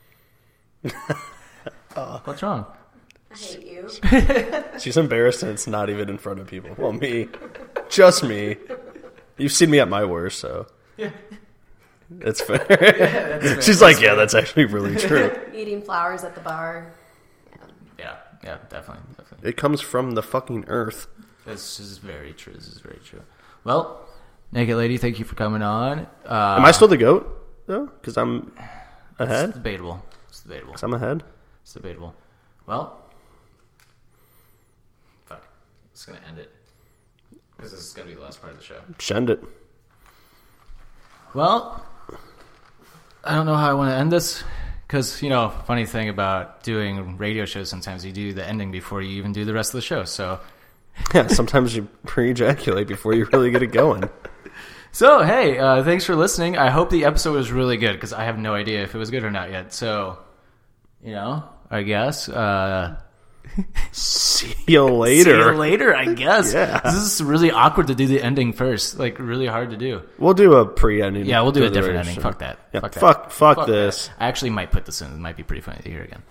Speaker 7: *laughs*
Speaker 4: not? What's wrong?
Speaker 7: I hate you.
Speaker 5: She's embarrassed and it's not even in front of people. Well, me. Just me. You've seen me at my worst, so. Yeah. *laughs* It's fair. She's like, yeah, that's actually *laughs* really true.
Speaker 7: Eating flowers at the bar.
Speaker 4: Yeah, yeah, definitely, definitely.
Speaker 5: it comes from the fucking earth.
Speaker 4: This is very true. This is very true. Well, Naked Lady, thank you for coming on. Uh,
Speaker 5: Am I still the goat, though? Because I'm ahead?
Speaker 4: It's debatable. It's debatable.
Speaker 5: I'm ahead?
Speaker 4: It's debatable. Well, It's gonna end it because this is gonna be the last part of the show.
Speaker 5: Send it. *laughs*
Speaker 1: Well, I don't know how I want to end this because, you know, funny thing about doing radio shows, sometimes you do the ending before you even do the rest of the show. So,
Speaker 5: Yeah, sometimes you pre-ejaculate before you really get it going. *laughs*
Speaker 1: so hey, uh, thanks for listening. I hope the episode was really good because I have no idea if it was good or not yet. So, you know, I guess. Uh,
Speaker 5: See you
Speaker 1: see
Speaker 5: later.
Speaker 1: you later,
Speaker 5: *laughs*
Speaker 1: I guess.
Speaker 5: Yeah.
Speaker 1: This is really awkward to do the ending first. Like, really hard to do.
Speaker 5: We'll do a pre-ending.
Speaker 1: Yeah, we'll do
Speaker 5: to
Speaker 1: a
Speaker 5: the
Speaker 1: different
Speaker 5: radio
Speaker 1: ending.
Speaker 5: show.
Speaker 1: Fuck that.
Speaker 5: Yeah,
Speaker 1: Fuck that.
Speaker 5: fuck, fuck,
Speaker 1: Fuck
Speaker 5: this.
Speaker 1: that. I actually might put this in. It might be pretty funny to hear again.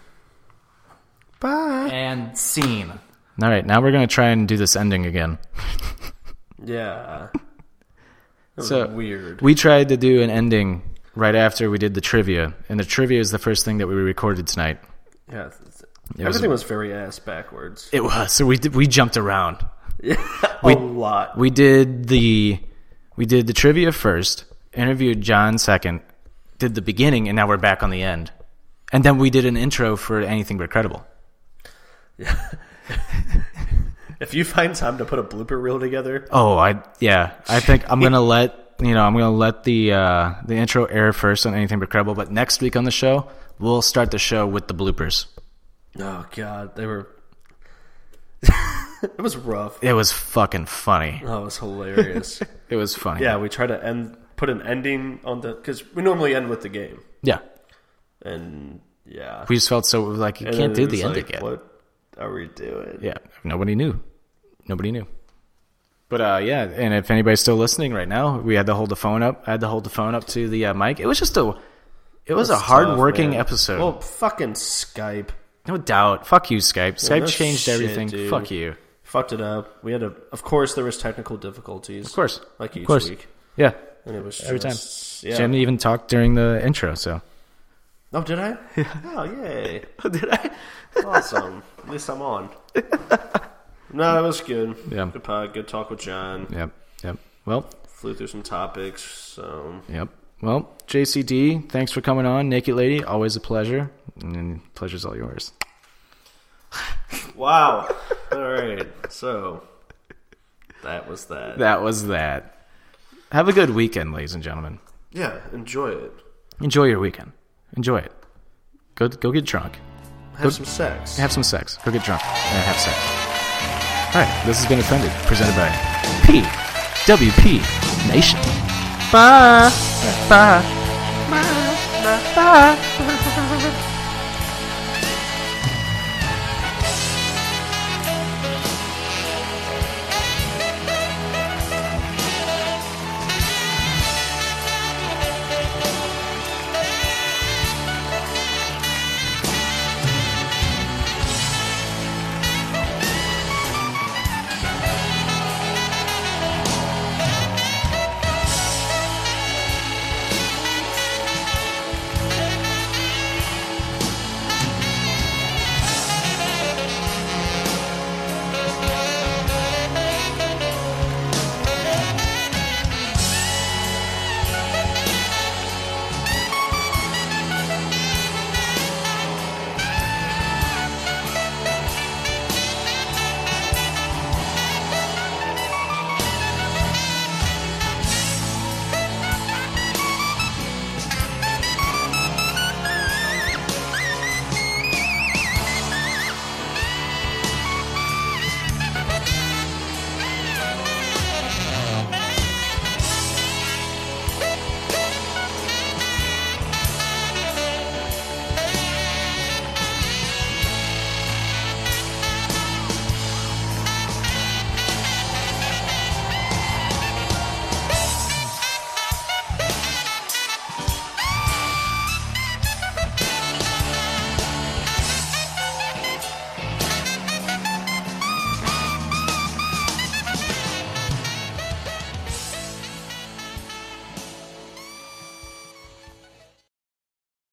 Speaker 5: Bye.
Speaker 1: And scene. All right, now we're going to try and do this ending again.
Speaker 5: Yeah.
Speaker 1: So
Speaker 5: weird.
Speaker 1: We tried to do an ending right after we did the trivia, and the trivia is the first thing that we recorded tonight.
Speaker 5: Yeah. it's- it's- Everything was, very ass backwards.
Speaker 1: It was. So we did, we jumped around.
Speaker 5: a lot.
Speaker 1: We did the we did the trivia first, interviewed John second, did the beginning, and now we're back on the end. And then we did an intro for anything but credible.
Speaker 5: If you find time to put a blooper reel together,
Speaker 1: Oh, I yeah. I think I'm
Speaker 5: *laughs*
Speaker 1: gonna let you know. I'm gonna let the uh, the intro air first on anything but credible. But next week on the show, we'll start the show with the bloopers.
Speaker 5: oh god, they were. *laughs* it was rough.
Speaker 1: It was fucking funny.
Speaker 5: Oh, it was *laughs* hilarious.
Speaker 1: It was funny.
Speaker 5: yeah, we try to end, put an ending on the because we normally end with the game,
Speaker 1: Yeah.
Speaker 5: and yeah,
Speaker 1: We just felt so like you
Speaker 5: And
Speaker 1: can't
Speaker 5: then
Speaker 1: do
Speaker 5: it was
Speaker 1: the end
Speaker 5: like,
Speaker 1: again.
Speaker 5: What are we doing?
Speaker 1: Yeah. Nobody knew. Nobody knew. But uh, yeah, and if anybody's still listening right now, we had to hold the phone up. I had to hold the phone up to the uh, mic. It was just a, it was a
Speaker 5: It's
Speaker 1: hard
Speaker 5: tough,
Speaker 1: working
Speaker 5: man.
Speaker 1: episode.
Speaker 5: Well, fucking Skype
Speaker 1: no doubt. Fuck you, Skype. Skype
Speaker 5: no
Speaker 1: changed
Speaker 5: shit,
Speaker 1: everything.
Speaker 5: dude.
Speaker 1: Fuck you. Of
Speaker 5: fucked it up. We had a, of course, there was technical difficulties, of
Speaker 1: course.
Speaker 5: like each
Speaker 1: of course.
Speaker 5: week,
Speaker 1: Yeah.
Speaker 5: and it was
Speaker 1: Every time.
Speaker 5: just-
Speaker 1: Jim
Speaker 5: Yeah.
Speaker 1: didn't even talk during the intro. So
Speaker 5: Oh,
Speaker 1: *laughs*
Speaker 5: did I? Oh, yay!
Speaker 1: did I?
Speaker 5: Awesome. At least
Speaker 1: *laughs*
Speaker 5: I'm on. No, that was good.
Speaker 1: Yeah.
Speaker 5: Good pod. Good talk with John.
Speaker 1: Yep. Yep. Well.
Speaker 5: Flew through some topics. So
Speaker 1: Yep. Well, JCD, thanks for coming on. Naked Lady, always a pleasure. And pleasure's all yours. *laughs*
Speaker 5: wow. All right. So that was that.
Speaker 1: That was that. Have a good weekend, ladies and gentlemen.
Speaker 5: Yeah. Enjoy it.
Speaker 1: Enjoy your weekend. Enjoy it. Go go get drunk.
Speaker 5: Have some sex.
Speaker 1: Have some sex. Go get drunk and have sex. All right. This has been offended. Presented by PWP Nation. Bye. Bye. Bye. Bye. Bye.